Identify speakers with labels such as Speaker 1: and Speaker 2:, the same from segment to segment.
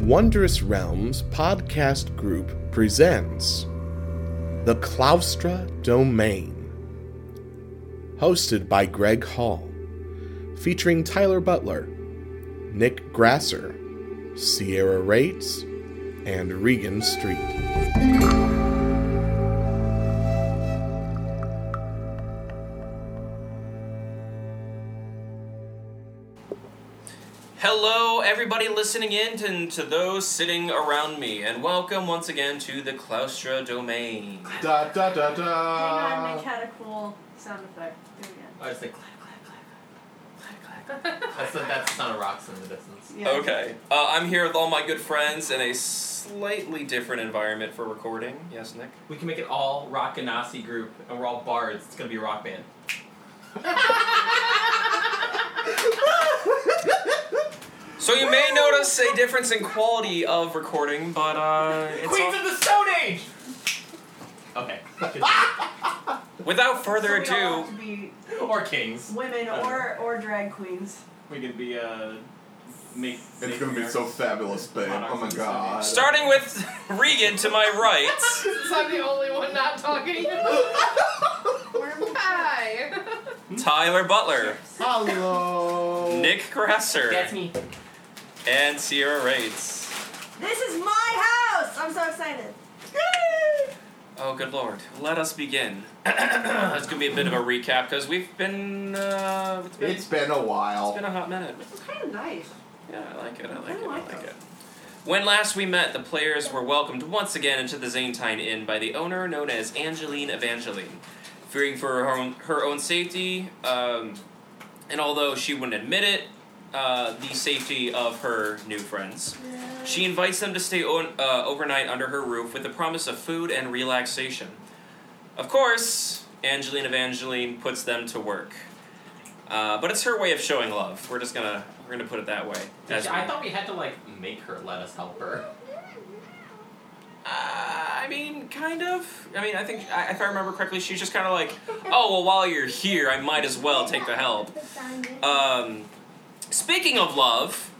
Speaker 1: Wondrous Realms podcast group presents The Claustra Domain, hosted by Greg Hall, featuring Tyler Butler, Nick Grasser, Sierra Rates, and Regan Street.
Speaker 2: Hello, everybody listening in and to those sitting around me, and welcome once again to the Claustra Domain.
Speaker 1: Da da da
Speaker 3: Hang on,
Speaker 2: Uh,
Speaker 1: da.
Speaker 3: make had a cool sound effect. There
Speaker 4: I was like, clap, clap, clap, clap, clap, clap. That's the, that's the sound of rocks in the distance.
Speaker 3: we go. Yeah.
Speaker 2: Okay, uh, I'm here with all my good friends in a slightly different environment for recording. Yes, Nick?
Speaker 4: We can make it all rock and Nazi group, and we're all bards. It's gonna be a rock band.
Speaker 2: So you may notice a difference in quality of recording, but uh, it's all-
Speaker 4: Queens of the Stone Age. Okay.
Speaker 2: without further
Speaker 3: so we all
Speaker 2: ado, Oh.
Speaker 3: have to be
Speaker 4: or kings.
Speaker 3: women or or drag queens.
Speaker 4: We could be uh, make.
Speaker 5: It's gonna be so fabulous, babe. Oh my god.
Speaker 2: starting with Regan to my right.
Speaker 6: I'm the only one not talking. Hi.
Speaker 2: Tyler Butler,
Speaker 5: Hello.
Speaker 2: Nick Grasser,
Speaker 4: me.
Speaker 2: and Sierra Rates.
Speaker 3: This is my house. I'm so excited.
Speaker 2: Oh, good lord. Let us begin. It's gonna be a bit of a recap because we've been, uh, it's been,
Speaker 5: It's been a
Speaker 2: it's
Speaker 5: while.
Speaker 2: been a hot minute.
Speaker 3: This is kind of nice.
Speaker 2: Yeah, I like it. I like
Speaker 3: I
Speaker 2: it.
Speaker 3: like
Speaker 2: I like
Speaker 3: it.
Speaker 2: it. When last we met, the players were welcomed once again into the Zantine Inn by the owner known as Angeline Evangeline. Fearing for her own, her own safety, um, and although she wouldn't admit it, uh, the safety of her new friends, she invites them to stay on, uh, overnight under her roof with the promise of food and relaxation. Of course, Angeline Evangeline puts them to work. Uh, but it's her way of showing love. We're just gonna we're gonna put it that way. As we-
Speaker 4: I thought we had to like make her let us help her.
Speaker 2: Uh, I mean, kind of. I mean, I think I, if I remember correctly, she's just kind of like, "Oh well, while you're here, I might as well take the help." Um, speaking of love,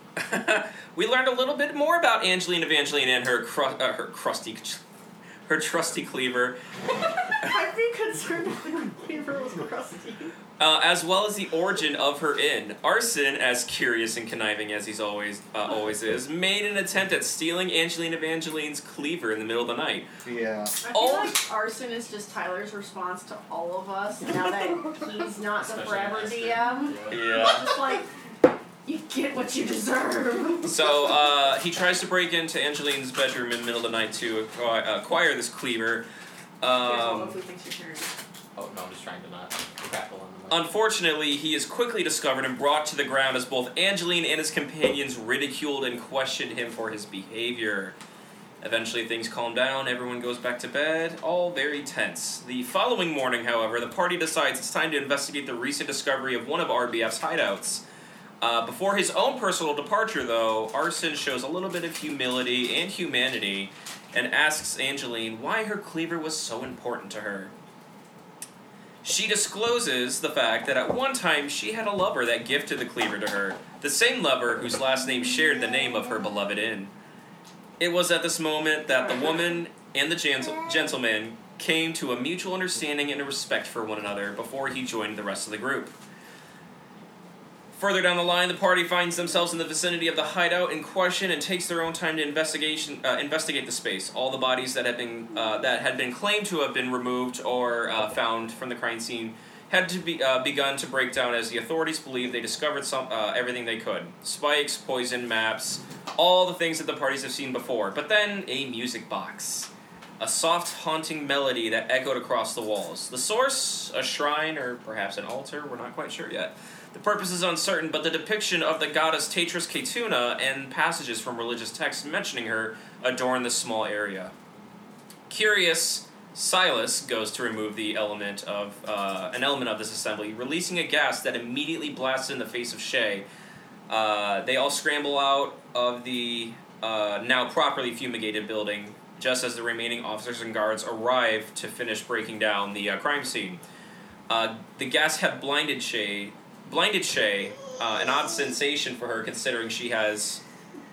Speaker 2: we learned a little bit more about Angeline Evangeline and her cru- uh, her crusty, her trusty cleaver,
Speaker 3: I'd be concerned if the cleaver was crusty.
Speaker 2: uh, as well as the origin of her inn. Arson, as curious and conniving as he's always uh, always is, made an attempt at stealing Angeline Evangeline's cleaver in the middle of the night.
Speaker 5: Yeah.
Speaker 3: I feel
Speaker 2: Oh.
Speaker 3: like arson is just Tyler's response to all of us now that he's not the
Speaker 4: Especially
Speaker 3: forever
Speaker 4: last year.
Speaker 3: DM.
Speaker 2: Yeah.
Speaker 3: Just like you get what you deserve.
Speaker 2: So uh, he tries to break into Angeline's bedroom in the middle of the night to acqui- acquire this cleaver. Um,
Speaker 3: Hopefully thinks you're carrying it.
Speaker 4: Oh no, I'm just trying to not grapple on the mic.
Speaker 2: unfortunately, he is quickly discovered and brought to the ground as both Angeline and his companions ridiculed and questioned him for his behavior. Eventually, things calm down, everyone goes back to bed, all very tense. The following morning, however, the party decides it's time to investigate the recent discovery of one of RBF's hideouts. Uh, before his own personal departure, though, Arson shows a little bit of humility and humanity and asks Angeline why her cleaver was so important to her. She discloses the fact that at one time she had a lover that gifted the cleaver to her, the same lover whose last name shared the name of her beloved inn. It was at this moment that the woman and the gens- gentleman came to a mutual understanding and a respect for one another before he joined the rest of the group. Further down the line, the party finds themselves in the vicinity of the hideout in question and takes their own time to investigation uh, investigate the space. All the bodies that had been uh, that had been claimed to have been removed or uh, found from the crime scene had to be uh, begun to break down as the authorities believe they discovered some uh, everything they could: spikes, poison, maps, all the things that the parties have seen before. But then a music box. A soft, haunting melody that echoed across the walls. The source, a shrine, or perhaps an altar, we're not quite sure yet. The purpose is uncertain, but the depiction of the goddess Tetris Ketuna and passages from religious texts mentioning her adorn this small area. Curious, Silas goes to remove the element of uh, an element of this assembly, releasing a gas that immediately blasts in the face of Shay. Uh, they all scramble out of the uh, now properly fumigated building, just as the remaining officers and guards arrive to finish breaking down the uh, crime scene. Uh, the gas had blinded Shay, blinded Shay, uh, an odd sensation for her considering she has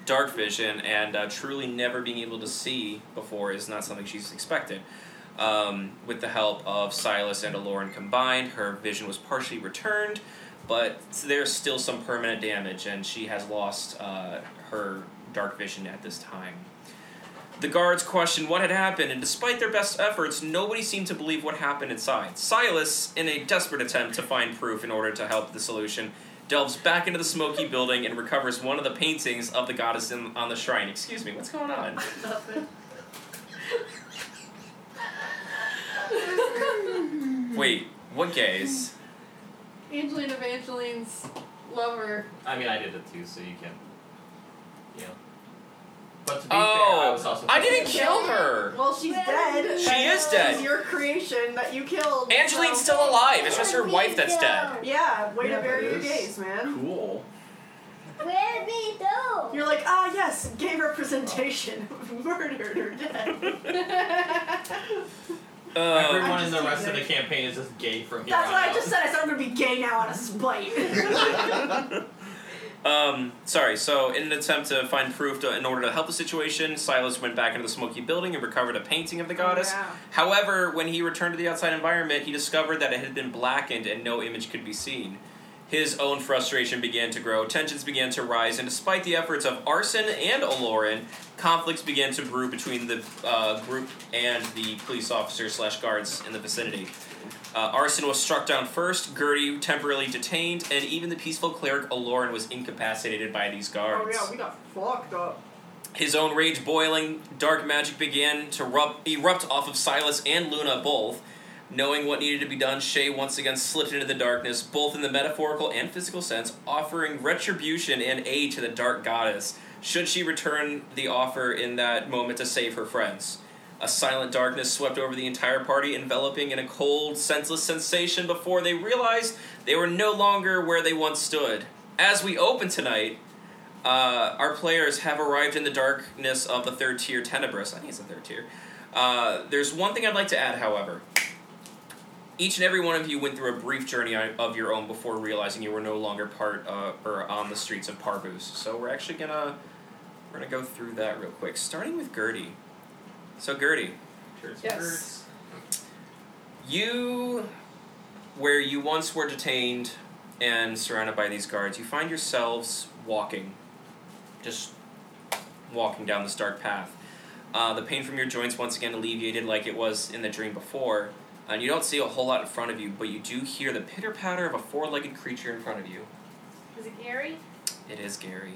Speaker 2: dark vision, and uh, truly never being able to see before is not something she's expected. Um, with the help of Silas and Aloran combined, her vision was partially returned, but there's still some permanent damage, and she has lost uh, her dark vision at this time. The guards questioned what had happened, and despite their best efforts, nobody seemed to believe what happened inside. Silas, in a desperate attempt to find proof in order to help the solution, delves back into the smoky building and recovers one of the paintings of the goddess in, on the shrine. Excuse me, what's going on?
Speaker 3: Nothing.
Speaker 2: Wait, what gays?
Speaker 6: Angeline of Angeline's lover.
Speaker 4: I mean, I did it too, so you can. You know. But to be fair, I
Speaker 2: Oh,
Speaker 4: was also.
Speaker 2: I didn't kill her.
Speaker 3: Well, she's dead.
Speaker 2: She
Speaker 3: That
Speaker 2: is dead.
Speaker 3: was Your creation that you killed.
Speaker 2: Angeline's
Speaker 3: so-
Speaker 2: still alive. It's just her wife that's dead.
Speaker 3: Yeah, way
Speaker 5: Yeah,
Speaker 3: to bury
Speaker 5: that
Speaker 3: your
Speaker 5: is
Speaker 3: gays, man.
Speaker 5: Cool.
Speaker 7: Where me do?
Speaker 3: You're like, ah, yes, gay representation, murdered or dead.
Speaker 2: Um,
Speaker 4: Everyone in the
Speaker 3: I'm just
Speaker 4: rest of the
Speaker 3: kidding.
Speaker 4: campaign is just gay from here
Speaker 3: That's
Speaker 4: on
Speaker 3: what I
Speaker 4: out.
Speaker 3: just said. I said I'm gonna be gay now out of spite.
Speaker 2: um, sorry, so in an attempt to find proof to, in order to help the situation, Silas went back into the smoky building and recovered a painting of the goddess.
Speaker 3: Yeah.
Speaker 2: However, when he returned to the outside environment, he discovered that it had been blackened and no image could be seen. His own frustration began to grow, tensions began to rise, and despite the efforts of Arson and Aloran, conflicts began to brew between the uh, group and the police officers slash guards in the vicinity. Uh, Arson was struck down first, Gertie temporarily detained, and even the peaceful cleric Aloran was incapacitated by these
Speaker 3: Oh
Speaker 2: guards.
Speaker 3: yeah, we got fucked up.
Speaker 2: His own rage boiling, dark magic began to rup- erupt off of Silas and Luna both. Knowing what needed to be done, Shay once again slipped into the darkness, both in the metaphorical and physical sense, offering retribution and aid to the dark goddess, should she return the offer in that moment to save her friends. A silent darkness swept over the entire party, enveloping in a cold, senseless sensation before they realized they were no longer where they once stood. As we open tonight, uh, our players have arrived in the darkness of the third tier Tenebris. I think it's the third tier. Uh, there's one thing I'd like to add, however. Each and every one of you went through a brief journey on- of your own before realizing you were no longer part uh, or on the streets of Parvus. So we're actually gonna we're gonna go through that real quick, starting with Gertie. So Gertie,
Speaker 4: Shirts,
Speaker 6: Yes.
Speaker 4: shirts.
Speaker 2: you, where you once were detained and surrounded by these guards, you find yourselves walking, just walking down this dark path. Uh, the pain from your joints once again alleviated, like it was in the dream before, and you don't see a whole lot in front of you, but you do hear the pitter patter of a four-legged creature in front of you.
Speaker 6: Is it Gary?
Speaker 2: It is Gary.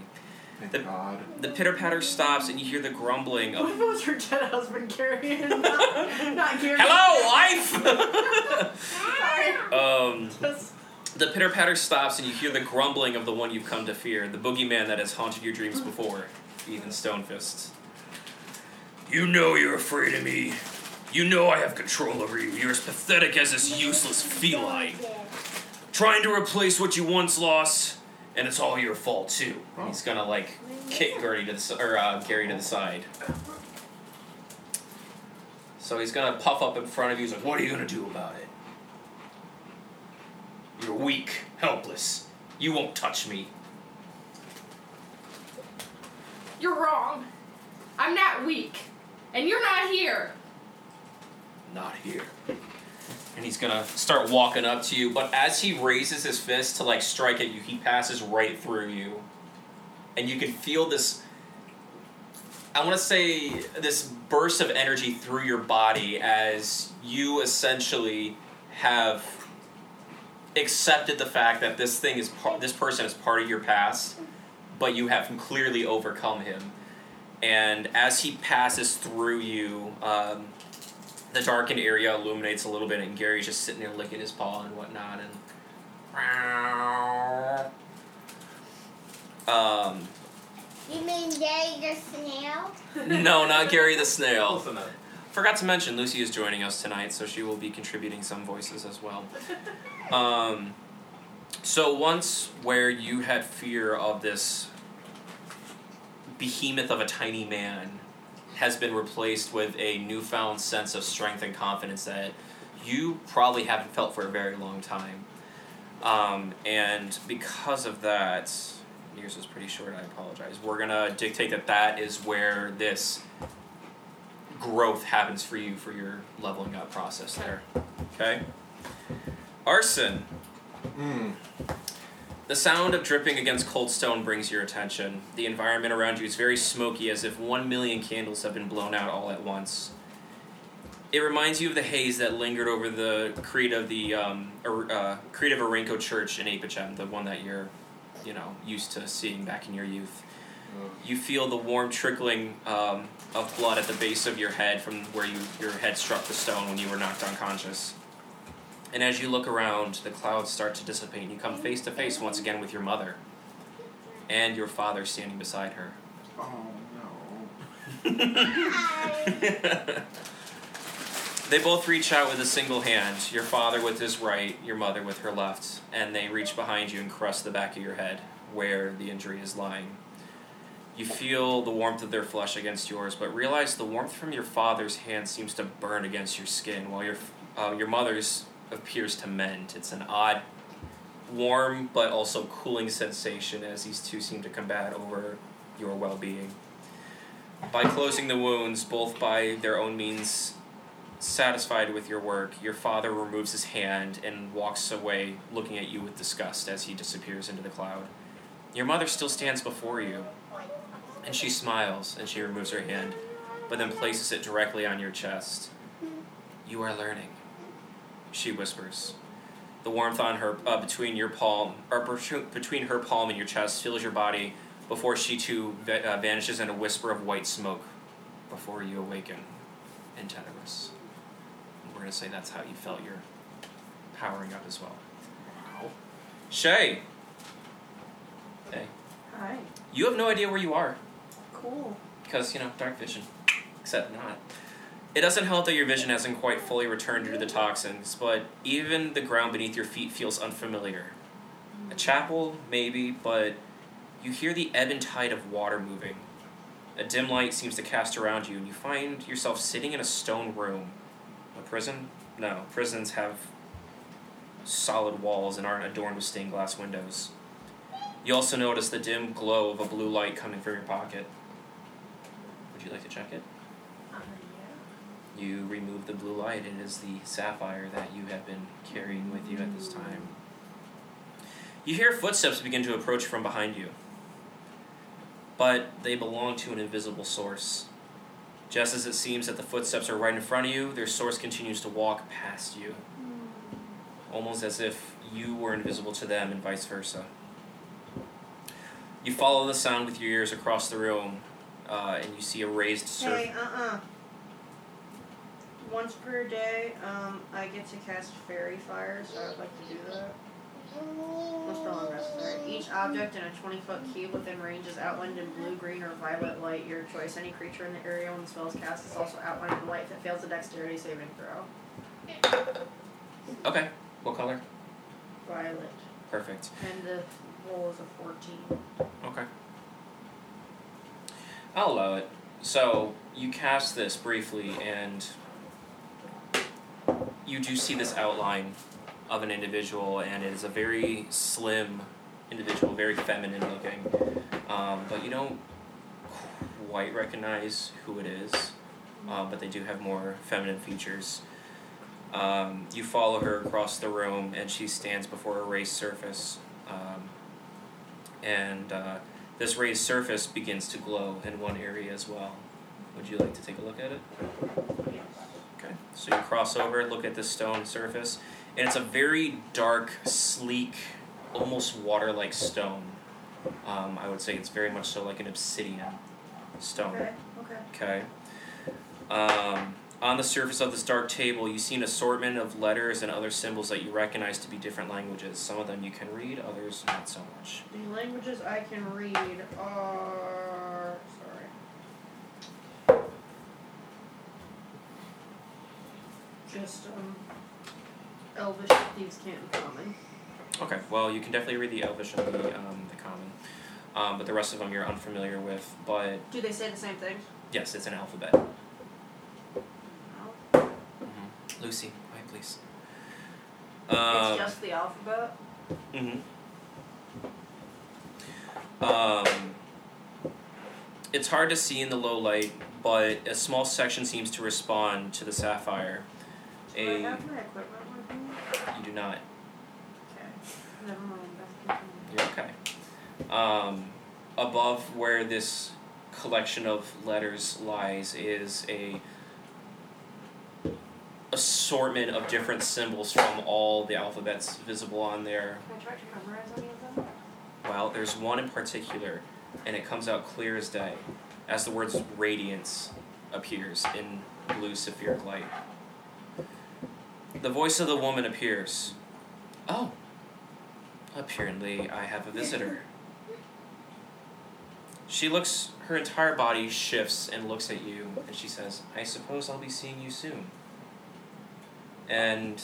Speaker 5: Thank
Speaker 2: The-
Speaker 5: God.
Speaker 2: The pitter patter stops, and you hear the grumbling
Speaker 3: What
Speaker 2: of
Speaker 3: if it was her dead husband carrying? Not, not Gary.
Speaker 2: "Hello, wife."
Speaker 3: Sorry.
Speaker 2: um.
Speaker 3: Just-
Speaker 2: The pitter patter stops, and you hear the grumbling of the one you've come to fear, the boogeyman that has haunted your dreams before, Ethan Stonefist. You know you're afraid of me. You know I have control over you. You're as pathetic as this useless feline. Trying to replace what you once lost, and it's all your fault too. And he's gonna like kick Gertie to the si- or uh, Gary to the side. So he's gonna puff up in front of you. He's like, "What are you gonna do about it?" You're weak, helpless. You won't touch me.
Speaker 6: You're wrong. I'm not weak. And you're not here.
Speaker 2: Not here. And he's gonna start walking up to you, but as he raises his fist to like strike at you, he passes right through you. And you can feel this I wanna say this burst of energy through your body as you essentially have accepted the fact that this thing is part this person is part of your past, but you have clearly overcome him. And as he passes through you, um, the darkened area illuminates a little bit, and Gary's just sitting there licking his paw and whatnot, and um,
Speaker 7: You mean Jay the snail?
Speaker 2: no, not Gary the snail.
Speaker 4: Close enough.
Speaker 2: Forgot to mention Lucy is joining us tonight, so she will be contributing some voices as well. Um, so once where you had fear of this behemoth of a tiny man has been replaced with a newfound sense of strength and confidence that you probably haven't felt for a very long time. Um, and because of that, yours is pretty short. I apologize. We're gonna dictate that that is where this growth happens for you for your leveling up process there. Okay. Arson. Hmm.
Speaker 5: Mm.
Speaker 2: The sound of dripping against cold stone brings your attention. The environment around you is very smoky, as if one million candles have been blown out all at once. It reminds you of the haze that lingered over the creed of the um, Ar- uh, creed of Arenco Church in Apachem, the one that you're, you know, used to seeing back in your youth. You feel the warm trickling um, of blood at the base of your head from where you, your head struck the stone when you were knocked unconscious. And as you look around, the clouds start to dissipate, and you come face to face once again with your mother and your father standing beside her.
Speaker 5: Oh no.
Speaker 2: they both reach out with a single hand, your father with his right, your mother with her left, and they reach behind you and caress the back of your head where the injury is lying. You feel the warmth of their flesh against yours, but realize the warmth from your father's hand seems to burn against your skin, while your uh, your mother's appears to mend. It's an odd, warm but also cooling sensation as these two seem to combat over your well-being. By closing the wounds, both by their own means, satisfied with your work, your father removes his hand and walks away, looking at you with disgust as he disappears into the cloud. Your mother still stands before you, and she smiles and she removes her hand, but then places it directly on your chest. You are learning, she whispers. The warmth on her uh, between your palm, or betw- between her palm and your chest, fills your body before she too va- uh, vanishes in a whisper of white smoke before you awaken in Tenebrous. And we're going to say that's how you felt your powering up as well. Shay! Hey.
Speaker 3: Hi.
Speaker 2: You have no idea where you are
Speaker 3: Cool.
Speaker 2: because, you know, dark vision. Except not. It doesn't help that your vision hasn't quite fully returned due to the toxins, but even the ground beneath your feet feels unfamiliar. A chapel, maybe, but you hear the ebb and tide of water moving. A dim light seems to cast around you, and you find yourself sitting in a stone room. A prison? No, prisons have solid walls and aren't adorned with stained glass windows. You also notice the dim glow of a blue light coming from your pocket. Would you like to check it?
Speaker 3: Uh,
Speaker 2: You remove the blue light, and it is the sapphire that you have been carrying with you at this time. You hear footsteps begin to approach from behind you, but they belong to an invisible source. Just as it seems that the footsteps are right in front of you, their source continues to walk past you, almost as if you were invisible to them and vice versa. You follow the sound with your ears across the room, uh, and you see a raised
Speaker 3: yeah.
Speaker 2: surface.
Speaker 3: Hey, uh-uh. Once per day, um, I get to cast fairy fire, so I'd like to do that. Let's spell and rest there. Each object in a 20 foot cube within range is outlined in blue, green, or violet light, your choice. Any creature in the area when the spell is cast is also outlined in light if it fails the dexterity saving throw.
Speaker 2: Okay, what color?
Speaker 3: Violet.
Speaker 2: Perfect.
Speaker 3: And the roll is a 14.
Speaker 2: Okay. I'll allow it. So you cast this briefly, and you do see this outline of an individual, and it is a very slim individual, very feminine looking. Um, but you don't quite recognize who it is, um, but they do have more feminine features. Um, you follow her across the room, and she stands before a raised surface. Um, and uh, this raised surface begins to glow in one area as well. Would you like to take a look at it? Okay. So you cross over, look at this stone surface, and it's a very dark, sleek, almost water-like stone. Um, I would say it's very much so like an obsidian stone.
Speaker 3: Okay, okay.
Speaker 2: Okay. Um, on the surface of this dark table, you see an assortment of letters and other symbols that you recognize to be different languages. Some of them you can read, others not so much.
Speaker 3: The languages I can read are. Sorry. Just, um. Elvish Thieves Can't in Common.
Speaker 2: Okay, well, you can definitely read the Elvish and the, um, the Common, um, but the rest of them you're unfamiliar with. But
Speaker 3: Do they say the same thing?
Speaker 2: yes, it's an alphabet.
Speaker 3: No.
Speaker 2: Lucy, quiet, please. Um,
Speaker 3: It's
Speaker 2: Mm-hmm.
Speaker 3: just the alphabet?
Speaker 2: mhm. Um, it's hard to see in the low light, but a small section seems to respond to the sapphire.
Speaker 3: Do I
Speaker 2: A you
Speaker 3: have my equipment with me?
Speaker 2: do not.
Speaker 3: Okay. Never mind. That's continue.
Speaker 2: You're okay. Um, above where this collection of letters lies is a assortment of different symbols from all the alphabets visible on there.
Speaker 3: Can I try to memorize any of them?
Speaker 2: Well, there's one in particular, and it comes out clear as day as the words radiance appears in blue spheric light. The voice of the woman appears. Oh, apparently I have a visitor. She looks, her entire body shifts and looks at you, and she says, I suppose I'll be seeing you soon. And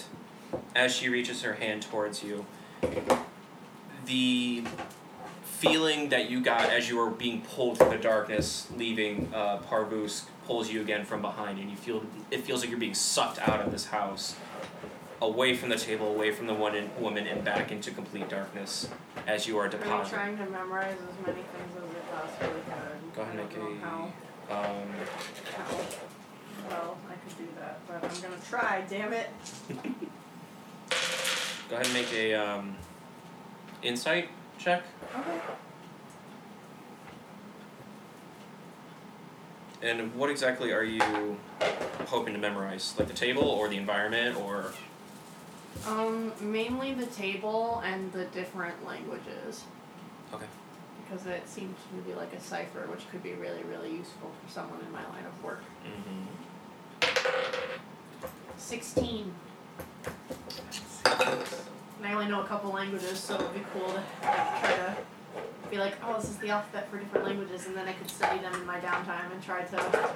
Speaker 2: as she reaches her hand towards you, the feeling that you got as you were being pulled through the darkness, leaving uh, Parvus, pulls you again from behind, and you feel it feels like you're being sucked out of this house, away from the table, away from the one in, woman, and back into complete darkness as you are
Speaker 3: I'm
Speaker 2: deposited.
Speaker 3: trying to memorize as many things as I possibly could.
Speaker 2: Go ahead
Speaker 3: I
Speaker 2: and
Speaker 3: don't
Speaker 2: make
Speaker 3: know how,
Speaker 2: a. Um,
Speaker 3: how well I could do that, but I'm gonna try. Damn it!
Speaker 2: go ahead and make a um, insight check,
Speaker 3: Okay.
Speaker 2: and what exactly are you hoping to memorize? Like the table, or the environment, or
Speaker 3: Um, mainly the table and the different languages.
Speaker 2: Okay.
Speaker 3: Because it seems to be like a cipher, which could be really, really useful for someone in my line of work.
Speaker 2: mm-hmm.
Speaker 3: Sixteen. And I only know a couple languages, so it'd be cool to like, try to be like, oh, this is the alphabet for different languages, and then I could study them in my downtime and try to.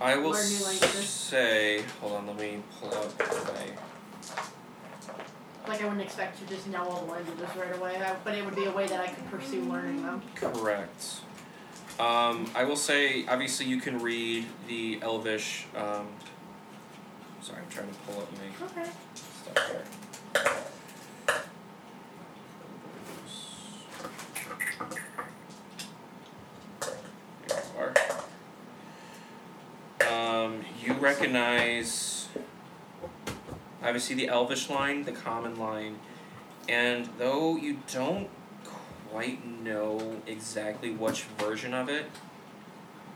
Speaker 2: I will
Speaker 3: Learn new languages.
Speaker 2: say. Hold on, let me pull out my.
Speaker 3: Like, I wouldn't expect to just know all the languages right away, I, but it would be a way that I could pursue learning them.
Speaker 2: Correct. Um, I will say, obviously, you can read the Elvish. Um, sorry, I'm trying to pull up my.
Speaker 3: Okay.
Speaker 2: stuff here. There you are. Um, you recognize obviously the Elvish line, the Common line, and though you don't quite know exactly which version of it,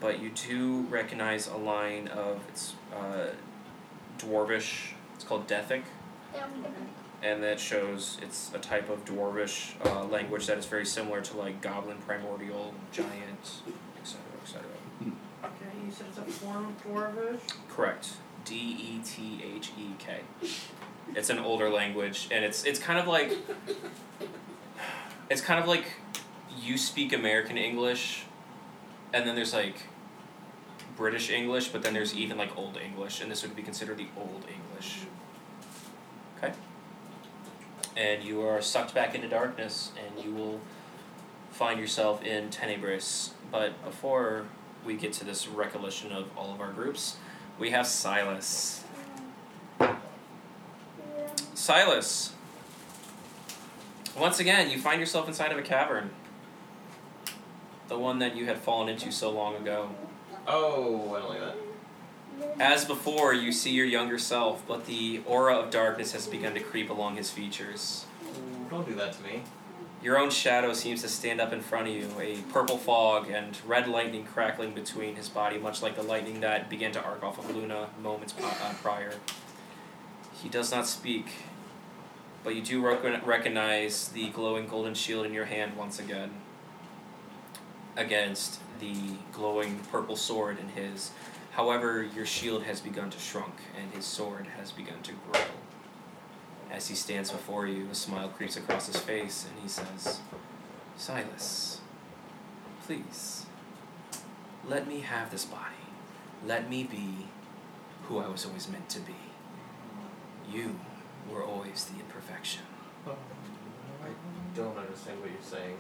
Speaker 2: but you do recognize a line of it's uh, Dwarvish. It's called Dethic and that shows it's a type of dwarvish uh, language that is very similar to like goblin, primordial, giant, etc., etc.
Speaker 3: Okay, you said it's a form of dwarvish?
Speaker 2: Correct. D E T H E K. It's an older language, and it's it's kind of like it's kind of like you speak American English, and then there's like British English, but then there's even like Old English, and this would be considered the Old English. Okay. And you are sucked back into darkness, and you will find yourself in Tenebris. But before we get to this recollection of all of our groups, we have Silas. Silas. Once again, you find yourself inside of a cavern. The one that you had fallen into so long ago.
Speaker 4: Oh, I don't like that.
Speaker 2: As before, you see your younger self, but the aura of darkness has begun to creep along his features.
Speaker 4: Ooh, don't do that to me.
Speaker 2: Your own shadow seems to stand up in front of you, a purple fog and red lightning crackling between his body, much like the lightning that began to arc off of Luna moments po- uh, prior. He does not speak, but you do rec- recognize the glowing golden shield in your hand once again, against the glowing purple sword in his. However, your shield has begun to shrunk, and his sword has begun to grow. As he stands before you, a smile creeps across his face, and he says, Silas, please, let me have this body. Let me be who I was always meant to be. You were always the imperfection.
Speaker 4: I don't understand what you're saying.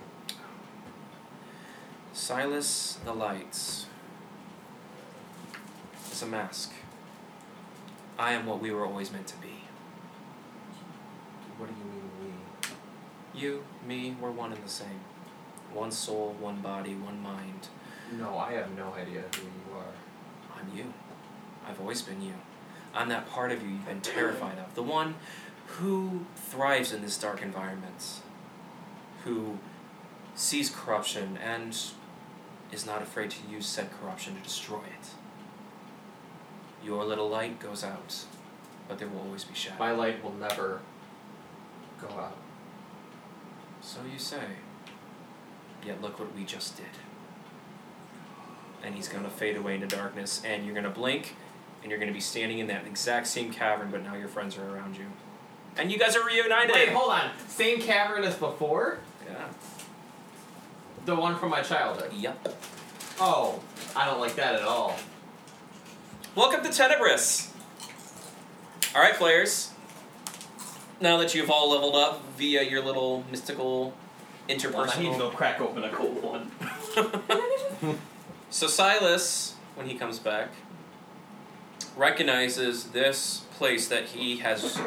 Speaker 2: Silas the Lights is a mask. I am what we were always meant to be.
Speaker 4: What do you mean we?
Speaker 2: You, me, we're one and the same. One soul, one body, one mind.
Speaker 8: No, I have no idea who you are.
Speaker 2: I'm you. I've always been you. I'm that part of you you've been terrified of. The one who thrives in this dark environment, who sees corruption and is not afraid to use said corruption to destroy it. Your little light goes out, but there will always be shadow.
Speaker 8: My light will never go out.
Speaker 2: So you say. Yet look what we just did. And he's gonna fade away into darkness, and you're gonna blink, and you're gonna be standing in that exact same cavern, but now your friends are around you. And you guys are reunited!
Speaker 8: Wait, hold on. Same cavern as before?
Speaker 2: yeah.
Speaker 8: The one from my childhood.
Speaker 2: Yep.
Speaker 8: Oh, I don't like that at all.
Speaker 2: Welcome to Tenebris! Alright, players. Now that you've all leveled up via your little mystical interpersonal.
Speaker 8: crack open a cold one.
Speaker 2: so Silas, when he comes back, recognizes this place that he has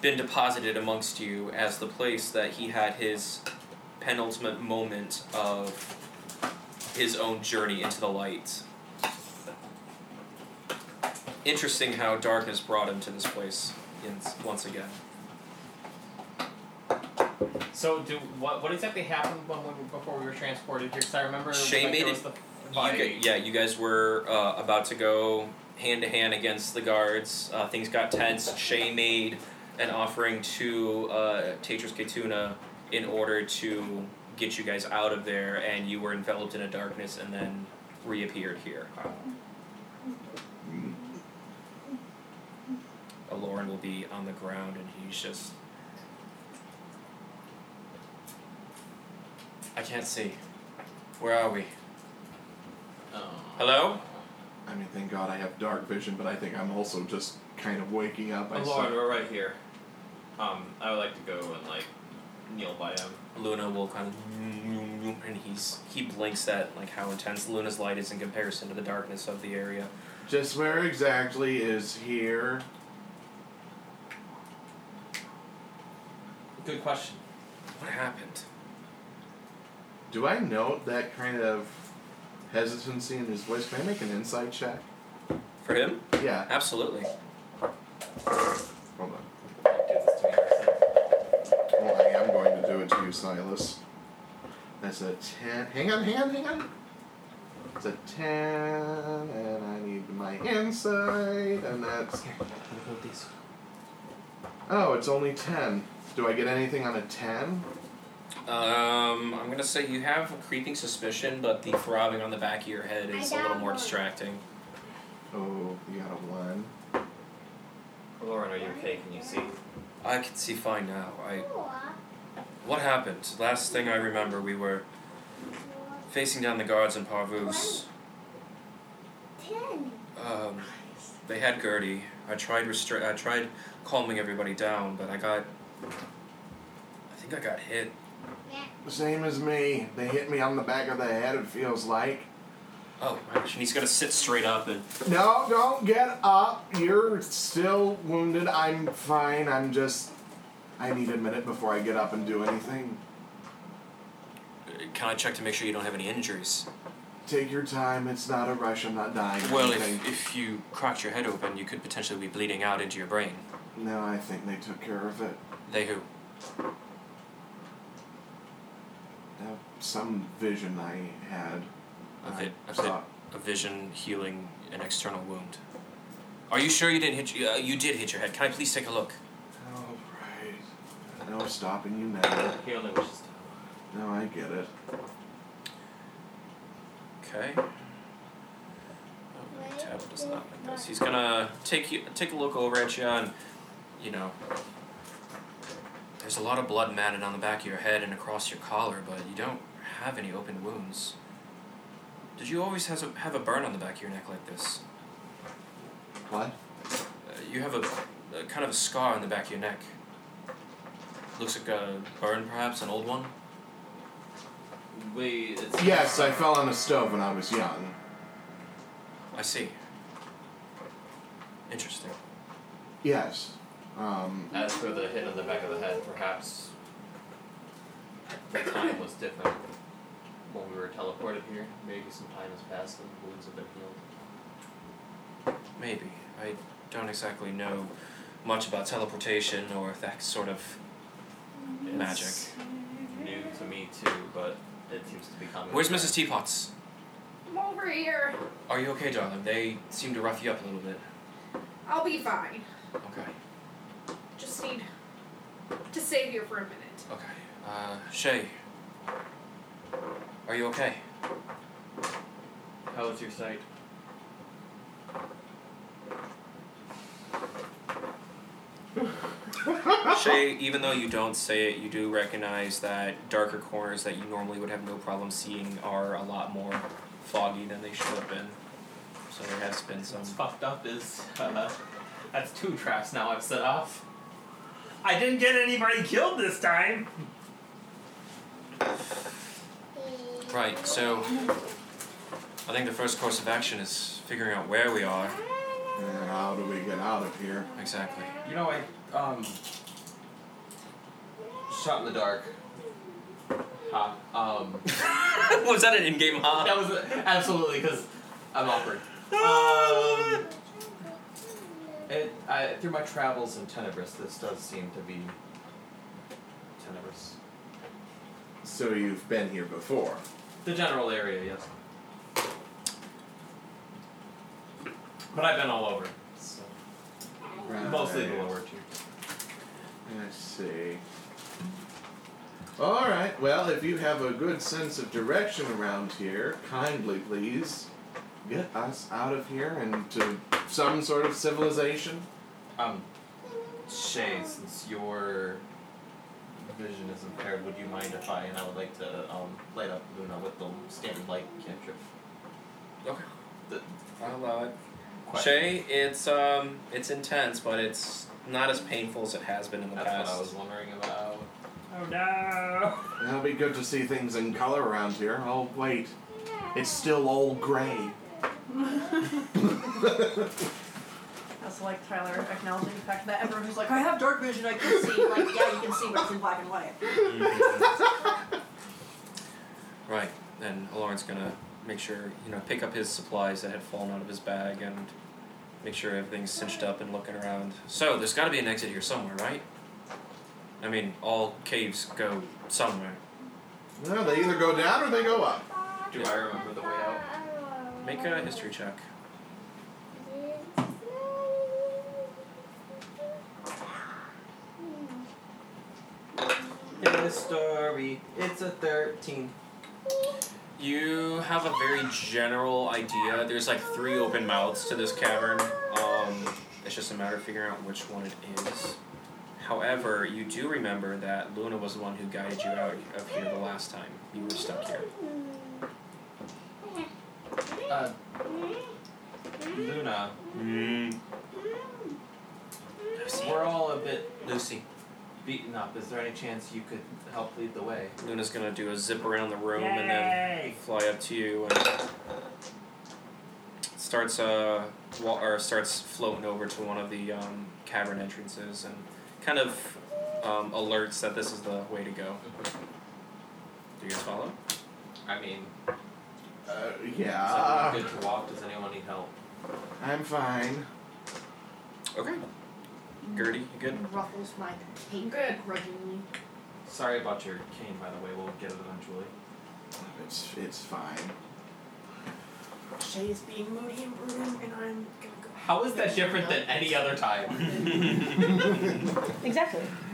Speaker 2: been deposited amongst you as the place that he had his penultimate moment of his own journey into the light. Interesting how darkness brought him to this place once- once again.
Speaker 8: So do what? What exactly happened when we were, before we were transported here? Because I remember
Speaker 2: Shane
Speaker 8: like,
Speaker 2: made
Speaker 8: there
Speaker 2: it-
Speaker 8: was the
Speaker 2: You
Speaker 8: fight.
Speaker 2: gu- yeah, you guys were uh, about to go hand to hand against the guards. Uh, things got tense. Shay made an offering to uh, Tetris Ketuna in order to get you guys out of there, and you were enveloped in a darkness and then reappeared here. Aloran will be on the ground, and he's just. I can't see. Where are we?
Speaker 9: Oh.
Speaker 2: Hello?
Speaker 1: I mean, thank God I have dark vision, but I think I'm also just kind of waking up. I
Speaker 9: Oh, Lord, we're right here. Um, I would like to go and like kneel by him.
Speaker 2: Luna will kind of and he's he blinks at like how intense Luna's light is in comparison to the darkness of the area.
Speaker 1: Just where exactly is here?
Speaker 8: Good question.
Speaker 2: What happened?
Speaker 1: Do I note that kind of hesitancy in his voice? Can I make an inside check?
Speaker 2: For him?
Speaker 1: Yeah,
Speaker 2: Absolutely.
Speaker 1: hold on.
Speaker 8: Do this to me yourself.
Speaker 1: Well, I am going to do it to you, Silas. That's a ten. Hang on, hang on, hang on. It's a ten, and I need my insight, and that's. Oh, it's only ten. Do I get anything on a ten?
Speaker 2: Um, I'm gonna say you have a creeping suspicion, but the throbbing on the back of your head is a little more distracting.
Speaker 1: Oh, you got a one.
Speaker 9: Lauren, are you okay? Can you see?
Speaker 2: I can see fine now. I
Speaker 7: Four.
Speaker 2: what happened? Last thing I remember we were facing down the guards in Parvus.
Speaker 7: Ten.
Speaker 2: Um, they had Gertie. I tried restra- I tried calming everybody down, but I got. I think I got hit.
Speaker 1: Same as me. They hit me on the back of the head. It feels like.
Speaker 2: Oh my gosh! And he's gonna sit straight up and.
Speaker 1: No, don't get up. You're still wounded. I'm fine. I'm just. I need a minute before I get up and do anything.
Speaker 2: uh, Can I check to make sure you don't have any injuries?
Speaker 1: Take your time. It's not a rush. I'm not dying. or
Speaker 2: Well,
Speaker 1: anything.
Speaker 2: if, if you cracked your head open, you could potentially be bleeding out into your brain.
Speaker 1: No, I think they took care of it.
Speaker 2: They who?
Speaker 1: Uh, some vision I had.
Speaker 2: Of
Speaker 1: I
Speaker 2: it. Of it.
Speaker 1: saw-
Speaker 2: A vision healing an external wound. Are you sure you didn't hit? You, uh, you did hit your head. Can I please take a look?
Speaker 1: All right. No stopping you now.
Speaker 9: He only wishes to.
Speaker 1: No, I get it.
Speaker 2: Okay. Oh, Tab does not like this. He's gonna take you take a look over at you and you know there's a lot of blood matted on the back of your head and across your collar, but you don't have any open wounds. Did you always has a, have a burn on the back of your neck like this?
Speaker 1: What?
Speaker 2: Uh, you have a, a kind of a scar on the back of your neck. Looks like a burn, perhaps an old one.
Speaker 9: Wait, it's
Speaker 1: Yes, I fell on a stove when I was young.
Speaker 2: I see. Interesting.
Speaker 1: Yes. Um,
Speaker 9: As for the hit on the back of the head, perhaps the time was different.
Speaker 8: when we were teleported here. Maybe some time has passed and the wounds have been healed.
Speaker 2: Maybe. I don't exactly know much about teleportation or that sort of. Magic.
Speaker 8: It's new to me too, but it seems to be common.
Speaker 2: Where's Mrs. Teapots?
Speaker 6: I'm over here.
Speaker 2: Are you okay, darling? They seem to rough you up a little bit.
Speaker 6: I'll be fine.
Speaker 2: Okay.
Speaker 6: Just need to stay here for a minute.
Speaker 2: Okay. Uh, Shay. Are you okay?
Speaker 8: How is your sight?
Speaker 2: Shay, even though you don't say it, you do recognize that darker corners that you normally would have no problem seeing are a lot more foggy than they should have been. So there has been some.
Speaker 8: What's fucked up is uh, that's two traps now I've set off. I didn't get anybody killed this time.
Speaker 2: Right, so I think the first course of action is figuring out where we are.
Speaker 5: And how do we get out of here?
Speaker 2: Exactly.
Speaker 4: You know, I um shot in the dark.
Speaker 8: Ha.
Speaker 4: Um,
Speaker 2: Was that an in game
Speaker 8: That
Speaker 2: hop?
Speaker 8: was absolutely because I'm awkward. Um, it, I, through my travels in Tenebris, this does seem to be Tenebris.
Speaker 5: So you've been here before.
Speaker 8: The general area, yes. But I've been all over, so mostly the
Speaker 5: Right.
Speaker 8: lower tier.
Speaker 5: Let's see. All right. Well, if you have a good sense of direction around here, kindly please get us out of here and to some sort of civilization.
Speaker 8: Um, Shay, since your vision is impaired, would you mind if I and I would like to um, light up Luna with the standard light cantrip?
Speaker 2: Okay.
Speaker 8: The
Speaker 2: I'll allow it.
Speaker 8: question.
Speaker 2: Shay, it's um, it's intense, but it's not as painful as it has been in the
Speaker 8: That's
Speaker 2: past.
Speaker 8: what I was wondering about.
Speaker 4: Oh no!
Speaker 5: It'll be good to see things in color around here. Oh wait, it's still all gray.
Speaker 3: That's like Tyler acknowledging the fact that everyone who's like, I have dark vision, I can see. Like, yeah, you can see, but it's in black and white.
Speaker 2: Right, and Lauren's gonna make sure, you know, pick up his supplies that had fallen out of his bag and make sure everything's cinched up and looking around. So, there's gotta be an exit here somewhere, right? I mean, all caves go somewhere.
Speaker 5: No, they either go down or they go up.
Speaker 8: Do I remember the way out?
Speaker 2: Make a history check.
Speaker 8: History. It's a 13.
Speaker 2: You have a very general idea. There's like three open mouths to this cavern. Um, it's just a matter of figuring out which one it is. However, you do remember that Luna was the one who guided you out of here the last time you were stuck here.
Speaker 8: Uh, Luna, we're all a bit
Speaker 2: Lucy.
Speaker 8: beaten up. Is there any chance you could help lead the way?
Speaker 2: Luna's gonna do a zip around the room and then fly up to you and starts uh wa- or starts floating over to one of the um, cavern entrances and kind of um, alerts that this is the way to go. Do you guys follow?
Speaker 8: I mean,
Speaker 5: Uh,
Speaker 8: is
Speaker 1: Ah.
Speaker 5: yeah.
Speaker 8: everyone good to walk? Does anyone need help?
Speaker 5: I'm fine.
Speaker 2: Okay. Gertie, you good?
Speaker 3: Ruffles my cape
Speaker 6: Good.
Speaker 3: grudgingly.
Speaker 8: Sorry about your cane, by the way. We'll get it eventually.
Speaker 5: It's it's fine.
Speaker 3: Shay is being moody and brooding, and I'm gonna go.
Speaker 8: How is that different than any other time?
Speaker 3: Exactly.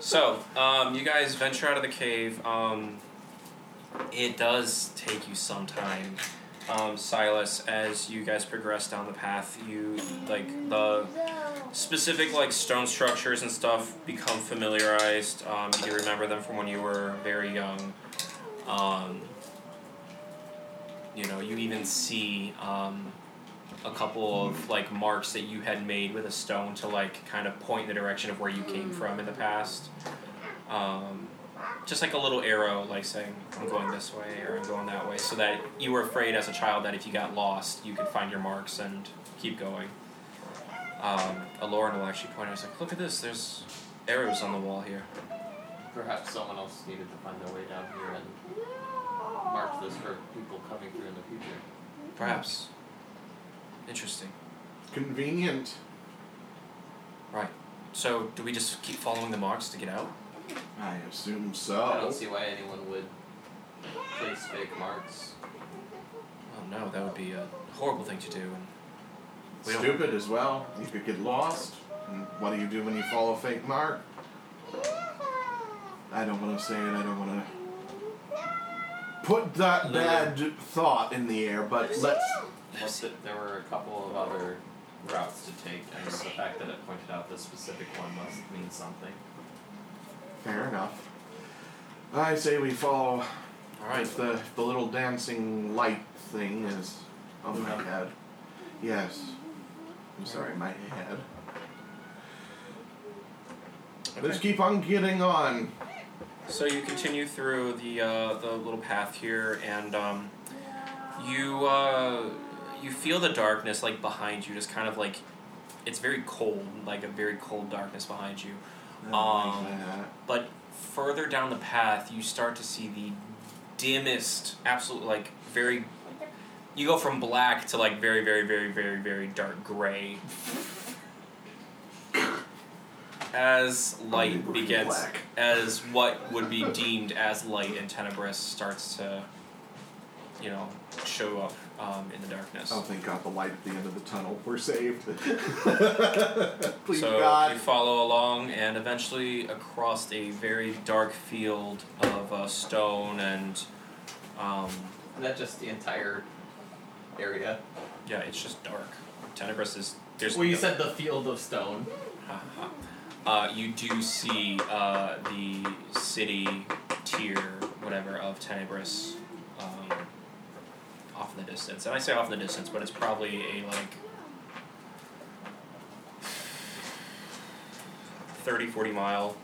Speaker 2: So, um, you guys venture out of the cave. Um, it does take you some time, um, Silas. As you guys progress down the path, you like the specific like stone structures and stuff become familiarized. Um, you do remember them from when you were very young. Um, you know, you even see um, a couple of like marks that you had made with a stone to like kind of point in the direction of where you came from in the past. Um, just like a little arrow, like saying, I'm going this way or I'm going that way, so that you were afraid as a child that if you got lost, you could find your marks and keep going. Um, Aloran will actually point out, it's like, look at this, there's arrows on the wall here.
Speaker 8: Perhaps someone else needed to find their way down here and mark this for people coming through in the future.
Speaker 2: Perhaps. Interesting.
Speaker 1: Convenient.
Speaker 2: Right. So, do we just keep following the marks to get out?
Speaker 1: I assume
Speaker 8: I
Speaker 1: so.
Speaker 8: don't see why anyone would place fake marks.
Speaker 2: Oh no, that would be a horrible thing to do. And we don't-
Speaker 1: Stupid as well. You could get lost. And what do you do when you follow a fake mark? I don't want to say it. I don't want to put that
Speaker 8: No.
Speaker 1: bad thought in the air, but let's.
Speaker 8: Plus, th- there were a couple of other routes to take, and the fact that it pointed out this specific one must mean something.
Speaker 1: Fair enough. I say we follow
Speaker 2: All right.
Speaker 1: if the, if the little dancing light thing is on my head. Yes. I'm sorry, my head. Let's keep on getting on.
Speaker 2: So you continue through the uh, the little path here, and um, you uh, you feel the darkness like behind you, just kind of like it's very cold, like a very cold darkness behind you. Um, But further down the path, you start to see the dimmest, absolute like very. You go from black to like very, very, very, very, very dark gray. As light begins,
Speaker 1: black.
Speaker 2: as what would be deemed as light and tenebris starts to, you know, show up um, in the darkness.
Speaker 1: oh, thank God, the light at the end of the tunnel. We're saved. Please,
Speaker 2: so
Speaker 1: God.
Speaker 2: you follow along and eventually across a very dark field of uh, stone and um,
Speaker 8: Is that just the entire area?
Speaker 2: yeah it's just dark tenebris is there's
Speaker 8: Well, you said the field of stone.
Speaker 2: uh, you do see uh, the city tier whatever of tenebris um, off in the distance and i say off in the distance but it's probably a like 30 40 mile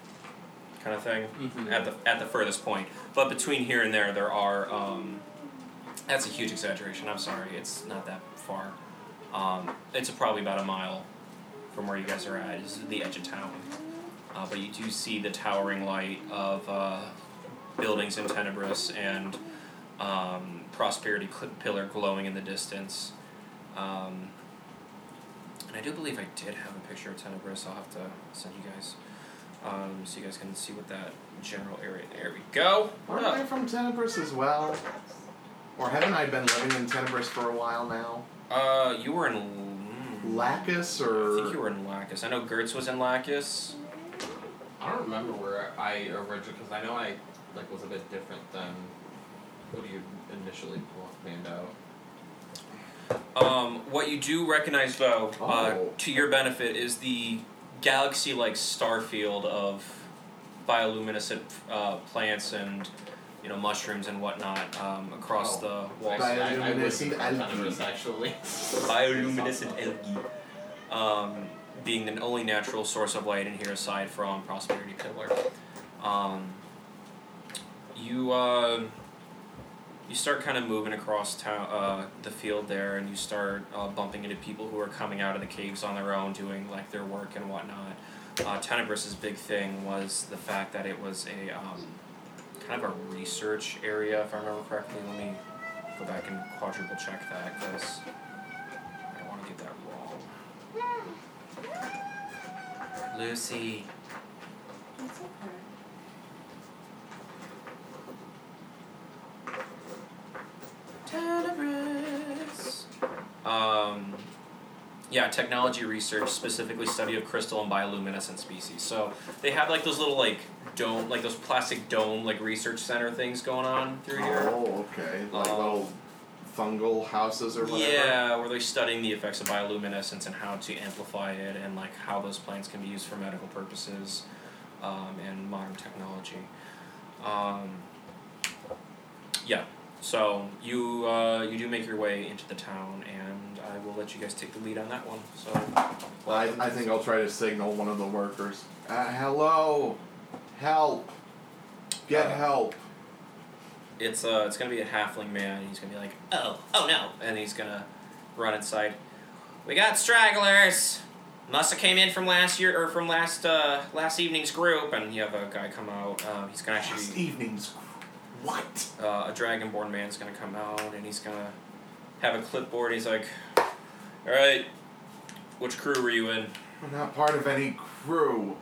Speaker 2: kind of thing at the at the furthest point. But between here and there, there are. Um, that's a huge exaggeration. I'm sorry, it's not that far. Um, it's probably about a mile from where you guys are at. It's the edge of town, uh, but you do see the towering light of uh, buildings in Tenebris and um, Prosperity cl- Pillar glowing in the distance. Um, and I do believe I did have a picture of Tenebris. I'll have to send you guys um, so you guys can see what that general area. There we go.
Speaker 1: Aren't I from Tenebris as well? Or haven't I been living in Tenebris for a while now?
Speaker 2: Uh, you were in. mm,
Speaker 1: Lacus or
Speaker 2: I think you were in Lacus. I know Gertz was in Lacus.
Speaker 8: I don't remember where I originally, because I know I like was a bit different than what you initially planned out.
Speaker 2: Um, what you do recognize, though, uh,
Speaker 1: Oh.
Speaker 2: to your benefit, is the galaxy-like star field of bioluminescent uh, plants and you know mushrooms and whatnot um, across the walls.
Speaker 8: I, I was
Speaker 1: Bioluminescent algae.
Speaker 8: actually.
Speaker 2: bioluminescent algae, um, being the only natural source of light in here aside from Prosperity Pillar. Um, you uh, you start kind of moving across town, uh, the field there, and you start uh, bumping into people who are coming out of the caves on their own, doing like their work and whatnot. Uh, Tenebris's big thing was the fact that it was a um, kind of a research area, if I remember correctly. Let me go back and quadruple check that because I don't want to get that wrong. Lucy. Tenebris. Um, yeah, technology research, specifically study of crystal and bioluminescent species. So they have like those little like dome, like those plastic dome like research center things going on through here.
Speaker 1: Oh, okay. Like
Speaker 2: Um,
Speaker 1: little fungal houses or whatever.
Speaker 2: Yeah, where they're studying the effects of bioluminescence and how to amplify it, and like how those plants can be used for medical purposes, um, and modern technology. Um, yeah, so you uh, you do make your way into the town, and I will let you guys take the lead on that one. So,
Speaker 1: Well, I, I think I'll try to signal one of the workers. Uh, hello, help, get
Speaker 2: Uh,
Speaker 1: help.
Speaker 2: it's uh, it's gonna be a halfling man. And he's gonna be like, oh, oh no, and he's gonna run inside. We got stragglers. Musta came in from last year or from last uh, last evening's group, and you have a guy come out. Um, he's gonna
Speaker 5: Last
Speaker 2: actually
Speaker 5: evening's. What?
Speaker 2: uh, a dragonborn man's gonna come out, and he's gonna have a clipboard. He's like, "All right, which crew were you in?"
Speaker 5: We're not part of any crew.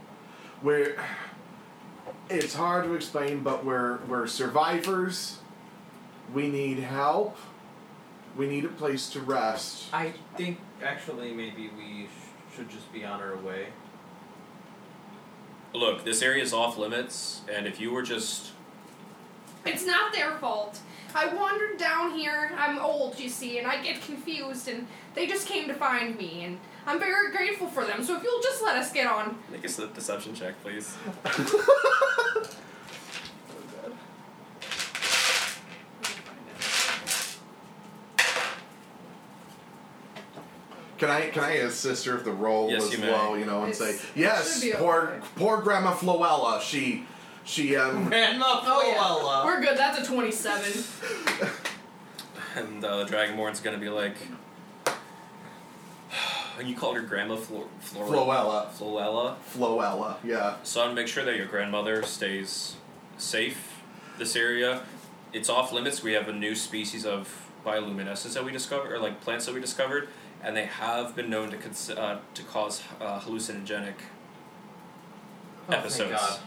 Speaker 5: We're. It's hard to explain, but we're we're survivors. We need help. We need a place to rest.
Speaker 8: I think actually maybe we sh- should just be on our way.
Speaker 2: Look, this area is off limits, and if you were just
Speaker 6: It's not their fault. I wandered down here. I'm old, you see, and I get confused, and they just came to find me, and I'm very grateful for them. So if you'll just let us get on,
Speaker 2: make a slip deception check, please.
Speaker 5: Can I can I assist her if the roll
Speaker 2: Yes,
Speaker 5: was
Speaker 2: you may.
Speaker 5: low, you know, and
Speaker 6: It's-
Speaker 5: say
Speaker 6: it
Speaker 5: yes,
Speaker 6: should be
Speaker 5: poor
Speaker 6: okay."
Speaker 5: poor Grandma Floella. She she um.
Speaker 8: Grandma
Speaker 6: Oh, yeah.
Speaker 8: Cruella.
Speaker 6: we're good. That's a 27.
Speaker 2: And uh, the Dragonborn's gonna be like, and you called her Grandma Flo- Flor-
Speaker 5: Floella,
Speaker 2: Floella.
Speaker 5: Floella, yeah.
Speaker 2: Son, make sure that your grandmother stays safe. This area, it's off limits. We have a new species of bioluminescence that we discovered, or like plants that we discovered, and they have been known to cons- uh, to cause uh, hallucinogenic
Speaker 8: Oh, thank
Speaker 2: episodes.
Speaker 8: God.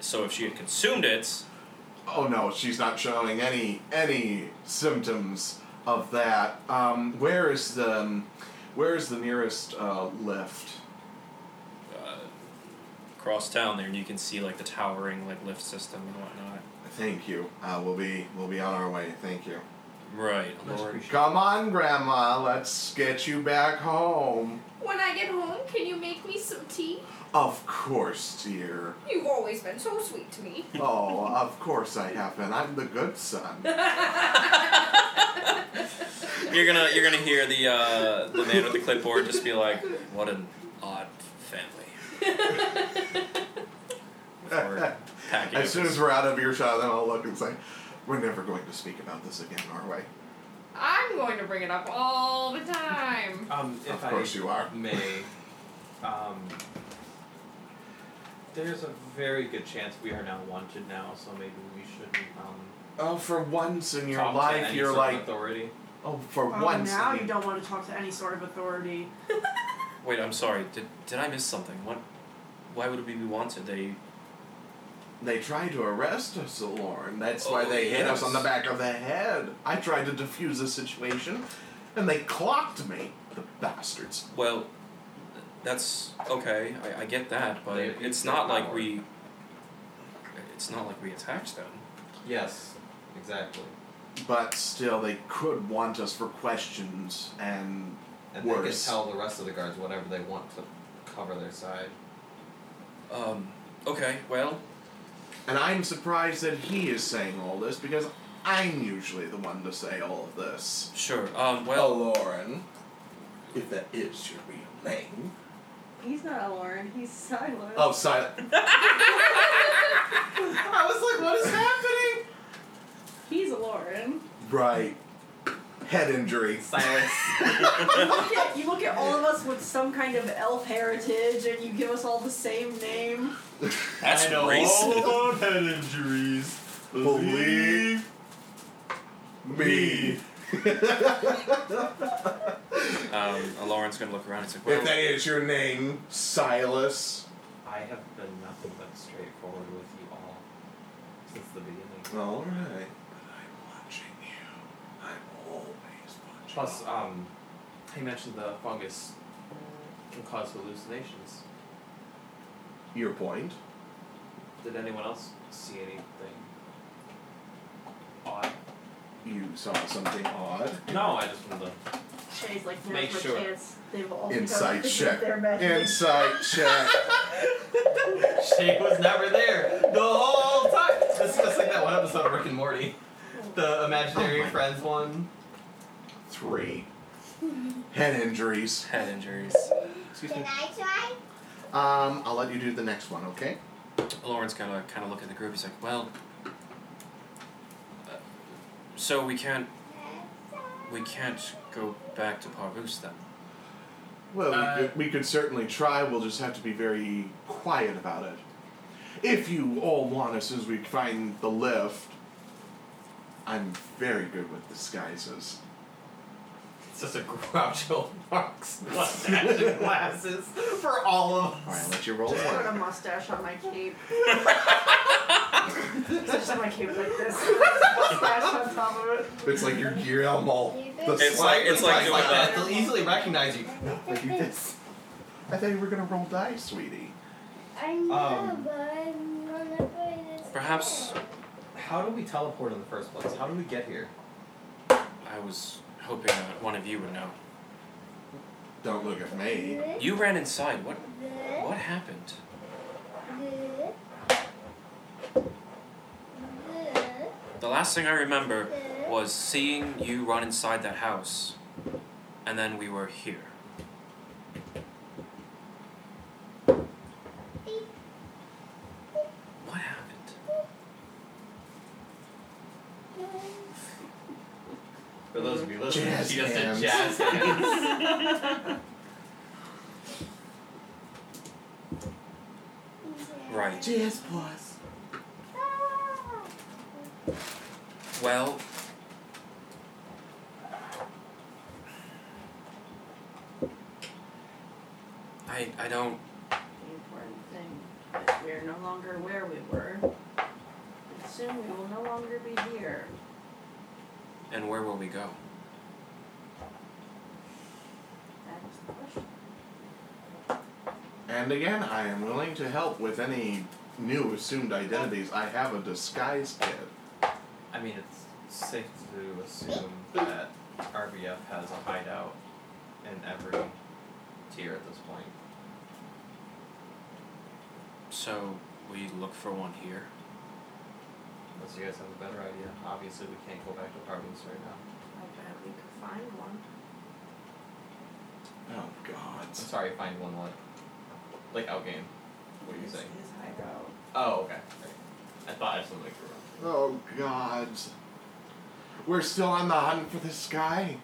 Speaker 2: So if she had consumed it,
Speaker 5: Oh no, she's not showing any any symptoms of that. Um, where is the um, where is the nearest uh, lift?
Speaker 2: uh, across town there, and you can see like the towering like lift system and whatnot.
Speaker 5: Thank you. Uh, we'll be we'll be on our way. Thank you.
Speaker 2: Right,
Speaker 8: Much
Speaker 2: Lord.
Speaker 8: appreciated.
Speaker 5: Come on, Grandma. Let's get you back home.
Speaker 6: When I get home, can you make me some tea?
Speaker 5: Of course, dear.
Speaker 6: You've always been so sweet to me.
Speaker 5: Oh, of course I have been. I'm the good son.
Speaker 2: You're gonna you're gonna hear the uh, the man with the clipboard just be like, "What an odd family." Before packing up
Speaker 5: As soon
Speaker 2: his-
Speaker 5: as we're out of earshot, then I'll look and say, "We're never going to speak about this again, are we?"
Speaker 6: I'm going to bring it up all the time.
Speaker 8: Um, if
Speaker 5: Of course
Speaker 8: I
Speaker 5: you are.
Speaker 8: may, um, there's a very good chance we are now wanted now, so maybe we should um,
Speaker 5: Oh, for once in your
Speaker 8: talk to
Speaker 5: life,
Speaker 8: any
Speaker 5: you're
Speaker 8: sort of
Speaker 5: like,
Speaker 8: authority.
Speaker 5: oh, for
Speaker 3: Oh,
Speaker 5: once.
Speaker 3: now
Speaker 5: in
Speaker 3: you
Speaker 5: your-
Speaker 3: don't want to talk to any sort of authority.
Speaker 2: Wait, I'm sorry. Did did I miss something? What? Why would we be wanted? They
Speaker 5: They tried to arrest us, Lauren. That's why
Speaker 2: Oh,
Speaker 5: they hit us
Speaker 2: yes.
Speaker 5: on the back of the head. I tried to defuse the situation, and they clocked me. The bastards.
Speaker 2: well, that's okay. I, I get that, but
Speaker 8: They
Speaker 2: it's
Speaker 8: abused
Speaker 2: not
Speaker 8: their
Speaker 2: like
Speaker 8: power.
Speaker 2: we. It's not like we attacked them.
Speaker 8: Yes, exactly.
Speaker 5: But still, they could want us for questions, and
Speaker 8: And they can
Speaker 5: Worse.
Speaker 8: tell the rest of the guards whatever they want to cover their side.
Speaker 2: Um. Okay. Well.
Speaker 5: and I'm surprised that he is saying all this because I'm usually the one to say all of this.
Speaker 2: Sure. Um. Well.
Speaker 5: Lauren, if that is your real name.
Speaker 3: He's not a Lauren. He's silent.
Speaker 5: Oh, silent. I was like, what is happening?
Speaker 3: He's a Lauren.
Speaker 5: Right. Head injury.
Speaker 8: Silence.
Speaker 3: You look, at, you look at all of us with some kind of elf heritage, and you give us all the same name.
Speaker 2: That's
Speaker 8: I know
Speaker 2: racist.
Speaker 8: all about head injuries.
Speaker 5: Believe
Speaker 8: me.
Speaker 2: Um. Lauren's gonna look around and say, "Well,
Speaker 5: if that is your name, Silas.
Speaker 8: I have been nothing but straightforward with you all since the beginning.
Speaker 5: All right. But I'm watching you. I'm always watching.
Speaker 8: Plus, um, he mentioned the fungus can cause hallucinations.
Speaker 5: your point.
Speaker 8: Did anyone else see anything odd?
Speaker 5: You saw something odd.
Speaker 8: No, I just wanted to.
Speaker 3: Shay's like,
Speaker 8: Make
Speaker 3: never
Speaker 8: sure.
Speaker 3: a chance. They've all
Speaker 5: Insight
Speaker 3: because
Speaker 5: check.
Speaker 3: They're magic.
Speaker 5: Insight check.
Speaker 8: She was never there the whole time. This is just like that one episode of Rick and Morty, the imaginary
Speaker 5: Oh my-
Speaker 8: friends one.
Speaker 5: Three. Head injuries.
Speaker 2: head injuries."
Speaker 8: Excuse
Speaker 7: Can
Speaker 8: me.
Speaker 7: I try?
Speaker 5: Um, I'll let you do the next one, okay?
Speaker 2: Lauren's gonna kind of look at the group. He's like, "Well, uh, so we can't we can't go back to Parvus then."
Speaker 5: Well,
Speaker 4: Uh,
Speaker 5: we, could, we could certainly try. We'll just have to be very quiet about it. If you all want us as we find the lift, I'm very good with disguises.
Speaker 8: It's just a Groucho Marx mustache and glasses for all of
Speaker 5: All
Speaker 8: us.
Speaker 5: right, let you roll
Speaker 3: Just put a
Speaker 5: one.
Speaker 3: mustache on my cape. It's just my cape like this. Mustache on top of it.
Speaker 5: It's like your Guillermo. The
Speaker 2: It's like- it's like
Speaker 8: Like
Speaker 2: doing that.
Speaker 8: that, they'll easily recognize you.
Speaker 5: Like you did. I thought you were gonna roll dice, sweetie.
Speaker 7: I know,
Speaker 8: Um,
Speaker 7: but I'm not afraid of
Speaker 2: Perhaps-
Speaker 7: scared.
Speaker 8: How do we teleport in the first place? How did we get here?
Speaker 2: I was hoping that one of you would know.
Speaker 5: Don't look at me.
Speaker 7: Good,
Speaker 2: You ran inside. What
Speaker 7: good,
Speaker 2: what happened?
Speaker 7: good, good.
Speaker 2: The last thing I remember was seeing you run inside that house, and then we were here. What happened?
Speaker 8: For those of you listening,
Speaker 5: Jazz
Speaker 8: she just did
Speaker 5: hands.
Speaker 8: jazz hands.
Speaker 2: Right.
Speaker 5: Jazz plus.
Speaker 2: Well, I I don't.
Speaker 3: The important thing is we are no longer where we were. And soon we will no longer be here.
Speaker 2: And where will we go?
Speaker 3: That is the question.
Speaker 5: And again, I am willing to help with any new assumed identities. I have a disguise kit.
Speaker 8: I mean, it's safe to assume that RBF has a hideout in every tier at this point.
Speaker 2: So we look for one here.
Speaker 8: Unless you guys have a better idea. Obviously, we can't go back to apartments right now.
Speaker 3: I bet we could find one.
Speaker 5: Oh God.
Speaker 8: I'm sorry, find one like, like outgame. What are you
Speaker 3: It's
Speaker 8: saying?
Speaker 3: his hideout.
Speaker 8: Oh, okay. I thought I was something wrong.
Speaker 5: Oh God. We're still on the hunt for this guy.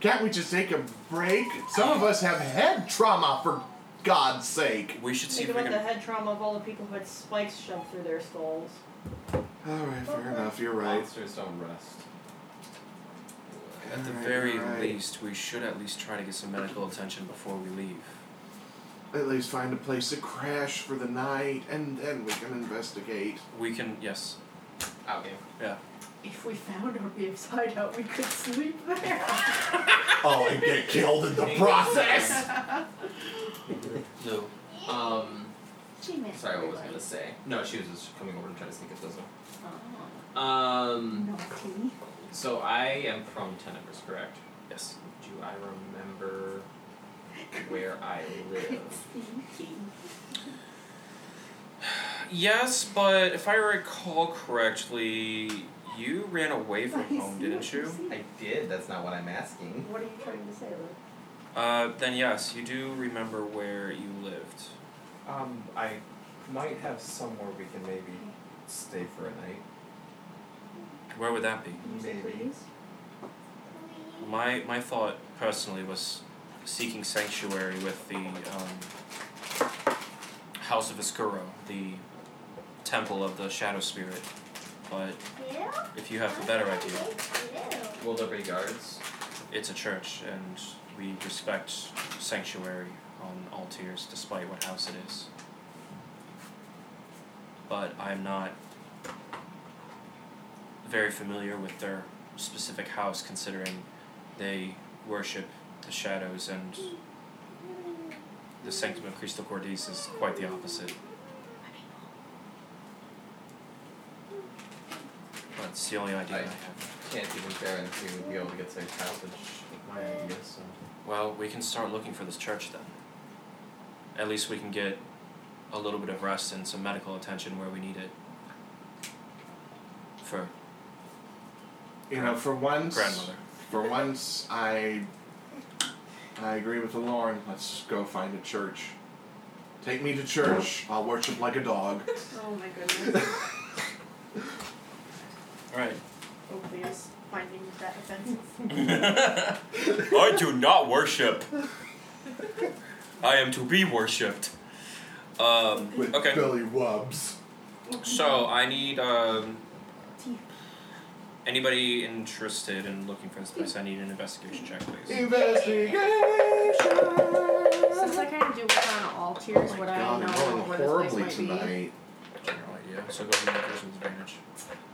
Speaker 5: Can't we just take a break? Some of us have head trauma, for God's sake.
Speaker 2: We should see
Speaker 3: Think
Speaker 2: if we
Speaker 3: about the
Speaker 2: can.
Speaker 3: head trauma of all the people who had spikes shoved through their skulls.
Speaker 5: All right, fair enough. You're right.
Speaker 8: Monsters don't rest.
Speaker 2: At the
Speaker 5: Alright,
Speaker 2: very
Speaker 5: alright.
Speaker 2: least, we should at least try to get some medical attention before we leave.
Speaker 5: At least find a place to crash for the night, and then we can investigate.
Speaker 2: We can, yes.
Speaker 8: Outgame.
Speaker 3: If we found RBF's hideout, we could sleep there.
Speaker 5: Oh, and get killed in the process.
Speaker 8: No. Um.
Speaker 7: She meant
Speaker 8: Sorry, what was I
Speaker 7: everybody.
Speaker 8: gonna say? No, she was just coming over to try to sneak a sizzle.
Speaker 3: Oh,
Speaker 8: Um.
Speaker 3: naughty.
Speaker 8: So I am from Tenebris, correct?
Speaker 2: Yes.
Speaker 8: Do I remember where I live?
Speaker 2: Yes, but if I recall correctly, you ran away from home, didn't you?
Speaker 8: I did. That's not what I'm asking.
Speaker 3: What are you trying to say, Luke?
Speaker 2: Uh, then yes, you do remember where you lived.
Speaker 8: Um. I might have somewhere we can maybe stay for a night.
Speaker 2: Where would that be?
Speaker 3: Can you say
Speaker 8: Maybe.
Speaker 3: please?
Speaker 2: My my thought personally was seeking sanctuary with the um, House of Iskuro, the temple of the Shadow Spirit. But
Speaker 7: Yeah?
Speaker 2: if you have a better idea,
Speaker 7: Yeah.
Speaker 8: Will there be guards?
Speaker 2: it's a church, and we respect sanctuary on all tiers, despite what house it is. But I'm not very familiar with their specific house, considering they worship the shadows, and the sanctum of Crystal Cordis is quite the opposite. That's the only idea I
Speaker 8: I-
Speaker 2: have.
Speaker 8: Can't even guarantee we'd be able to get to salvage my idea. So.
Speaker 2: Well, we can start looking for this church then. At least we can get a little bit of rest and some medical attention where we need it. For
Speaker 5: You know, for once.
Speaker 2: grandmother.
Speaker 5: For once, I I agree with Lauren. Let's go find a church. Take me to church. I'll worship like a dog.
Speaker 3: Oh my goodness.
Speaker 2: Alright.
Speaker 3: Oh, please. Finding that offensive.
Speaker 2: I do not worship I am to be worshipped. Um,
Speaker 5: With
Speaker 2: okay.
Speaker 5: Billy Wubbs.
Speaker 2: So I need um, anybody interested in looking for this place. I need an investigation check, please.
Speaker 5: Investigation!
Speaker 3: Since I kind of do work on all tiers, would I
Speaker 5: God,
Speaker 3: know
Speaker 5: I'm rolling
Speaker 3: what this
Speaker 5: horribly
Speaker 3: place might be?
Speaker 5: tonight.
Speaker 2: General idea. So go ahead and make yours with advantage.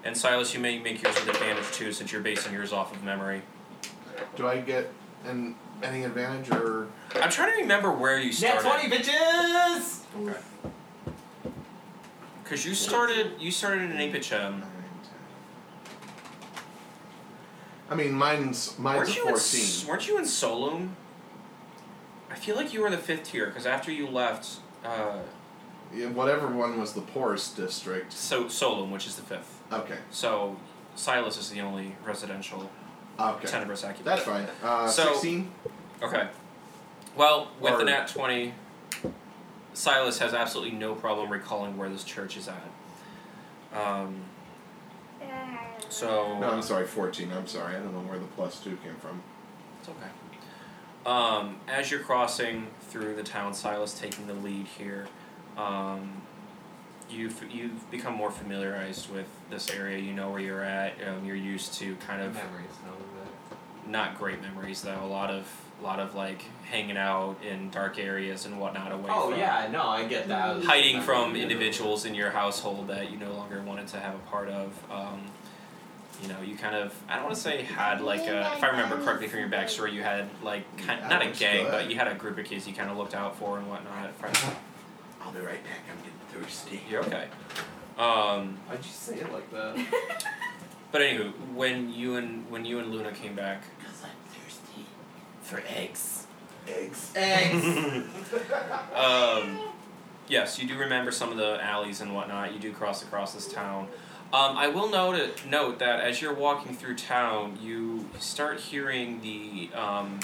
Speaker 2: And Silas, you may make yours with advantage too, since you're basing yours off of memory.
Speaker 5: Do I get an any advantage or
Speaker 2: I'm trying to remember where you
Speaker 8: Nat
Speaker 2: started.
Speaker 8: 20, bitches!
Speaker 5: okay.
Speaker 2: Because you started, you started in Apichem.
Speaker 5: Nine, ten. I mean, mine's mine's
Speaker 2: Weren't
Speaker 5: a
Speaker 2: you in, s-
Speaker 5: fourteen.
Speaker 2: weren't you in Solum? I feel like you were in the fifth tier because after you left, uh,
Speaker 5: Yeah, whatever one was the poorest district.
Speaker 2: so Solum, which is the fifth.
Speaker 5: Okay,
Speaker 2: So Silas is the only residential
Speaker 5: ah, okay,
Speaker 2: tenebris acumen.
Speaker 5: that's fine. Uh,
Speaker 2: So-
Speaker 5: sixteen.
Speaker 2: Okay. Well, with the
Speaker 5: Or-
Speaker 2: nat 20, Silas has absolutely no problem recalling where this church is at. Um, so.
Speaker 5: No, I'm sorry, fourteen. I'm sorry. I don't know where the plus two came from.
Speaker 2: It's okay. Um, as you're crossing through the town, Silas taking the lead here. Um, you've you've become more familiarized with this area. You know where you're at. Um, you're used to kind of
Speaker 8: Memories, now that.
Speaker 2: not great memories though. A lot of lot of like hanging out in dark areas and whatnot away.
Speaker 8: Oh,
Speaker 2: from,
Speaker 8: yeah, no, I get that. I was
Speaker 2: Hiding
Speaker 8: remembering
Speaker 2: from
Speaker 8: the-
Speaker 2: individuals in your household that you no longer wanted to have a part of. Um, you know, you kind of I don't want to say had like a if I remember correctly from your backstory, you had like kind,
Speaker 5: That
Speaker 2: not a
Speaker 5: was
Speaker 2: gang,
Speaker 5: good.
Speaker 2: but you had a group of kids you kind of looked out for and whatnot. Friends-
Speaker 5: I'll be right back. I'm getting thirsty.
Speaker 2: You're okay. Um,
Speaker 8: Why'd you say it like that?
Speaker 2: but anywho, when you and when you and Luna came back,
Speaker 8: Because I'm thirsty for eggs. Eggs.
Speaker 2: um, yes, you do remember some of the alleys and whatnot. You do cross across this town. Um, I will note note that as you're walking through town, you start hearing the um,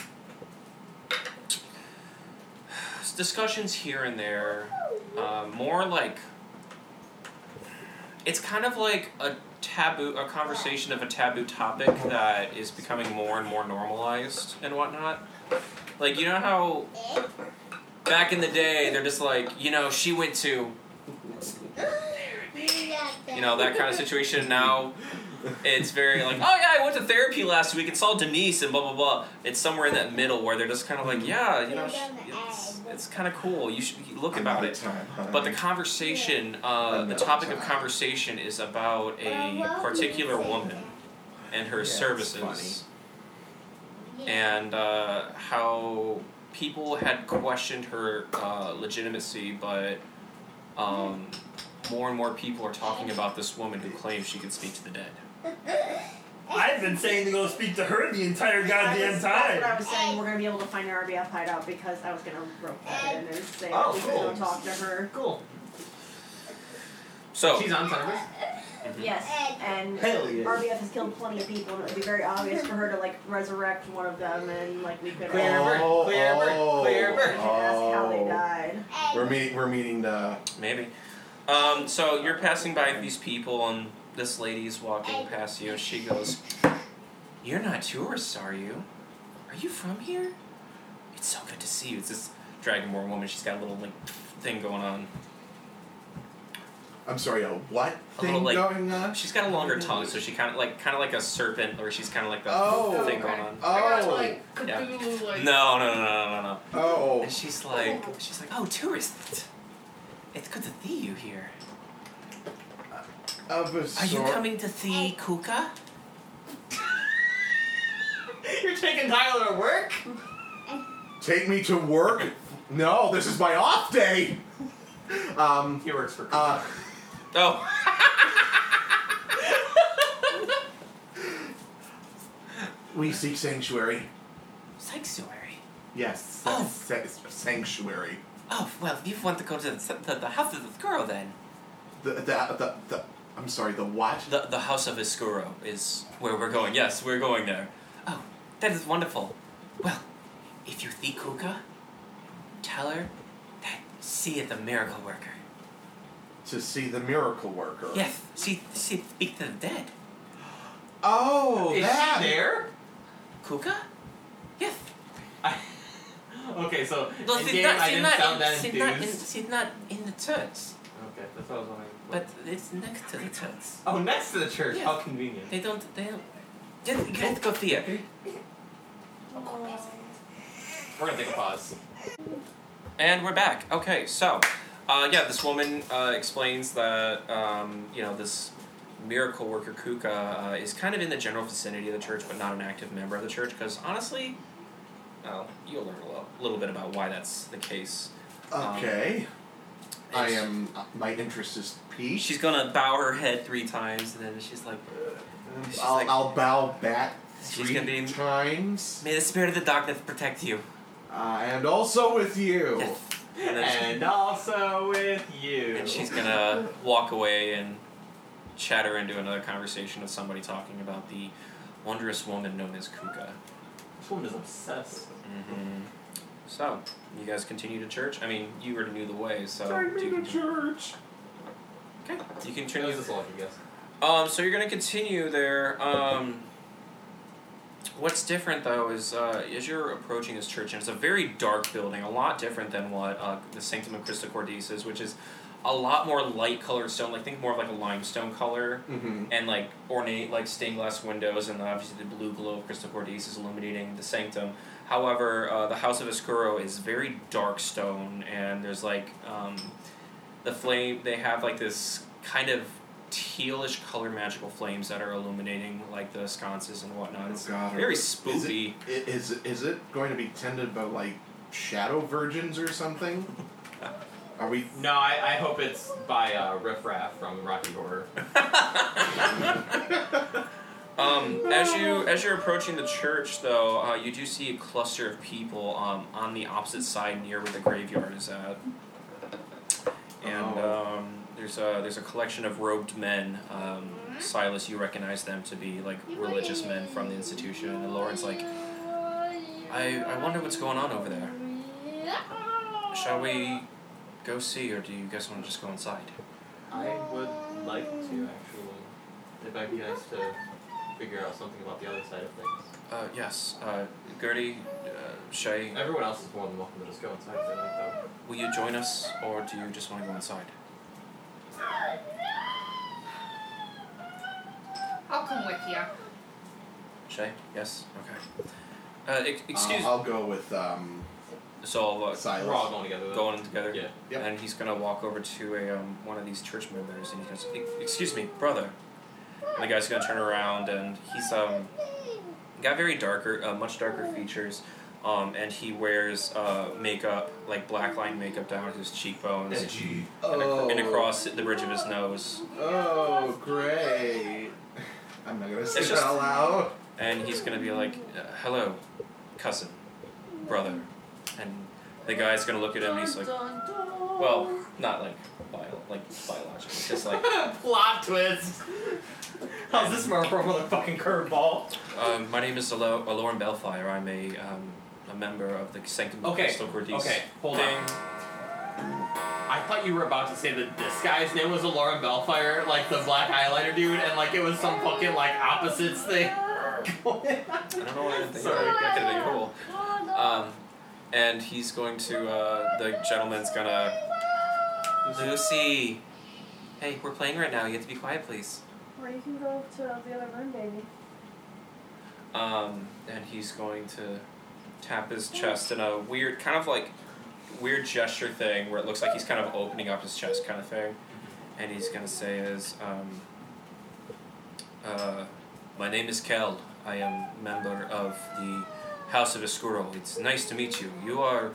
Speaker 2: discussions here and there. Uh, more like it's kind of like a taboo, a conversation of a taboo topic that is becoming more and more normalized and whatnot. Like you know how back in the day, they're just like, you know, she went to, you know, that kind of situation. And Now it's very like, oh yeah, I went to therapy last week and saw Denise and blah blah blah. It's somewhere in that middle where they're just kind of like,
Speaker 8: Mm-hmm.
Speaker 2: yeah, you know, sh- it's, it's kind of cool. You should look
Speaker 5: I'm
Speaker 2: about
Speaker 5: out of
Speaker 2: it.
Speaker 5: Time, honey.
Speaker 2: But the conversation, uh, the topic of conversation is about a particular woman and her
Speaker 8: Yeah, it's
Speaker 2: services and uh, how people had questioned her uh, legitimacy, but um, more and more people are talking about this woman who claims she can speak to the dead.
Speaker 10: I've been saying to go speak to her the entire
Speaker 3: I
Speaker 10: goddamn
Speaker 3: was, That's what I
Speaker 10: time.
Speaker 3: was saying. We're gonna be able to find an RBF hideout because I was gonna rope that in and say
Speaker 8: Oh,
Speaker 3: we could go
Speaker 8: cool.
Speaker 3: talk to her.
Speaker 8: Cool.
Speaker 2: So,
Speaker 8: She's on service?
Speaker 3: Yes, and
Speaker 8: Hell yeah.
Speaker 3: RBF has killed plenty of people, and it would be very obvious for her to like resurrect one of them, and like we could
Speaker 8: Clear
Speaker 3: all
Speaker 8: bird,
Speaker 5: Oh,
Speaker 8: clear bird,
Speaker 5: oh,
Speaker 8: clear bird.
Speaker 3: ask how they
Speaker 5: oh.
Speaker 3: died.
Speaker 5: We're meeting. We're meeting the.
Speaker 2: maybe. Um, so you're passing by these people, and this lady is walking past you, and she goes, You're not tourists, are you? Are you from here? It's so good to see you. It's this Dragonborn woman. She's got a little, like, thing going on.
Speaker 5: I'm sorry. A what
Speaker 2: A
Speaker 5: thing
Speaker 2: little, like,
Speaker 5: going on?
Speaker 2: She's got a longer tongue, so she kind of like kind of like a serpent, or she's kind of like the
Speaker 5: Oh.
Speaker 2: thing going on.
Speaker 6: I got,
Speaker 5: Oh.
Speaker 6: like,
Speaker 2: Yeah.
Speaker 6: Cthulhu, like,
Speaker 2: No, no, no, no, no, no.
Speaker 5: Oh.
Speaker 2: And she's like, she's like, oh, tourist. It's good to see you here.
Speaker 5: Of a
Speaker 2: Are you
Speaker 5: sort-
Speaker 2: coming to see Kuka?
Speaker 8: You're taking Tyler to work?
Speaker 5: Take me to work? No, this is my off day. Um.
Speaker 8: He works for
Speaker 5: Uh.
Speaker 2: Oh,
Speaker 5: We seek sanctuary.
Speaker 2: sanctuary.
Speaker 5: Yes.
Speaker 2: Oh.
Speaker 5: sa- sanctuary.
Speaker 2: Oh, well, you want to go to the, the, the house of the Skuro then?
Speaker 5: The, the the the. I'm sorry. The what?
Speaker 2: The the house of Iskuro is where we're going. Yes, we're going there. Oh, that is wonderful. Well, if you see Kuka, tell her that she is a miracle worker.
Speaker 5: To see the miracle worker.
Speaker 2: Yes, she she speaks to the dead.
Speaker 5: Oh,
Speaker 8: Is
Speaker 5: that.
Speaker 8: she there?
Speaker 2: Kuka? Yes.
Speaker 8: I, Okay, so
Speaker 2: No,
Speaker 8: in
Speaker 2: she's
Speaker 8: game
Speaker 2: not,
Speaker 8: I
Speaker 2: she's
Speaker 8: didn't
Speaker 2: not
Speaker 8: sound
Speaker 2: in,
Speaker 8: that
Speaker 2: she's
Speaker 8: enthused.
Speaker 2: not in, she's not in the church,
Speaker 8: Okay, that's what I was wondering.
Speaker 2: but it's next to the church.
Speaker 8: oh, next to the church.
Speaker 2: Yeah.
Speaker 8: How convenient.
Speaker 2: They don't, they don't. Get, get go there.
Speaker 8: We're gonna take a pause.
Speaker 2: And we're back. Okay, so, uh, yeah, this woman uh, explains that, um, you know, this miracle worker Kuka uh, is kind of in the general vicinity of the church, but not an active member of the church, because honestly, well, you'll learn a little, little bit about why that's the um, case.
Speaker 5: Okay. I
Speaker 2: It's-
Speaker 5: am. uh, My interest is peaked.
Speaker 2: She's gonna bow her head three times, and then she's like, she's
Speaker 5: I'll,
Speaker 2: like-
Speaker 5: I'll bow back
Speaker 2: She's
Speaker 5: 3
Speaker 2: gonna be-
Speaker 5: times.
Speaker 2: May the spirit of the darkness protect you.
Speaker 5: Uh, and also with you.
Speaker 2: Yes. And then she-
Speaker 8: And also with you.
Speaker 2: and she's gonna walk away and chatter into another conversation with somebody talking about the wondrous woman known as Kuka.
Speaker 8: This woman is obsessed.
Speaker 2: Mm-hmm. So, you guys continue to church? I mean, you already knew the way, so
Speaker 5: Take
Speaker 2: do
Speaker 5: me
Speaker 2: you
Speaker 5: to
Speaker 2: continue-
Speaker 5: church.
Speaker 2: Okay. You
Speaker 8: That
Speaker 2: continue.
Speaker 8: was just a lucky guess.
Speaker 2: Um, so you're gonna continue there. Um, what's different though is uh, as you're approaching this church, and it's a very dark building, a lot different than what uh, the Sanctum of Christa Cordis is, which is a lot more light colored stone. Like think more of like a limestone color,
Speaker 5: Mm-hmm.
Speaker 2: and like ornate like stained glass windows, and obviously the blue glow of Crystal Cordis is illuminating the sanctum. However, uh, the House of Escuro is very dark stone, and there's like um, the flame. They have like this kind of tealish color magical flames that are illuminating like the sconces and whatnot. It's
Speaker 5: God.
Speaker 2: very
Speaker 5: is
Speaker 2: spooky.
Speaker 5: it, is is it going to be tended by like shadow virgins or something? Are we?
Speaker 8: No, I, I hope it's by uh, Riff Raff from Rocky Horror.
Speaker 2: Um, as you as you're approaching the church, though, uh, you do see a cluster of people um, on the opposite side near where the graveyard is at, and
Speaker 5: Oh.
Speaker 2: um, there's a there's a collection of robed men. Um, Silas, you recognize them to be like religious men from the institution, and Lauren's like, I I wonder what's going on over there. Shall we go see, or do you guys want to just go inside?
Speaker 8: I would like to actually, if I'd be nice to figure out something about the other side of things.
Speaker 2: Uh, yes, uh, Gertie, uh, Shay,
Speaker 8: Everyone else is more than welcome to just go inside. Really, though.
Speaker 2: will you join us, or do you just want to go inside?
Speaker 6: I'll come with you.
Speaker 2: Shay? Yes? Okay. Uh, ex- excuse
Speaker 5: I'll, I'll go with um,
Speaker 2: So all of us
Speaker 5: Silas.
Speaker 8: We're all going together. Though.
Speaker 2: going in together?
Speaker 8: Yeah.
Speaker 5: Yep.
Speaker 2: And he's going to walk over to a um, one of these church members and he goes, "Ex- e-, Excuse me, brother. And the guy's going to turn around and he's um, got very darker, uh, much darker features. Um, and he wears uh, makeup, like black line makeup down to his cheekbones
Speaker 8: Edgy.
Speaker 2: and, ac-
Speaker 5: Oh.
Speaker 2: and across the bridge of his nose.
Speaker 5: Oh, great. I'm not gonna say
Speaker 2: It's
Speaker 5: that
Speaker 2: just-
Speaker 5: out loud.
Speaker 2: and he's gonna be like, uh, "Hello, cousin, brother," and the guy's gonna look at him and he's like, "Well, not like bio, like biological, just like,
Speaker 8: Plot twist. How's this more for a motherfucking curveball?
Speaker 2: um, my name is Alo- Aloran Belfire. I'm a um, a member of the Sanctum of
Speaker 8: Okay,
Speaker 2: Crystal Cordis.
Speaker 8: Okay, hold on. I thought you were about to say that this guy's name was Lauren Belfire, like the black eyeliner dude, and like it was some fucking like opposites thing.
Speaker 2: I don't know why I didn't think
Speaker 8: Sorry,
Speaker 2: of that. That could have been cool. Um, and he's going to uh, the gentleman's gonna Lucy. Hey, we're playing right now. You have to be quiet, please.
Speaker 3: Or you can go to the other room, baby.
Speaker 2: Um, and he's going to tap his chest in a weird, kind of like weird gesture thing where it looks like he's kind of opening up his chest, kind of thing. And he's going to say, "Is um, uh, my name is Kel. I am member of the House of Escuro. It's nice to meet you. You are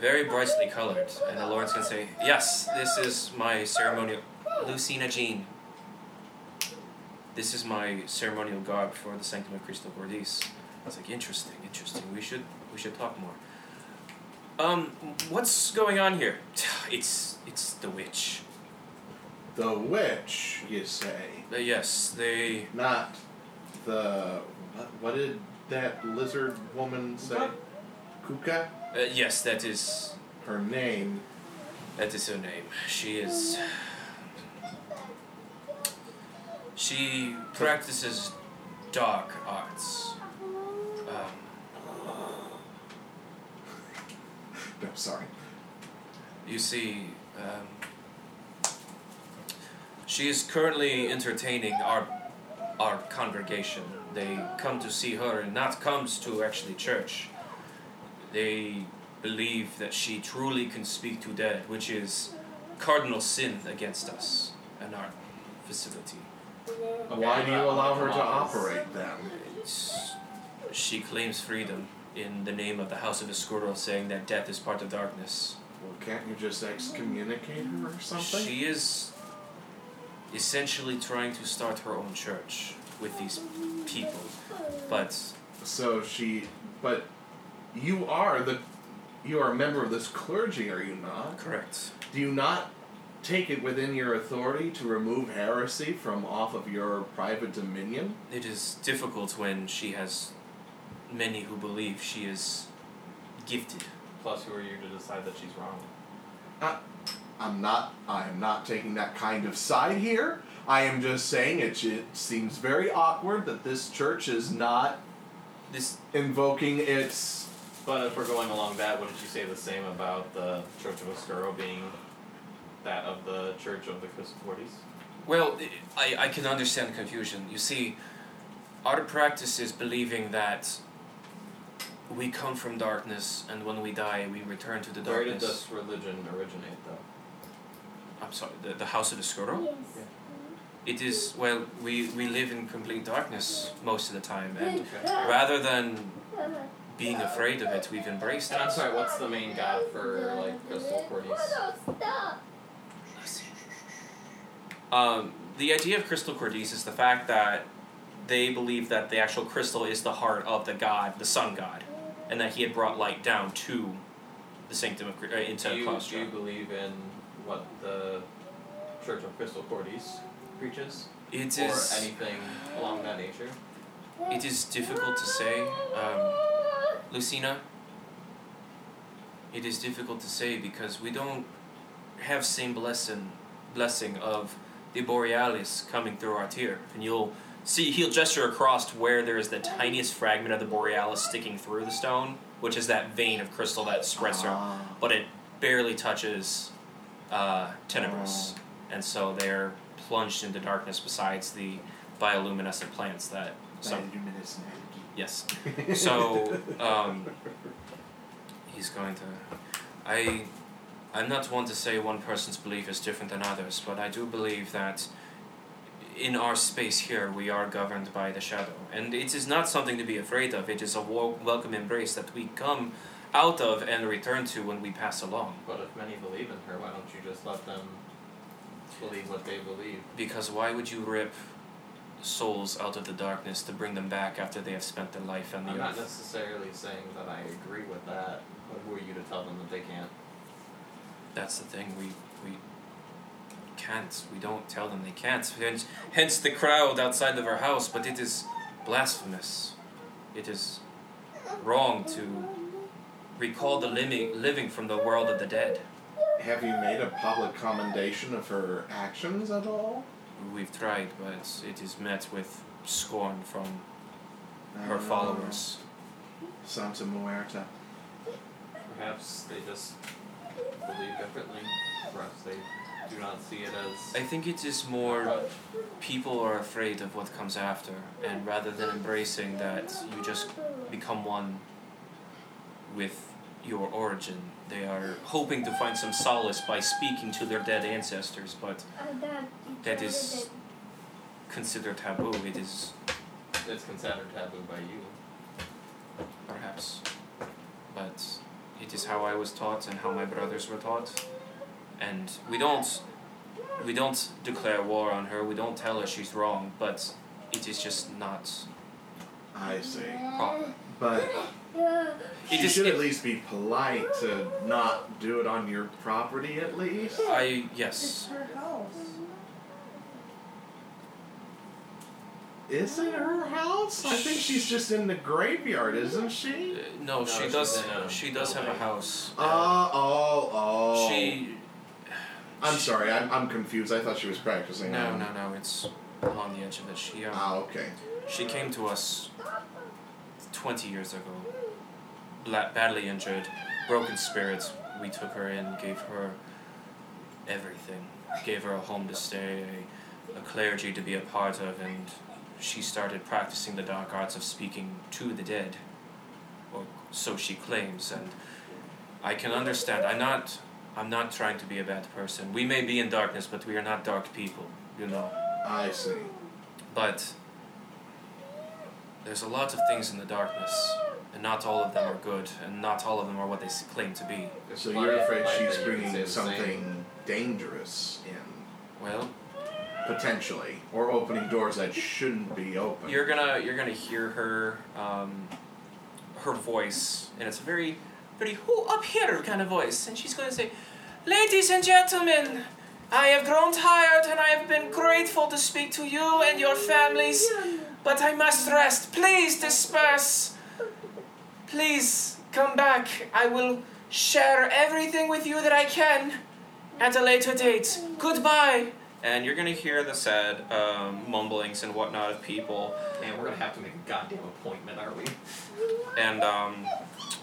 Speaker 2: very brightly colored." And the Lord's going to say, "Yes, this is my ceremonial Lucina Jean." this is my ceremonial garb for the Sanctum of Cristo Cordis. I was like, interesting, interesting. We should we should talk more. Um, what's going on here? It's it's the witch.
Speaker 5: The witch, you say?
Speaker 2: Uh, yes, they.
Speaker 5: Not the. What, what did that lizard woman say? Kuka?
Speaker 2: Uh, yes, that is
Speaker 5: Her name.
Speaker 2: that is her name. She is. She practices dark arts. Um,
Speaker 5: No, sorry.
Speaker 2: You see, um, she is currently entertaining our our congregation. They come to see her, and not comes to actually church. They believe that she truly can speak to dead, which is cardinal sin against us and our facility.
Speaker 8: Okay,
Speaker 5: Why
Speaker 8: I'm
Speaker 5: do you
Speaker 8: not-
Speaker 2: uh,
Speaker 5: allow
Speaker 8: I'm
Speaker 5: her to
Speaker 8: off this.
Speaker 5: operate then?
Speaker 2: It's, she claims freedom in the name of the House of Escuro, saying that death is part of darkness.
Speaker 5: Well, can't you just excommunicate her or something?
Speaker 2: She is essentially trying to start her own church with these people, but
Speaker 5: So she, but you are the, you are a member of this clergy, are you not?
Speaker 2: correct.
Speaker 5: Do you not take it within your authority to remove heresy from off of your private dominion?
Speaker 2: It is difficult when she has many who believe she is gifted.
Speaker 8: Plus, who are you to decide that she's wrong?
Speaker 5: I'm not. I am not taking that kind of side here. I am just saying it. It seems very awkward that this church is not
Speaker 2: This
Speaker 5: invoking its.
Speaker 8: But if we're going along that, wouldn't you say the same about the Church of Oscuro being that of the Church of the Criscordes?
Speaker 2: Well, I, I can understand confusion. You see, our practice is believing that we come from darkness, and when we die, we return to the
Speaker 8: Where did
Speaker 2: darkness.
Speaker 8: this religion originate, though?
Speaker 2: I'm sorry, the, the House of the Skurro?
Speaker 7: Yes.
Speaker 2: It is, well, we, we live in complete darkness most of the time, and
Speaker 8: Okay.
Speaker 2: rather than being afraid of it, we've embraced
Speaker 8: And I'm
Speaker 2: it.
Speaker 8: sorry, what's the main god for like Crystal Cordes?
Speaker 7: Stop.
Speaker 2: Um, the idea of crystal cordis is the fact that they believe that the actual crystal is the heart of the god, the sun god, and that he had brought light down to the sanctum of Cre- uh, into
Speaker 8: do you, do you
Speaker 2: claustro.
Speaker 8: believe in what the Church of Crystal Cordes preaches,
Speaker 2: It
Speaker 8: or
Speaker 2: is
Speaker 8: anything along that nature?
Speaker 2: it is difficult to say, um, Lucina. It is difficult to say because we don't have same blessing blessing of the borealis coming through our tier, and you'll see he'll gesture across to where there is the tiniest fragment of the borealis sticking through the stone, which is that vein of crystal that spreads through,
Speaker 5: Ah.
Speaker 2: but it barely touches uh, tenebris, and so they're plunged into darkness. Besides the bioluminescent plants that some yes so um, he's going to i i'm not one to say one person's belief is different than others but i do believe that in our space here we are governed by the shadow and it is not something to be afraid of it is a wo- welcome embrace that we come out of and return to when we pass along
Speaker 8: But if many believe in her, why don't you just let them believe what they believe?
Speaker 2: because why would you rip souls out of the darkness to bring them back after they have spent their life on the
Speaker 8: I'm
Speaker 2: earth
Speaker 8: not necessarily saying that I agree with that, but who are you to tell them that they can't?
Speaker 2: That's the thing. We we can't. We don't tell them they can't. Hence, hence the crowd outside of our house. But it is blasphemous. It is wrong to recall the living living from the world of the dead.
Speaker 5: Have you made a public commendation of her actions at all?
Speaker 2: We've tried, but it is met with scorn from her
Speaker 5: Ah.
Speaker 2: followers.
Speaker 5: Santa Muerta.
Speaker 8: Perhaps they just believe differently. Perhaps they do not see it as.
Speaker 2: I think it is more people are afraid of what comes after, and rather than embracing that, you just become one with your origin. They are hoping to find some solace by speaking to their dead ancestors, but That is- considered taboo, it is
Speaker 8: It's considered taboo by you.
Speaker 2: perhaps. But it is how I was taught and how my brothers were taught. And we don't we don't declare war on her, we don't tell her she's wrong, but it is just not
Speaker 5: I see.
Speaker 2: proper.
Speaker 5: But
Speaker 2: It
Speaker 5: you
Speaker 2: is-
Speaker 5: should
Speaker 2: it-
Speaker 5: at least be polite to not do it on your property, at least.
Speaker 2: I
Speaker 3: It's
Speaker 2: yes. Uh,
Speaker 3: her house.
Speaker 5: Is it her house? I think she's just in the graveyard, isn't
Speaker 2: Uh,
Speaker 5: she?
Speaker 2: no,
Speaker 8: No,
Speaker 2: she
Speaker 8: she's
Speaker 2: does
Speaker 8: in a
Speaker 2: she does have a
Speaker 8: building.
Speaker 2: house.
Speaker 5: Oh, oh, oh.
Speaker 2: She
Speaker 5: I'm sorry, I'm, I'm confused. I thought she was practicing.
Speaker 2: No,
Speaker 5: on-
Speaker 2: no, no. It's on the edge of it. She um,
Speaker 5: Ah, okay.
Speaker 2: she came to us twenty years ago, bla- badly injured, broken spirits. We took her in, gave her everything, gave her a home to stay, a, a clergy to be a part of, and she started practicing the dark arts of speaking to the dead, or so she claims. And I can understand. I'm not. I'm not trying to be a bad person. We may be in darkness, but we are not dark people. You know.
Speaker 5: I see.
Speaker 2: But there's a lot of things in the darkness, and not all of them are good, and not all of them are what they s- claim to be.
Speaker 5: So
Speaker 4: Why-
Speaker 5: you're afraid
Speaker 4: why
Speaker 5: she's
Speaker 4: they would say
Speaker 5: bringing
Speaker 4: the
Speaker 5: something
Speaker 4: same?
Speaker 5: dangerous in,
Speaker 2: Well,
Speaker 5: potentially, or opening doors that shouldn't be open.
Speaker 2: you're gonna you're gonna hear her um, her voice, and it's a very pretty who up here kind of voice, and she's gonna say, "Ladies and gentlemen." I have grown tired and I have been grateful to speak to you and your families, but I must rest. Please disperse. Please come back. I will share everything with you that I can at a later date. Goodbye. And you're gonna hear the sad um, mumblings and whatnot of people,
Speaker 8: Man, we're gonna have to make a goddamn appointment, are we?
Speaker 2: and um,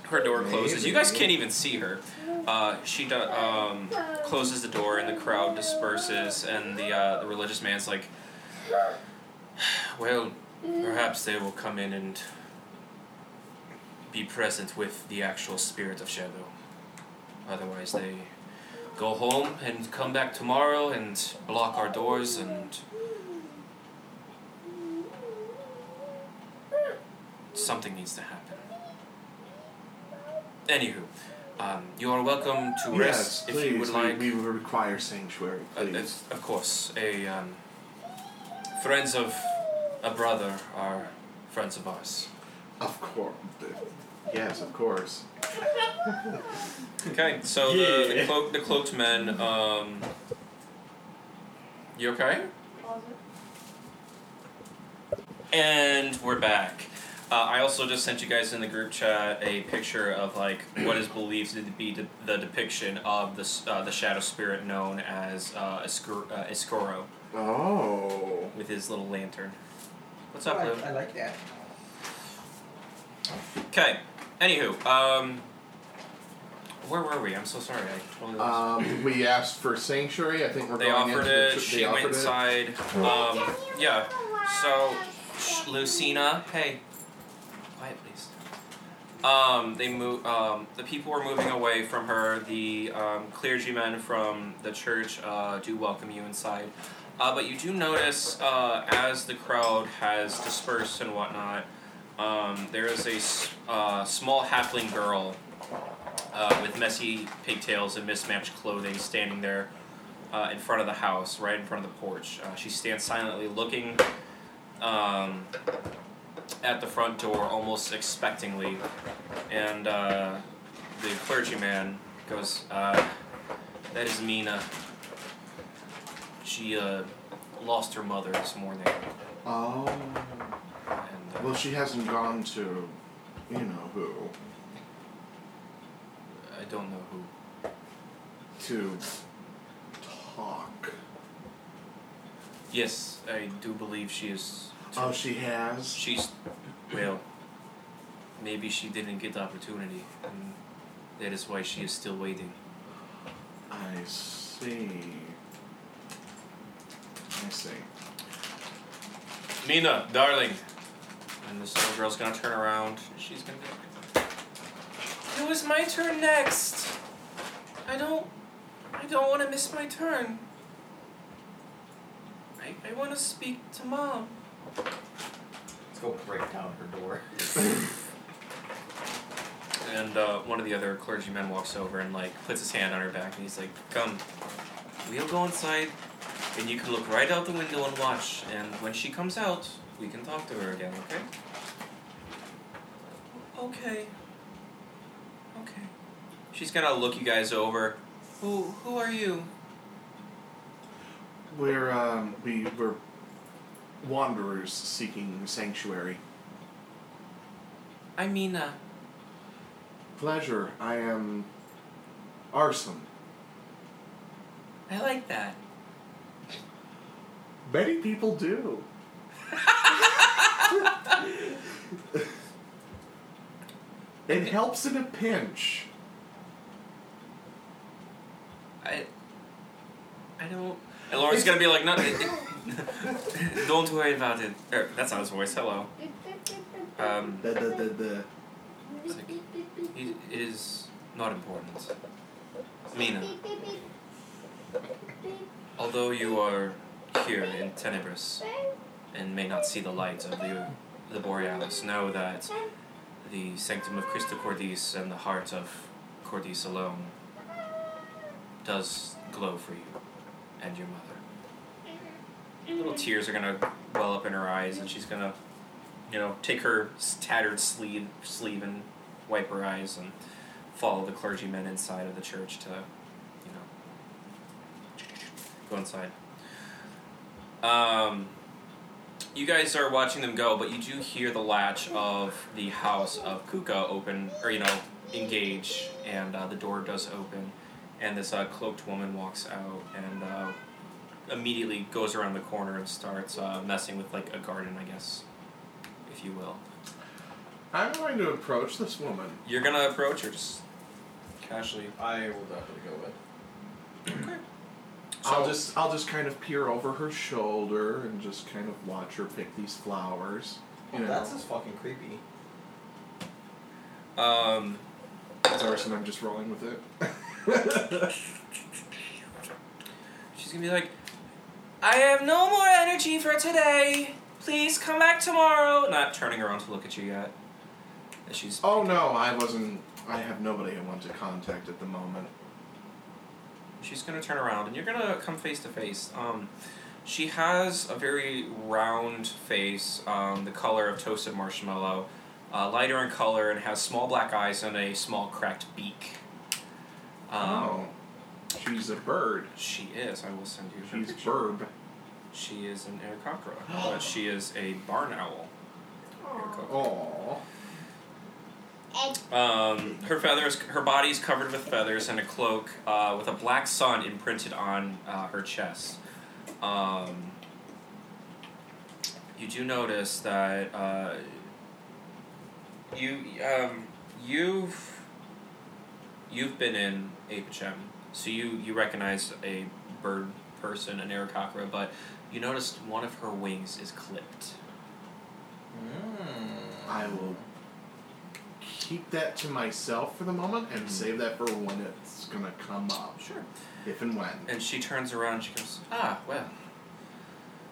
Speaker 2: her door closes. You guys can't even see her. Uh, she do- um, closes the door, and the crowd disperses, and the uh, the religious man's like, "Well, perhaps they will come in and be present with the actual spirit of Shadow. Otherwise, they go home and come back tomorrow and block our doors and." Something needs to happen. Anywho, um, you are welcome to
Speaker 5: yes,
Speaker 2: rest
Speaker 5: please.
Speaker 2: if you would
Speaker 5: we,
Speaker 2: like.
Speaker 5: we would require sanctuary,
Speaker 2: Uh,
Speaker 5: please.
Speaker 2: it's- of course, a um, friends of a brother are friends of ours.
Speaker 5: of course. Yes, of course.
Speaker 2: Okay, so the the,
Speaker 10: Yeah.
Speaker 2: cloak, the cloaked men. Um, you okay? And we're back. Uh, I also just sent you guys in the group chat a picture of like what is believed to be de- the depiction of the s- uh, the shadow spirit known as uh, Escuro, uh, Escuro
Speaker 5: Oh.
Speaker 2: with his little lantern. What's up, Lou?
Speaker 10: like that.
Speaker 2: Okay. Anywho, um, where were we? I'm so sorry. I totally lost.
Speaker 5: Um, we asked for sanctuary. I think we're
Speaker 2: they
Speaker 5: Uh, going
Speaker 2: offered
Speaker 5: into the
Speaker 2: it.
Speaker 5: tr-
Speaker 2: She
Speaker 5: they
Speaker 2: went
Speaker 5: offered it.
Speaker 2: inside. Um, yeah. So, sh- Lucina, hey, quiet, please. Um, they move. Um, the people were moving away from her. The um, clergymen from the church uh, do welcome you inside, uh, but you do notice uh, as the crowd has dispersed and whatnot, um, there is a s- uh, small halfling girl uh, with messy pigtails and mismatched clothing standing there uh, in front of the house, right in front of the porch. Uh, she stands silently looking um, at the front door, almost expectingly, and uh, the clergyman goes, uh, That is Mina. She uh, lost her mother this morning.
Speaker 5: Oh.
Speaker 2: And, uh,
Speaker 5: Well, she hasn't gone to, you know who,
Speaker 2: I don't know who.
Speaker 5: to talk.
Speaker 2: Yes, I do believe she is.
Speaker 5: Oh, she has.
Speaker 2: She's well. Maybe she didn't get the opportunity, and that is why she is still waiting.
Speaker 5: I see. I see.
Speaker 2: Mina, darling. And this little girl's gonna turn around. She's gonna go. It was my turn next. I don't. I don't want to miss my turn. I, I want to speak to mom.
Speaker 8: Let's go break down her door.
Speaker 2: And uh, one of the other clergymen walks over and like puts his hand on her back and he's like, "Come, we'll go inside, and you can look right out the window and watch. And when she comes out, we can talk to her again, okay?" Okay. Okay. She's gonna look you guys over. Who who are you?
Speaker 5: We're um, we we're wanderers seeking sanctuary.
Speaker 2: I'm Mina.
Speaker 5: Pleasure. I am. Arson.
Speaker 2: I like that.
Speaker 5: Many people do. it helps in a pinch.
Speaker 2: I, I don't. And Lauren's gonna be like, no, it- it- don't worry about it. Er, that's not his voice. Hello. Um,
Speaker 5: The, the, the, the.
Speaker 2: it, it is not important. Mina, although you are here in Tenebris and may not see the light of the the Borealis, know that the sanctum of Christa Cordis and the heart of Cordis alone does glow for you and your mother. little tears are gonna well up in her eyes, and she's gonna, you know, take her s- tattered sleeve sleeve and wipe her eyes and follow the clergymen inside of the church to, you know, go inside. Um, you guys are watching them go, but you do hear the latch of the house of Kuka open, or you know, engage, and uh, the door does open, and this uh, cloaked woman walks out and. Uh, immediately goes around the corner and starts uh, messing with like a garden, I guess, if you will.
Speaker 5: I'm going to approach this woman.
Speaker 2: You're gonna approach or just casually.
Speaker 8: I will definitely go with.
Speaker 5: I'll
Speaker 2: So-
Speaker 5: just I'll just kind of peer over her shoulder and just kind of watch her pick these flowers. You know,
Speaker 8: Oh, that's just fucking creepy.
Speaker 2: Um,
Speaker 5: Doris and I'm just rolling with it.
Speaker 2: she's gonna be like, "I have no more energy for today. Please come back tomorrow." Not turning around to look at you yet. As she's
Speaker 5: oh no, I wasn't. I have nobody I want to contact at the moment.
Speaker 2: she's gonna turn around and you're gonna come face to face. Um, she has a very round face, um, the color of toasted marshmallow, uh, lighter in color, and has small black eyes and a small cracked beak. Um,
Speaker 5: oh, she's a bird.
Speaker 2: She is. I will send you. her
Speaker 5: She's
Speaker 2: picture.
Speaker 5: burb.
Speaker 2: She is an aarakocra, but she is a barn owl. Aarakocra.
Speaker 5: Oh,
Speaker 2: Um, her feathers, her body is covered with feathers and a cloak uh, with a black sun imprinted on uh, her chest. Um, you do notice that uh, you um, you've you've been in Apachem, so you you recognize a bird person, an aarakocra, but you noticed one of her wings is clipped.
Speaker 8: Mm.
Speaker 5: I will keep that to myself for the moment and save that for when it's gonna come up,
Speaker 2: Sure.
Speaker 5: if and when.
Speaker 2: And she turns around and she goes, Ah, well.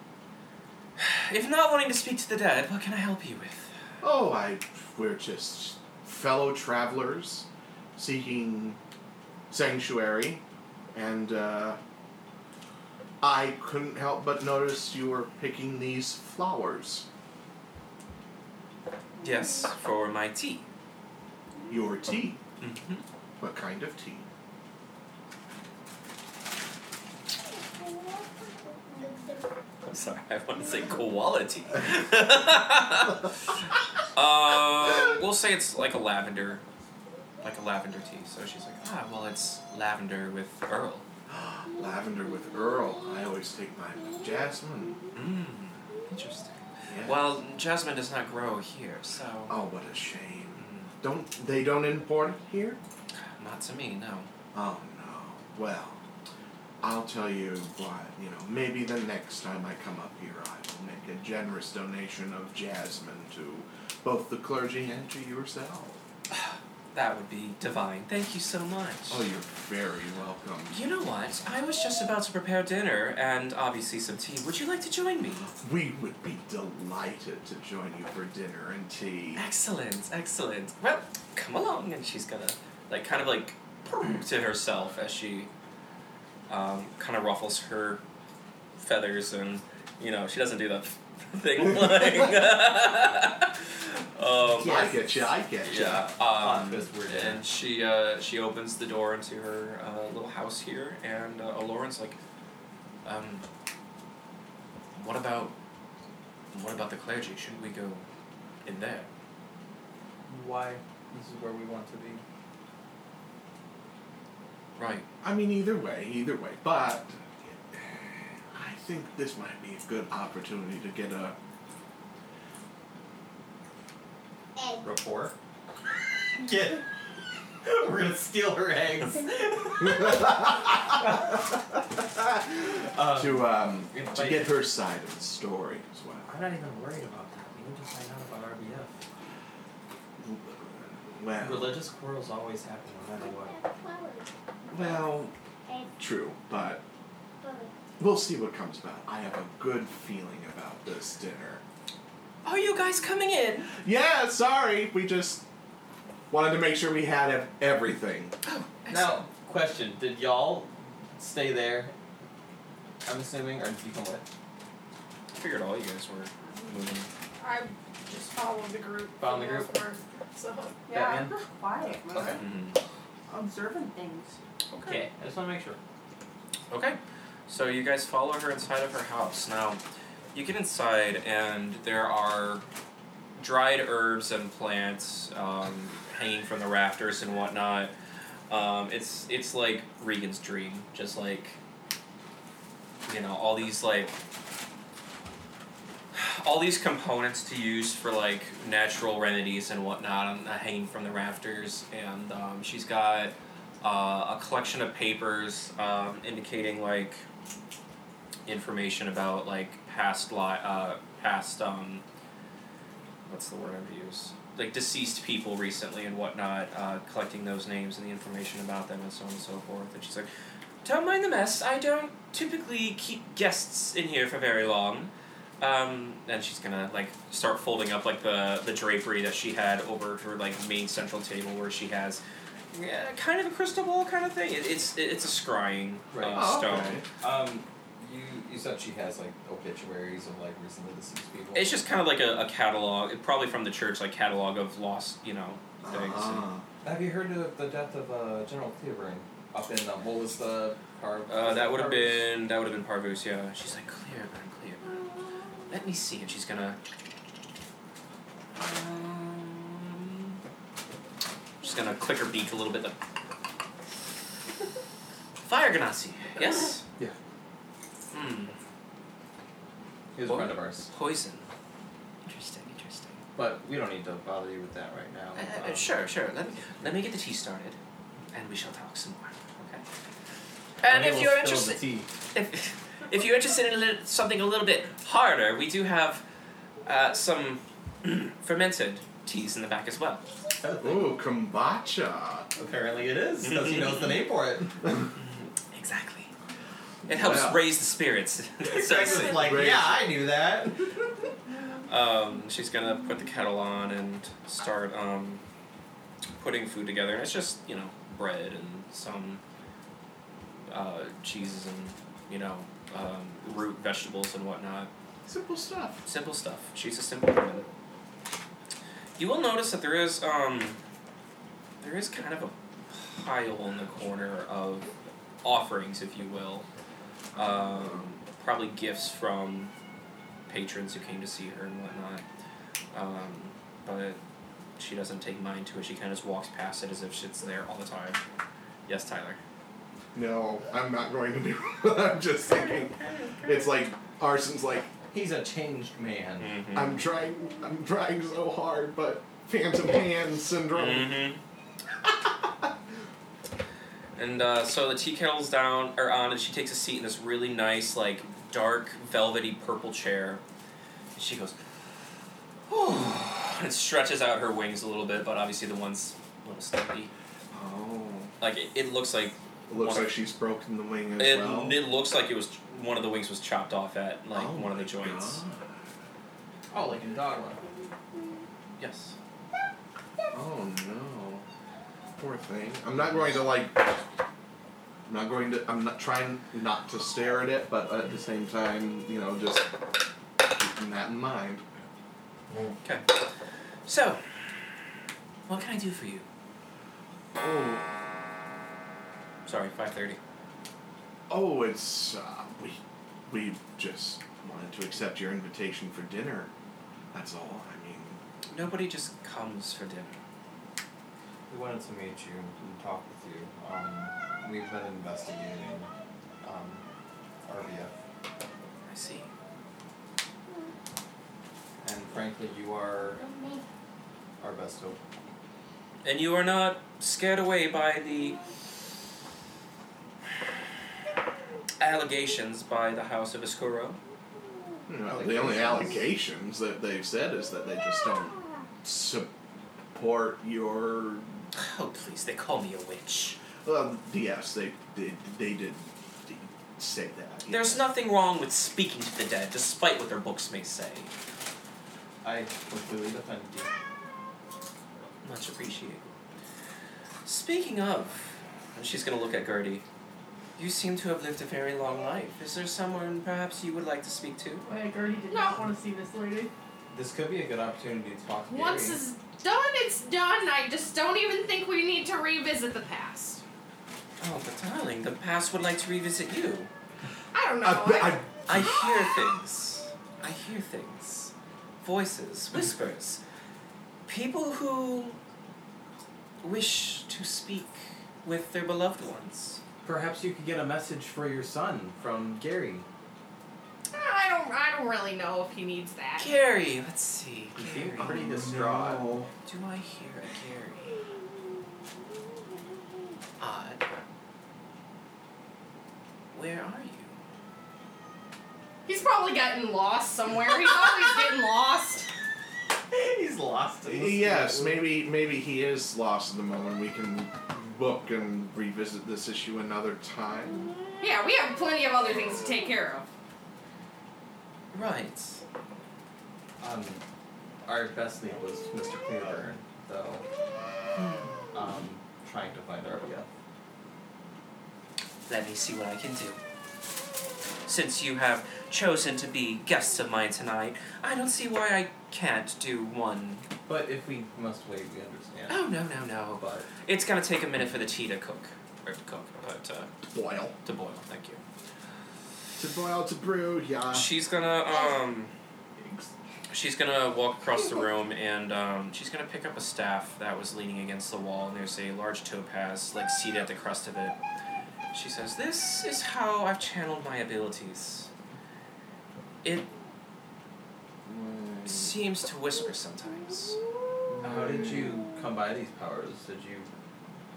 Speaker 2: If not wanting to speak to the dead, what can I help you with?
Speaker 5: Oh, I we're just fellow travelers seeking sanctuary, and uh, I couldn't help but notice you were picking these flowers.
Speaker 2: Yes, for my tea.
Speaker 5: Your tea.
Speaker 2: Mm-hmm.
Speaker 5: What kind of tea?
Speaker 2: I'm sorry, I want to say quality. uh, we'll say it's like a lavender. Like a lavender tea. So she's like, Ah, well, it's lavender with Earl.
Speaker 5: Lavender with Earl. I always take mine with jasmine.
Speaker 2: Mmm, interesting.
Speaker 5: Yeah.
Speaker 2: Well, jasmine does not grow here, so.
Speaker 5: Oh, what a shame.
Speaker 2: Mm,
Speaker 5: Don't they don't import it here?
Speaker 2: not to me, no.
Speaker 5: Oh no. Well, I'll tell you what, you know, maybe the next time I come up here, I will make a generous donation of jasmine to both the clergy and to yourself.
Speaker 2: That would be divine. Thank you so much.
Speaker 5: Oh, you're very welcome.
Speaker 2: You know what? I was just about to prepare dinner and obviously some tea. Would you like to join me?
Speaker 5: We would be delighted to join you for dinner and tea.
Speaker 2: Excellent, excellent. Well, come along. And she's gonna, like, kind of like to herself as she um, kind of ruffles her feathers and, you know, she doesn't do that thing. like- um,
Speaker 5: I get you. I get you.
Speaker 2: Yeah. Um,
Speaker 8: Because we're dead.
Speaker 2: and she uh, she opens the door into her uh, little house here, and uh, Lauren's like, um, "What about what about the clergy? Shouldn't we go in there?"
Speaker 8: Why? This is where we want to be.
Speaker 2: Right.
Speaker 5: I mean, either way, either way. But I think this might be a good opportunity to get a
Speaker 8: Rapport. Get. We're gonna steal her eggs. Uh,
Speaker 5: to um,
Speaker 8: Invite-
Speaker 5: to get her side of the story as well.
Speaker 8: I'm not even worried about that. We need to find out about RBF.
Speaker 5: Well,
Speaker 8: Religious quarrels always happen no matter what.
Speaker 5: well, true, but we'll see what comes about. I have a good feeling about this dinner.
Speaker 2: Are you guys coming in?
Speaker 5: Yeah, sorry, we just wanted to make sure we had ev- everything.
Speaker 8: Now, question: Did y'all stay there? I'm assuming, or did you come with?
Speaker 2: I figured all you guys were moving.
Speaker 6: I just followed the group. for
Speaker 8: Found the
Speaker 6: most
Speaker 8: group.
Speaker 6: part, So
Speaker 3: Yeah,
Speaker 8: Batman?
Speaker 3: quiet. man.
Speaker 8: Okay.
Speaker 3: Observing things.
Speaker 8: Okay. I just want to make sure.
Speaker 2: Okay. So you guys follow her inside of her house. Now, you get inside, and there are dried herbs and plants um, hanging from the rafters and whatnot. Um, it's it's like Regan's dream, just like you know all these like all these components to use for like natural remedies and whatnot um, hanging from the rafters, and um, she's got uh, a collection of papers um, indicating like information about like past li- uh, past um, what's the word I'd use like deceased people recently and whatnot, uh, collecting those names and the information about them and so on and so forth. And she's like, "Don't mind the mess. I don't typically keep guests in here for very long." Um, and she's gonna like start folding up like the the drapery that she had over her like main central table where she has yeah, kind of a crystal ball kind of thing. It, it's it's a scrying
Speaker 8: Right.
Speaker 2: uh,
Speaker 5: Oh,
Speaker 2: stone.
Speaker 5: okay.
Speaker 8: Um, you you said she has like obituaries of like recently deceased people.
Speaker 2: It's just kind of like a, a catalog, probably from the church, like catalog of lost, you know, things.
Speaker 5: Ah.
Speaker 8: Have you heard of the death of uh, General Cleburne up in um, what was the car?
Speaker 2: Uh, that would have been that would have been Parvus. Yeah, she's like clear, but clear. Let me see, and she's gonna. Um, she's gonna click her beak a little bit. Like, Fire Ganassi. Yes.
Speaker 8: Yeah.
Speaker 2: Hmm.
Speaker 8: He was a friend of ours,
Speaker 2: Poison. Interesting. Interesting.
Speaker 8: but we don't need to bother you with that right now.
Speaker 2: Uh, uh,
Speaker 8: Um,
Speaker 2: sure, sure. Let me, let me get the tea started, and we shall talk some more. Okay. And
Speaker 8: and he
Speaker 2: if
Speaker 8: will
Speaker 2: you're
Speaker 8: spill
Speaker 2: interested,
Speaker 8: the tea.
Speaker 2: if, if you're interested in a little, something a little bit harder, we do have uh, some fermented teas in the back as well.
Speaker 5: Ooh, kombucha.
Speaker 8: Apparently, it is because he knows the name for it.
Speaker 2: Exactly. It helps
Speaker 5: Wow.
Speaker 2: raise the spirits.
Speaker 8: Sex
Speaker 2: Certainly.
Speaker 8: is like,
Speaker 5: Raise-
Speaker 8: yeah, I knew that.
Speaker 2: Um, she's gonna put the kettle on and start um, putting food together. And it's just you know bread and some uh, cheeses and you know um, root vegetables and whatnot.
Speaker 5: Simple stuff.
Speaker 2: Simple stuff. She's a simple woman. You will notice that there is um, there is kind of a pile in the corner of offerings, if you will. Um, probably gifts from patrons who came to see her and whatnot. Um, but she doesn't take mind to it. She kind of just walks past it as if it's there all the time. Yes, Tyler.
Speaker 5: No, I'm not going to do. I'm just thinking. It's like Parsons. Like
Speaker 8: He's a changed man.
Speaker 2: Mm.
Speaker 5: I'm trying. I'm trying so hard, but phantom hand syndrome.
Speaker 2: Mm-hmm. and uh, so the tea kettle's down or on, and she takes a seat in this really nice, like dark, velvety purple chair. And she goes, and stretches out her wings a little bit, but obviously the one's a little stumpy.
Speaker 5: Oh,
Speaker 2: Like it, it looks like
Speaker 5: it looks
Speaker 2: One-
Speaker 5: like she's broken the wing as
Speaker 2: it,
Speaker 5: well.
Speaker 2: it looks like it was one of the wings was chopped off at like
Speaker 5: Oh
Speaker 2: one of the
Speaker 5: my
Speaker 2: joints.
Speaker 5: God.
Speaker 8: Oh, like in Dogma.
Speaker 2: Yes.
Speaker 5: Oh no, poor thing. I'm not going to like. I'm not going to. I'm not trying not to stare at it, but at the same time, you know, just keeping that in mind.
Speaker 2: Okay. So, what can I do for you?
Speaker 5: Oh,
Speaker 2: Sorry, five thirty.
Speaker 5: Oh, it's uh, we we just wanted to accept your invitation for dinner. That's all. I mean,
Speaker 2: Nobody just comes for dinner.
Speaker 8: We wanted to meet you and talk with you. Um, we've been investigating um, RBF,
Speaker 2: I see.
Speaker 8: and frankly, you are our best hope.
Speaker 2: And you are not scared away by the allegations by the House of Escuro.
Speaker 5: Well, the only allegations that they've said is that they just don't support your.
Speaker 2: Oh, please, they call me a witch.
Speaker 5: Well, yes, they did. They did say that.
Speaker 2: There's nothing wrong with speaking to the dead, despite what their books may say.
Speaker 8: I completely defend you.
Speaker 2: Much appreciated. Speaking of, and she's gonna look at Gertie. You seem to have lived a very long life. Is there someone perhaps you would like to speak to?
Speaker 11: Wait, Gertie did
Speaker 6: No.
Speaker 11: not want to see this lady.
Speaker 8: This could be a good opportunity to talk to
Speaker 6: Once
Speaker 8: Gary.
Speaker 6: it's done, it's done. I just don't even think we need to revisit the past.
Speaker 2: Oh, but darling, the past would like to revisit you.
Speaker 6: I don't know.
Speaker 5: I, bet- I,
Speaker 2: I hear things. I hear things. Voices, whispers. People who wish to speak with their beloved ones.
Speaker 8: Perhaps you could get a message for your son from Gary.
Speaker 6: I don't. I don't really know if he needs that.
Speaker 2: Gary, let's see.
Speaker 8: He
Speaker 2: Gary.
Speaker 8: seemed pretty distraught.
Speaker 2: Do I hear a Gary? Odd. Where are you?
Speaker 6: He's probably getting lost somewhere. He's always getting lost.
Speaker 8: He's lost. in this
Speaker 5: yes,
Speaker 8: world.
Speaker 5: maybe maybe he is lost in the moment. We can book and revisit this issue another time.
Speaker 6: Yeah, we have plenty of other things to take care of.
Speaker 2: Right.
Speaker 8: Um, our best lead was Mr. Cleaver, though.
Speaker 2: Hmm.
Speaker 8: Um, trying to find our yeah.
Speaker 2: Let me see what I can do. Since you have chosen to be guests of mine tonight, I don't see why I can't do one.
Speaker 8: But if we must wait, we understand.
Speaker 2: Oh, no, no, no.
Speaker 8: But
Speaker 2: It's gonna take a minute for the tea to cook. Or to cook, but uh,
Speaker 5: Boil
Speaker 2: to boil, thank you.
Speaker 5: to boil to brew. Yeah.
Speaker 2: She's gonna, um. She's gonna walk across the room and um, she's gonna pick up a staff that was leaning against the wall, and there's a large topaz, like seated at the crest of it. She says, This is how I've channeled my abilities. It seems to whisper sometimes.
Speaker 8: how did you come by these powers? Did you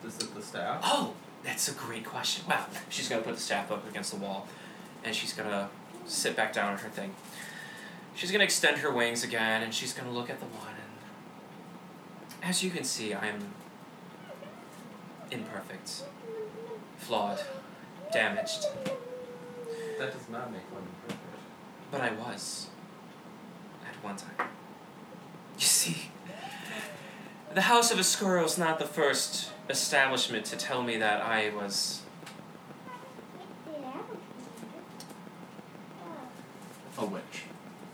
Speaker 8: visit the staff?
Speaker 2: Oh, that's a great question. Wow. She's gonna put the staff up against the wall, and she's gonna sit back down on her thing. She's gonna extend her wings again, and she's gonna look at the one. And as you can see, I'm imperfect, flawed, damaged,
Speaker 8: That does not make one perfect.
Speaker 2: but I was at one time. You see, the House of Escuro is not the first establishment to tell me that I was
Speaker 5: A witch.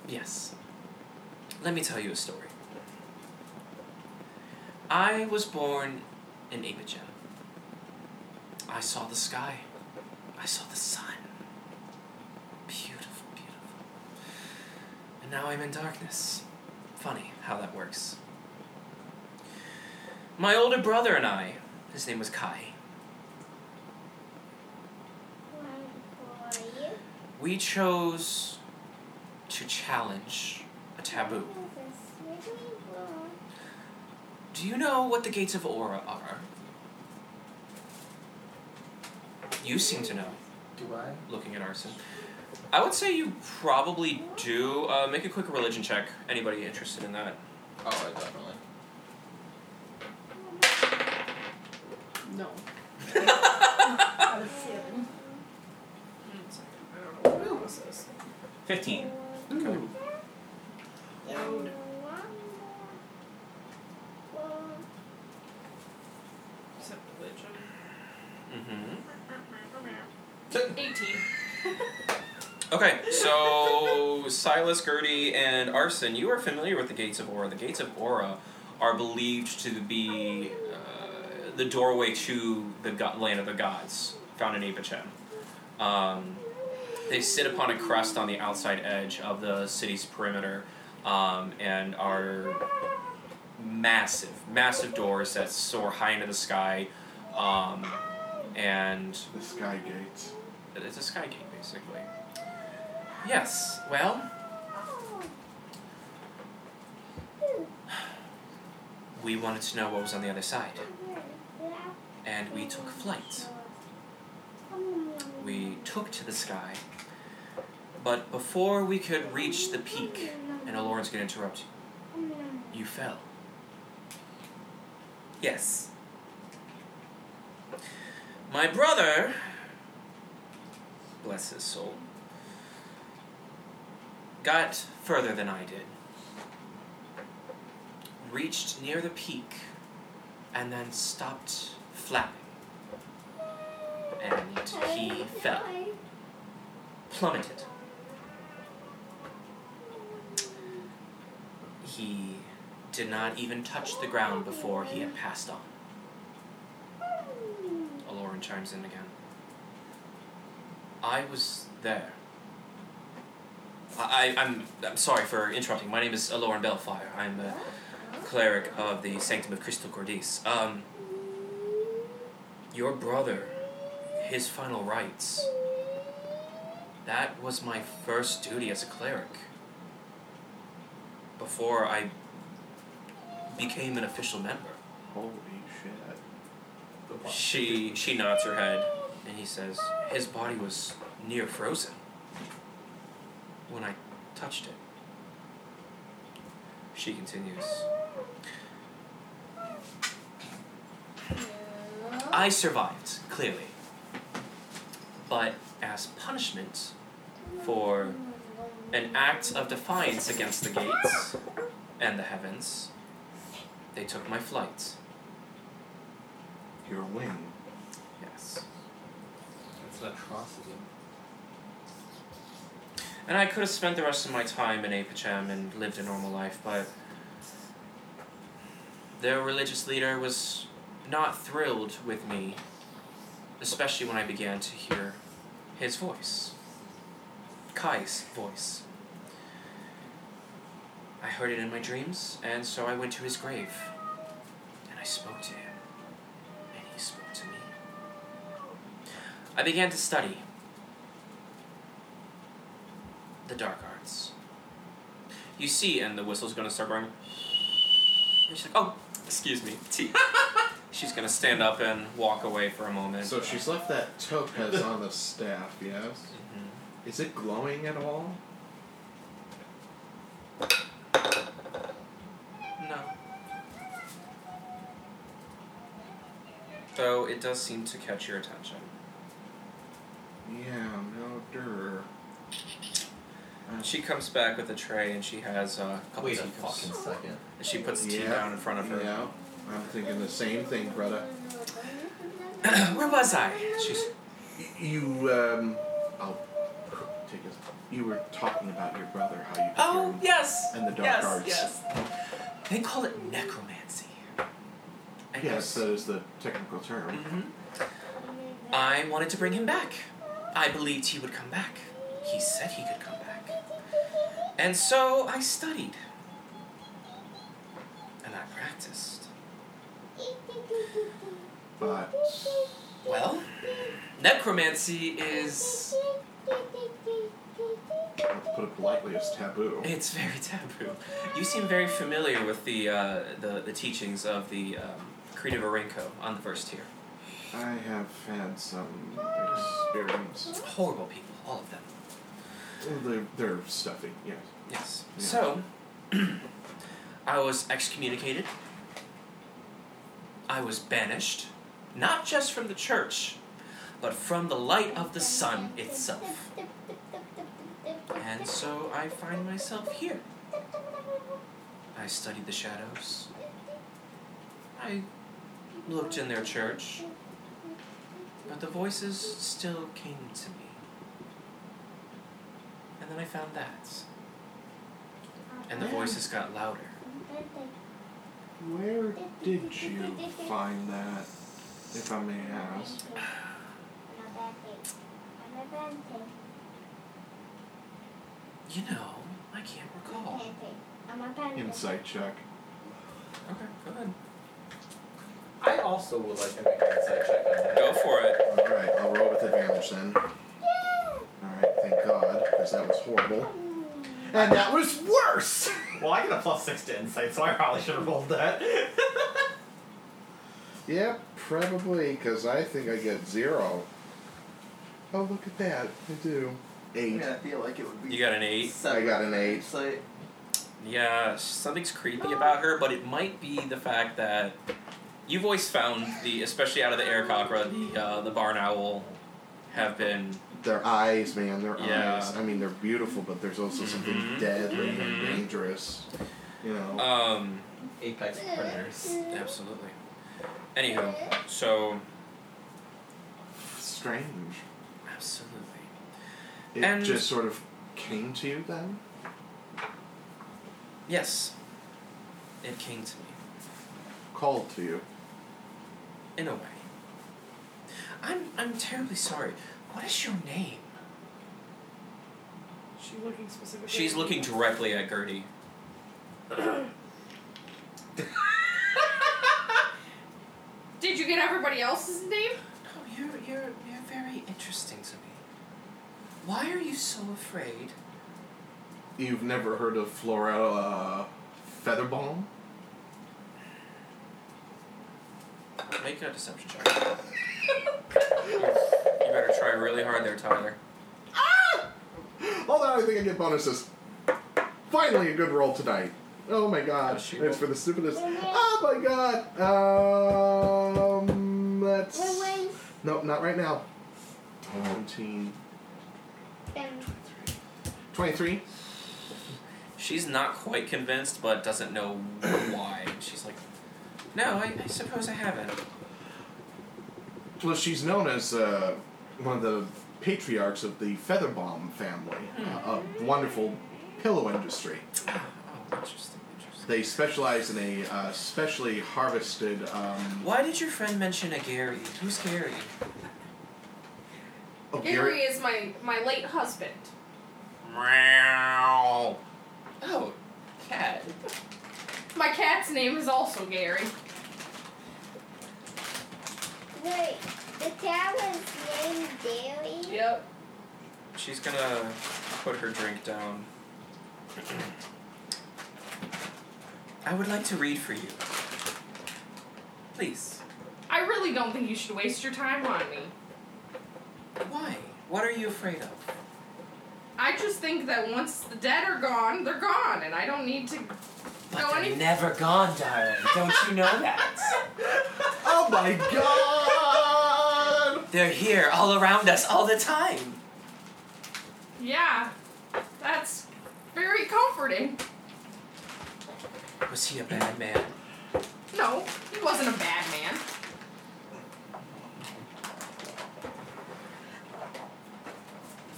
Speaker 2: Yes. Let me tell you a story. I was born in Apigen. I saw the sky. I saw the sun. Beautiful, beautiful. And now I'm in darkness. Funny how that works. My older brother and I, his name was Kai, we chose to challenge a taboo. Do you know what the gates of Aura are? You seem to know,
Speaker 8: Do I?
Speaker 2: looking at Arson. I would say you probably do. Uh, make a quick religion check. Anybody interested in that?
Speaker 8: Oh, I definitely.
Speaker 11: No. I was seven.
Speaker 3: I don't know what this is.
Speaker 4: 15.
Speaker 5: Hmm.
Speaker 3: Except religion.
Speaker 2: Mm-hmm.
Speaker 6: Eighteen.
Speaker 2: Okay, so Silas, Gertie, and Arson, you are familiar with the Gates of Aura. The Gates of Aura are believed to be uh, the doorway to the go- land of the gods, found in Apachem. Um, they sit upon a crest on the outside edge of the city's perimeter um, and are massive, massive doors that soar high into the sky. Um, and
Speaker 5: The sky gates.
Speaker 2: it's a sky gate, basically. Yes, well, we wanted to know what was on the other side, and we took flight. We took took to the sky. But before we could reach the peak, I know Lauren's gonna interrupt you, you fell. Yes. My brother, bless his soul, got further than I did. Reached near the peak and then stopped flapping. And he fell. Plummeted. He did not even touch the ground before he had passed on. Aloran chimes in again. I was there. I, I, I'm, I'm sorry for interrupting. My name is Aloran Bellfire. I'm a cleric of the Sanctum of Crystal Cordis. Um, your brother, his final rites. That was my first duty as a cleric. Before I became an official member.
Speaker 5: Holy shit.
Speaker 2: She she nods her head, and he says, "His body was near frozen when I touched it." She continues, "I survived clearly, but as punishment for an act of defiance against the gates and the heavens, they took my flight."
Speaker 5: Your wing.
Speaker 2: Yes.
Speaker 8: It's an atrocity.
Speaker 2: And I could have spent the rest of my time in Apacham and lived a normal life, but their religious leader was not thrilled with me, especially when I began to hear his voice. Kai's voice. I heard it in my dreams, and so I went to his grave. And I spoke to him. And he spoke to me. I began to study the dark arts. You see, and the whistle's gonna start going. And she's like, oh, excuse me, tea. she's gonna stand up and walk away for a moment.
Speaker 5: So she's left that topaz on the staff, yes?
Speaker 2: Mm-hmm.
Speaker 5: Is it glowing at all?
Speaker 2: No. Though it does seem to catch your attention.
Speaker 5: Yeah, no dirt.
Speaker 2: She comes back with a tray and she has uh, a couple
Speaker 8: Wait a
Speaker 2: teacups.
Speaker 8: fucking second.
Speaker 2: And she puts tea
Speaker 5: Yeah,
Speaker 2: down in front of her.
Speaker 5: Yeah. I'm thinking the same thing, Greta.
Speaker 2: Where was I? She's
Speaker 5: You, um, I'll take this. You were talking about your brother, how you. could hear
Speaker 2: Oh
Speaker 5: him.
Speaker 2: yes.
Speaker 5: And the dark
Speaker 2: yes,
Speaker 5: arts.
Speaker 2: Yes. They call it necromancy. I
Speaker 5: Yes,
Speaker 2: guess.
Speaker 5: that is the technical term.
Speaker 2: hmm I wanted to bring him back. I believed he would come back. He said he could come back. And so I studied. And I practiced.
Speaker 5: But
Speaker 2: Well, necromancy is
Speaker 5: to put it politely, it's taboo.
Speaker 2: It's very taboo. You seem very familiar with the uh, the, the teachings of the um, Creed of Arenco on the first tier.
Speaker 5: I have had some Mm, experience.
Speaker 2: Horrible people, all of them.
Speaker 5: They're, they're stuffy, yes.
Speaker 2: Yes.
Speaker 5: Yeah.
Speaker 2: So, I was excommunicated. I was banished, not just from the church, but from the light of the sun itself. And so I find myself here. I studied the shadows. I looked in their church. But the voices still came to me. And then I found that. And the voices got louder.
Speaker 5: Where did you find that, if I may ask?
Speaker 2: You know, I can't recall.
Speaker 5: Insight check.
Speaker 2: Okay, go ahead.
Speaker 8: I also would like to make an insight check on that.
Speaker 2: Go for it.
Speaker 5: Alright, I'll roll with advantage then. Alright, thank God, because that was horrible. And that was worse!
Speaker 8: Well, I get a plus six to insight, so I probably should have rolled that.
Speaker 5: Yep, probably, because I think I get zero. Oh, look at that. I do. Eight.
Speaker 4: Yeah, I feel like it would be.
Speaker 2: You got an eight.
Speaker 5: I got an eight.
Speaker 4: It's like,
Speaker 2: Yeah, something's creepy about her, but it might be the fact that you've always found the, especially out of the air copra, the uh, the barn owl have been.
Speaker 5: Their eyes, man, their
Speaker 2: Yeah.
Speaker 5: eyes. I mean, they're beautiful, but there's also something
Speaker 2: Mhm.
Speaker 5: deadly
Speaker 2: Mhm.
Speaker 5: and dangerous. You know.
Speaker 2: Um,
Speaker 8: Apex predators.
Speaker 2: absolutely. Anywho, so
Speaker 5: Strange.
Speaker 2: absolutely.
Speaker 5: It
Speaker 2: And-
Speaker 5: just sort of came to you then?
Speaker 2: Yes, it came to me
Speaker 5: Called to you.
Speaker 2: in a way. I'm I'm terribly sorry. What is your name?
Speaker 11: She looking specifically.
Speaker 2: She's looking directly at Gertie.
Speaker 6: Did you get everybody else's name?
Speaker 2: No, Oh, you're you're you're very interesting to me. Why are you so afraid?
Speaker 5: You've never heard of Flora uh, Featherbalm?
Speaker 2: Make a deception check. you better try really hard there, Tyler.
Speaker 5: Hold on, I think I get bonuses. Finally, a good roll tonight. Oh my god,
Speaker 2: Oh, she
Speaker 5: it's
Speaker 2: rolled-
Speaker 5: for the stupidest. Oh my god. Um, that's nope, not right now. 17, 23.
Speaker 2: She's not quite convinced, but doesn't know why. And She's like, no, I, I suppose I haven't.
Speaker 5: Well, she's known as uh, one of the patriarchs of the Featherbalm family, uh, a wonderful pillow industry.
Speaker 2: Oh, interesting, interesting.
Speaker 5: They specialize in a uh, specially harvested. Um,
Speaker 2: Why did your friend mention a Gary? Who's Gary?
Speaker 5: oh,
Speaker 6: Gary
Speaker 5: Gary-
Speaker 6: is my my late husband.
Speaker 2: Meow. Oh, cat.
Speaker 6: My cat's name is also Gary.
Speaker 7: Wait, the cat was named Daily?
Speaker 6: Yep.
Speaker 2: She's gonna put her drink down. I would like to read for you. Please.
Speaker 6: I really don't think you should waste your time on me.
Speaker 2: Why? What are you afraid of?
Speaker 6: I just think that once the dead are gone, they're gone, and I don't need to.
Speaker 4: but
Speaker 6: No,
Speaker 4: they're
Speaker 6: I
Speaker 12: e-
Speaker 6: need-
Speaker 4: never gone, darling. Don't you know that?
Speaker 5: Oh my god!
Speaker 2: They're here, all around us, all the time.
Speaker 6: Yeah, that's very comforting.
Speaker 2: Was he a bad man?
Speaker 6: No, he wasn't a bad man.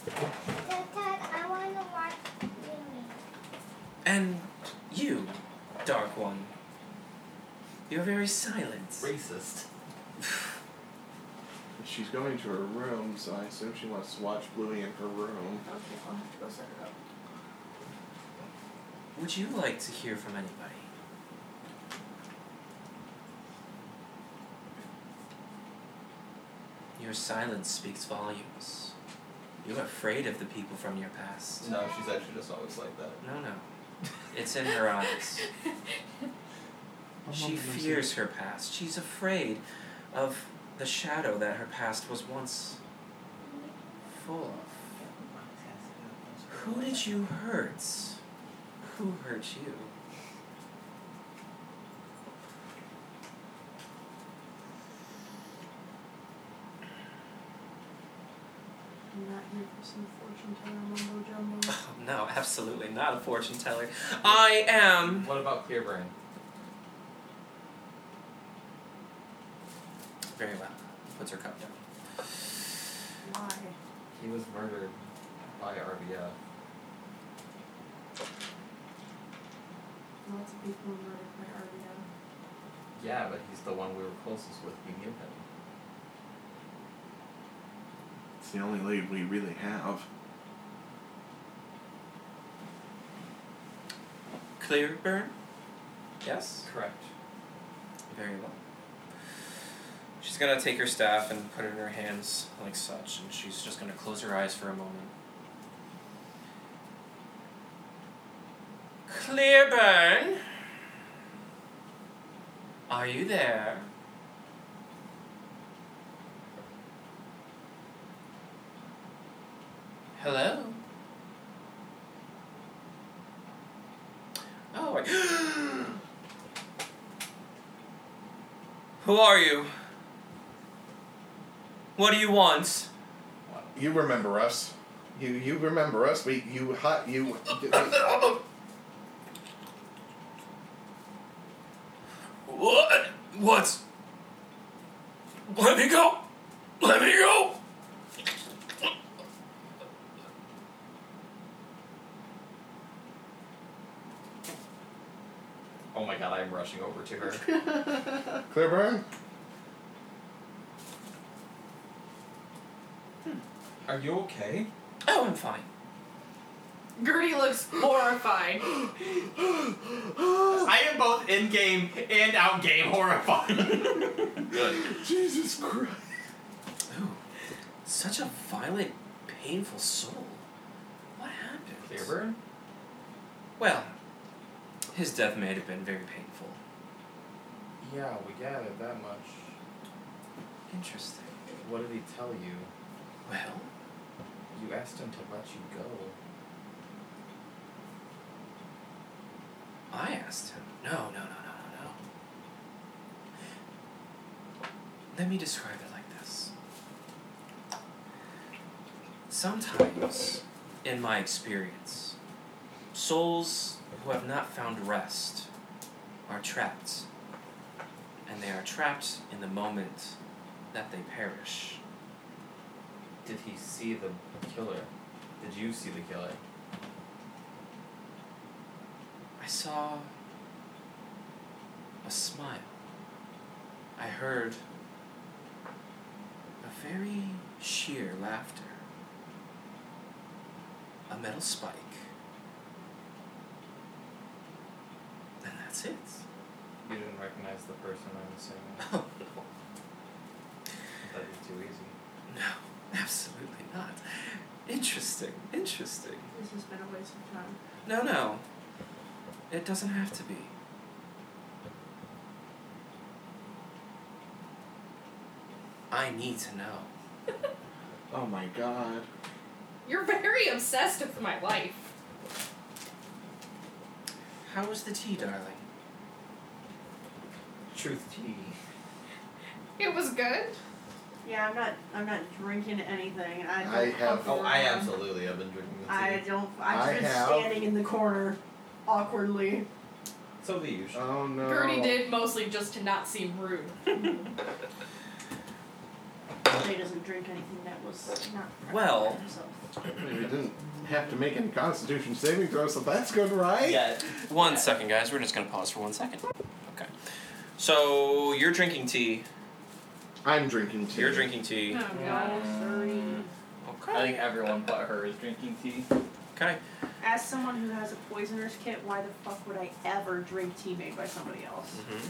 Speaker 7: Sometimes I want to watch Jimmy.
Speaker 2: And you, Dark One, you're very silent.
Speaker 8: Racist.
Speaker 5: She's going to her room, so I assume she wants to watch Bluey in her room.
Speaker 11: Okay, I'll have to go set it up.
Speaker 2: Would you like to hear from anybody? Your silence speaks volumes. You're afraid of the people from your past.
Speaker 8: No, she's actually just always like that.
Speaker 2: No, no. It's in her eyes. She fears her past. She's afraid of the shadow that her past was once full of. Who did you hurt? Who hurt you?
Speaker 11: I'm not here for some fortune teller mumbo jumbo.
Speaker 2: Oh, no, absolutely not a fortune teller. I am.
Speaker 8: What about clear brain?
Speaker 2: Very well. Puts her cup down.
Speaker 11: Why?
Speaker 8: He was murdered by RBF.
Speaker 11: Lots of people were murdered by RBO.
Speaker 8: Yeah, but he's the one we were closest with. We knew him.
Speaker 5: It's the only lead we really have.
Speaker 2: Clear burn? Yes?
Speaker 8: Correct.
Speaker 2: Very well. She's gonna take her staff and put it in her hands like such, and she's just gonna close her eyes for a moment. Clearburn! Are you there? Hello. Oh, I... Who are you? What do you want?
Speaker 5: You remember us. You you remember us. We you hot you.
Speaker 2: What? What? Let me go. Let me go.
Speaker 8: Oh my god, I'm rushing over to her.
Speaker 5: Clearburn.
Speaker 8: Are you okay?
Speaker 2: Oh, I'm fine.
Speaker 6: Gertie looks horrified.
Speaker 8: I am both in game and out game horrified.
Speaker 5: Jesus Christ.
Speaker 2: Such a violent, painful soul. What happened?
Speaker 8: Clearburn?
Speaker 2: Well, his death may have been very painful.
Speaker 8: Yeah, we gathered that much.
Speaker 2: Interesting.
Speaker 8: What did he tell you?
Speaker 2: Well,
Speaker 8: You asked him to let you go.
Speaker 2: I asked him. No, no, no, no, no, no. Let me describe it like this. Sometimes, in my experience, souls who have not found rest are trapped. And they are trapped in the moment that they perish.
Speaker 8: Did he see the killer? Did you see the killer?
Speaker 2: I saw a smile. I heard a very sheer laughter. A metal spike. And that's it.
Speaker 8: You didn't recognize the person I was saying.
Speaker 2: Oh, no.
Speaker 8: That'd be too easy.
Speaker 2: No, absolutely not. Interesting, interesting.
Speaker 11: This has been a waste of time.
Speaker 2: No, no. It doesn't have to be. I need to know.
Speaker 5: Oh my God.
Speaker 6: You're very obsessed with my life.
Speaker 2: How was the tea, darling?
Speaker 8: Truth tea.
Speaker 6: It was good.
Speaker 3: Yeah, I'm not. I'm not drinking anything. I don't
Speaker 5: I have-
Speaker 3: fucking remember.
Speaker 8: Oh, absolutely have been drinking the
Speaker 3: I don't. I've
Speaker 5: I
Speaker 3: been
Speaker 5: have-
Speaker 3: standing in the corner, awkwardly.
Speaker 8: So the usual.
Speaker 5: Oh no.
Speaker 6: Gertie did mostly just to not seem rude.
Speaker 3: Jay doesn't drink anything that was not.
Speaker 2: Well-
Speaker 3: Himself.
Speaker 5: We didn't have to make any Constitution saving throw, so that's good, right?
Speaker 8: Yeah.
Speaker 2: One second, guys. We're just gonna pause for one second. Okay. So you're drinking tea.
Speaker 5: I'm drinking tea.
Speaker 2: You're drinking tea.
Speaker 6: Oh god.
Speaker 4: I
Speaker 2: Okay.
Speaker 4: think everyone but her is drinking tea.
Speaker 2: Okay.
Speaker 3: As someone who has a poisoner's kit, why the fuck would I ever drink tea made by somebody else?
Speaker 2: hmm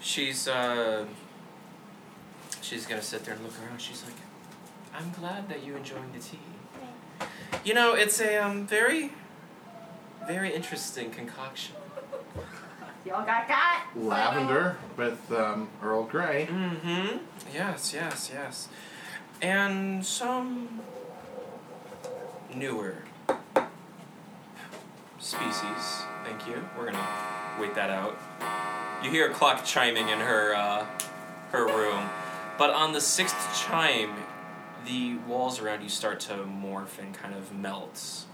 Speaker 2: She's uh. She's gonna sit there and look around. She's like, I'm glad that you enjoying the tea. You know, it's a um very, very interesting concoction.
Speaker 3: Y'all got got.
Speaker 5: Lavender with um, Earl Grey.
Speaker 2: Mm-hmm. Yes, yes, yes. And some newer species. Thank you. We're gonna wait that out. You hear a clock chiming in her uh, her room, but on the sixth chime, the walls around you start to morph and kind of melt,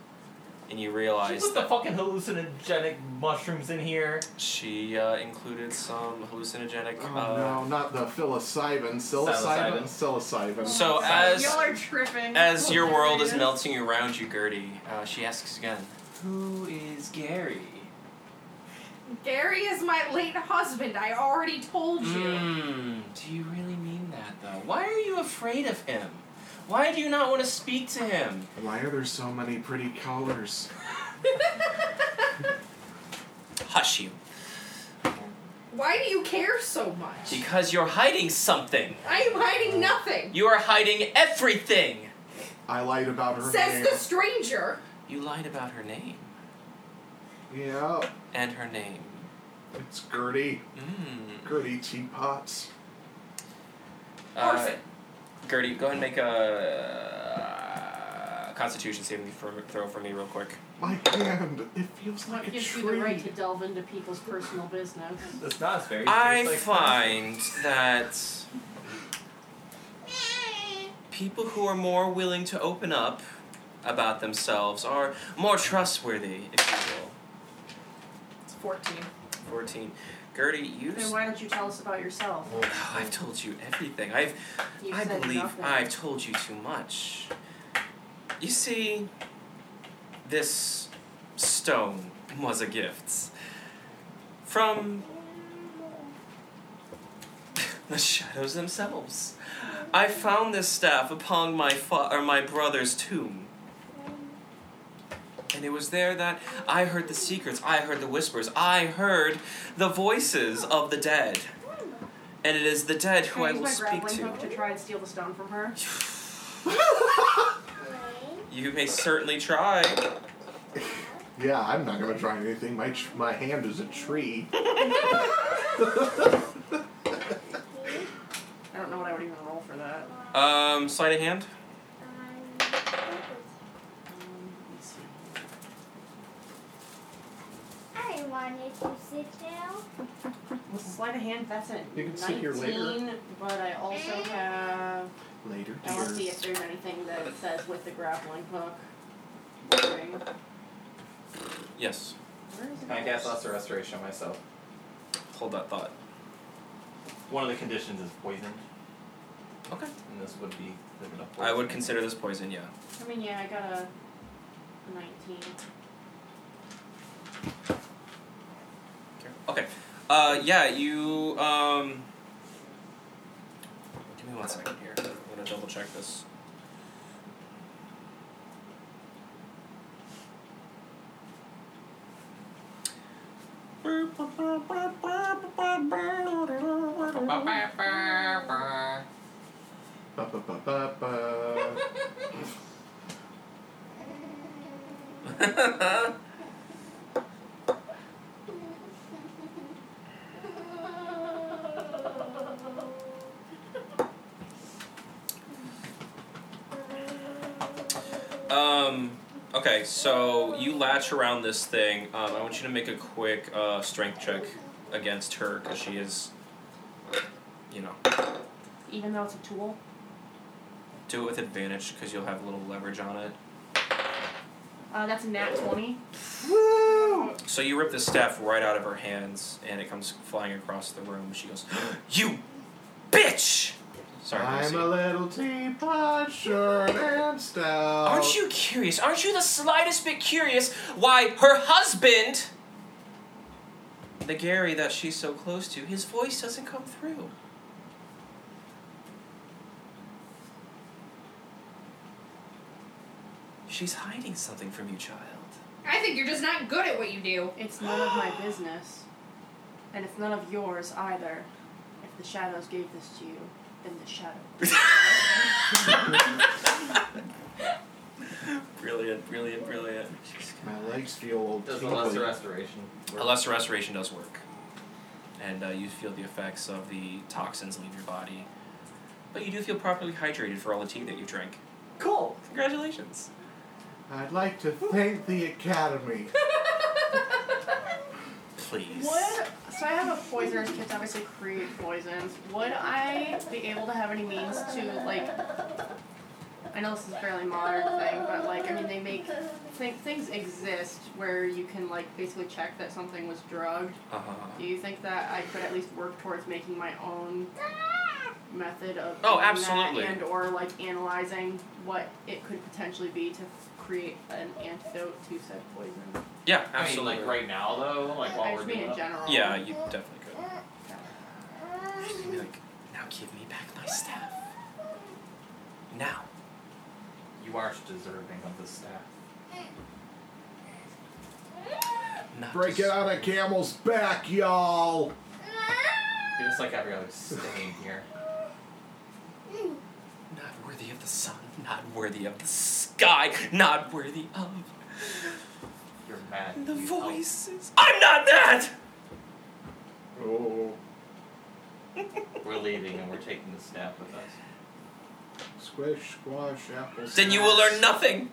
Speaker 2: and you
Speaker 4: She
Speaker 2: realize
Speaker 4: put the
Speaker 2: that
Speaker 4: fucking hallucinogenic mushrooms in here.
Speaker 2: she uh, included some hallucinogenic.
Speaker 5: Oh
Speaker 2: uh,
Speaker 5: no, not the psilocybin. Psilocybin. Psilocybin.
Speaker 2: So as
Speaker 3: Y'all are tripping.
Speaker 2: As your world is
Speaker 3: Hilarious.
Speaker 2: melting around you, Gertie, uh, she asks again, Who is Gary?
Speaker 6: Gary is my late husband. I already told you.
Speaker 2: Mmm, do you really mean that, though? Why are you afraid of him? Why do you not want to speak to him?
Speaker 5: Why are there so many pretty colors?
Speaker 2: Hush you.
Speaker 6: Why do you care so much?
Speaker 2: Because you're hiding something.
Speaker 6: I am hiding nothing.
Speaker 2: You are hiding everything.
Speaker 5: I lied about her
Speaker 6: Says
Speaker 5: name.
Speaker 6: the stranger.
Speaker 2: You lied about her name.
Speaker 5: Yeah,
Speaker 2: And her name.
Speaker 5: it's Gertie.
Speaker 2: Mmm.
Speaker 5: Gertie Teapots.
Speaker 2: Uh,
Speaker 6: Orphan.
Speaker 2: Gertie, go ahead and make a. uh, Constitution saving throw for me real quick.
Speaker 5: My hand. It feels
Speaker 3: What
Speaker 5: like a
Speaker 3: gives
Speaker 5: tree.
Speaker 3: you the right to delve into people's personal business?
Speaker 8: It's not as very.
Speaker 2: I
Speaker 8: it's like-
Speaker 2: find that people who are more willing to open up about themselves are more trustworthy, if you will.
Speaker 3: It's 14.
Speaker 2: 14. Gertie, you.
Speaker 3: Then why don't you tell us about yourself?
Speaker 2: Oh, I've told you everything. I've.
Speaker 3: You
Speaker 2: I
Speaker 3: said
Speaker 2: believe
Speaker 3: nothing.
Speaker 2: I've told you too much. You see, this stone was a gift from the shadows themselves. I found this staff upon my fa- or my brother's tomb. And it was there that I heard the secrets, I heard the whispers, I heard the voices of the dead. And it is the dead
Speaker 3: Can
Speaker 2: who
Speaker 3: I
Speaker 2: I
Speaker 3: use
Speaker 2: will
Speaker 3: my
Speaker 2: speak
Speaker 3: grappling
Speaker 2: to.
Speaker 3: hook to try and steal the stone from her?
Speaker 2: You may certainly try.
Speaker 5: Yeah, I'm not gonna try anything. My tr- my hand is a tree.
Speaker 3: I don't know what I would even roll for that.
Speaker 2: Um, sleight of hand.
Speaker 7: I wanted to sit down.
Speaker 3: With sleight of hand, that's a
Speaker 5: You can
Speaker 3: 19,
Speaker 5: sit here later.
Speaker 3: but I also have.
Speaker 5: Later.
Speaker 3: I want to see if
Speaker 5: dear.
Speaker 3: there's anything that it says with the grappling hook. Ring.
Speaker 2: Yes.
Speaker 3: Where is it?
Speaker 8: I cast Lesser Restoration on myself.
Speaker 2: Hold that thought.
Speaker 8: One of the conditions is poisoned,
Speaker 2: Okay.
Speaker 8: and this would be living up.
Speaker 2: I would consider this poison. Yeah.
Speaker 3: I mean, yeah, I got a 19.
Speaker 2: Okay. Uh, yeah. You um. Give me one second here. I'm gonna double check this.
Speaker 5: Ba, ba, ba, ba, ba.
Speaker 2: um. Okay. So you latch around this thing. Um, I want you to make a quick uh, strength check against her because she is, you know,
Speaker 3: Even though it's a tool?
Speaker 2: do it with advantage because you'll have a little leverage on it.
Speaker 3: Uh, that's a nat 20.
Speaker 2: So you rip the staff right out of her hands, and it comes flying across the room. She goes, "You bitch!" Sorry.
Speaker 5: I'm
Speaker 2: Lucy.
Speaker 5: a little teapot, short and stout.
Speaker 2: Aren't you curious? Aren't you the slightest bit curious why her husband, the Gary that she's so close to, his voice doesn't come through? She's hiding something from you, child.
Speaker 12: I think you're just not good at what you do.
Speaker 3: It's none of my business. And it's none of yours either. If the shadows gave this to you, then the shadow.
Speaker 2: Brilliant, brilliant, brilliant.
Speaker 5: My legs feel old.
Speaker 8: Does the Lesser
Speaker 5: tingly.
Speaker 8: Restoration? work?
Speaker 2: A lesser restoration does work, and uh, you feel the effects of the toxins leave your body, but you do feel properly hydrated for all the tea that you drank.
Speaker 8: Cool.
Speaker 2: Congratulations.
Speaker 5: I'd like to thank the Academy.
Speaker 2: Please.
Speaker 3: Would so I have a poisoner's kids obviously create poisons. Would I be able to have any means to like I know this is a fairly modern thing, but like I mean they make think things exist where you can like basically check that something was drugged.
Speaker 2: Uh
Speaker 3: Do you think that I could at least work towards making my own method of
Speaker 2: Oh,
Speaker 3: doing that
Speaker 2: absolutely.
Speaker 3: and or like analyzing what it could potentially be to create an antidote to said poison?
Speaker 2: Yeah,
Speaker 8: I mean,
Speaker 2: absolutely.
Speaker 8: like right now though, like while
Speaker 3: I
Speaker 8: we're
Speaker 3: just mean
Speaker 8: doing
Speaker 3: in
Speaker 8: it.
Speaker 3: general.
Speaker 2: Yeah, you definitely could. She's gonna be like, now give me back my staff. Now.
Speaker 8: You are deserving of this staff.
Speaker 2: Not
Speaker 5: Break it
Speaker 2: just-
Speaker 5: out of camel's back, y'all.
Speaker 8: You're just like every other stain here.
Speaker 2: Not worthy of the sun, not worthy of the sky, not worthy of
Speaker 8: You're mad.
Speaker 2: the
Speaker 8: You need help.
Speaker 2: voices. I'm not that!
Speaker 5: Oh.
Speaker 8: We're leaving and we're taking the staff with us.
Speaker 5: Squish, squash, apple.
Speaker 2: Then you will learn nothing.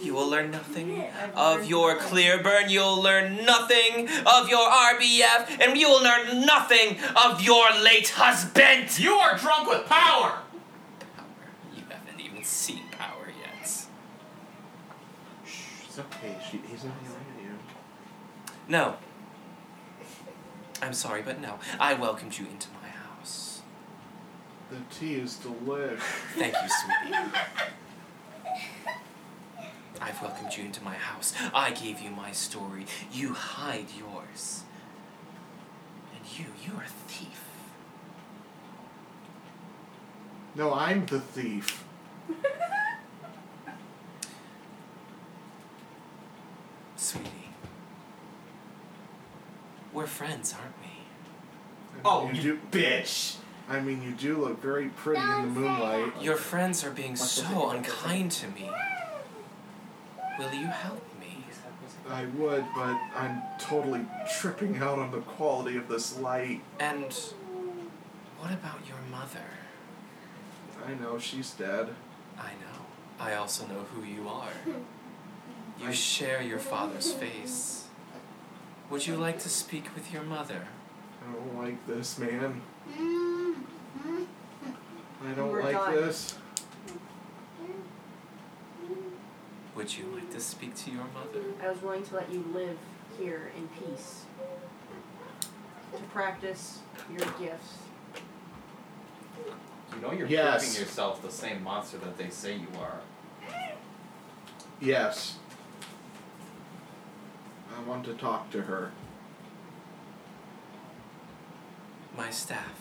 Speaker 2: You will learn nothing of your clear burn. You'll learn nothing of your RBF, and you will learn nothing of your late husband.
Speaker 4: You are drunk with power.
Speaker 2: You haven't even seen power yet.
Speaker 5: It's okay. She, he's not yelling at
Speaker 2: No. I'm sorry, but no. I welcomed you into my house.
Speaker 5: you. The tea is delish.
Speaker 2: Thank you, sweetie. I've welcomed you into my house. I gave you my story. You hide yours. And you, you're a thief.
Speaker 5: No, I'm the thief.
Speaker 2: Sweetie. We're friends, aren't we?
Speaker 5: Oh, you, bitch! I mean, you do look very pretty in the moonlight.
Speaker 2: Your friends are being so unkind to me. Will you help me?
Speaker 5: I would, but I'm totally tripping out on the quality of this light.
Speaker 2: And what about your mother?
Speaker 5: I know she's dead.
Speaker 2: I know. I also know who you are. You share your father's face. Would you like to speak with your mother?
Speaker 5: I don't like this, man. I don't
Speaker 2: Mm-hmm. We're
Speaker 5: like
Speaker 2: done.
Speaker 5: this.
Speaker 2: Would you like to speak to your mother?
Speaker 3: I was willing to let you live here in peace. To practice your gifts.
Speaker 8: You know you're
Speaker 5: Yes.
Speaker 8: proving yourself the same monster that they say you are.
Speaker 5: Yes. I want to talk to her.
Speaker 2: My staff.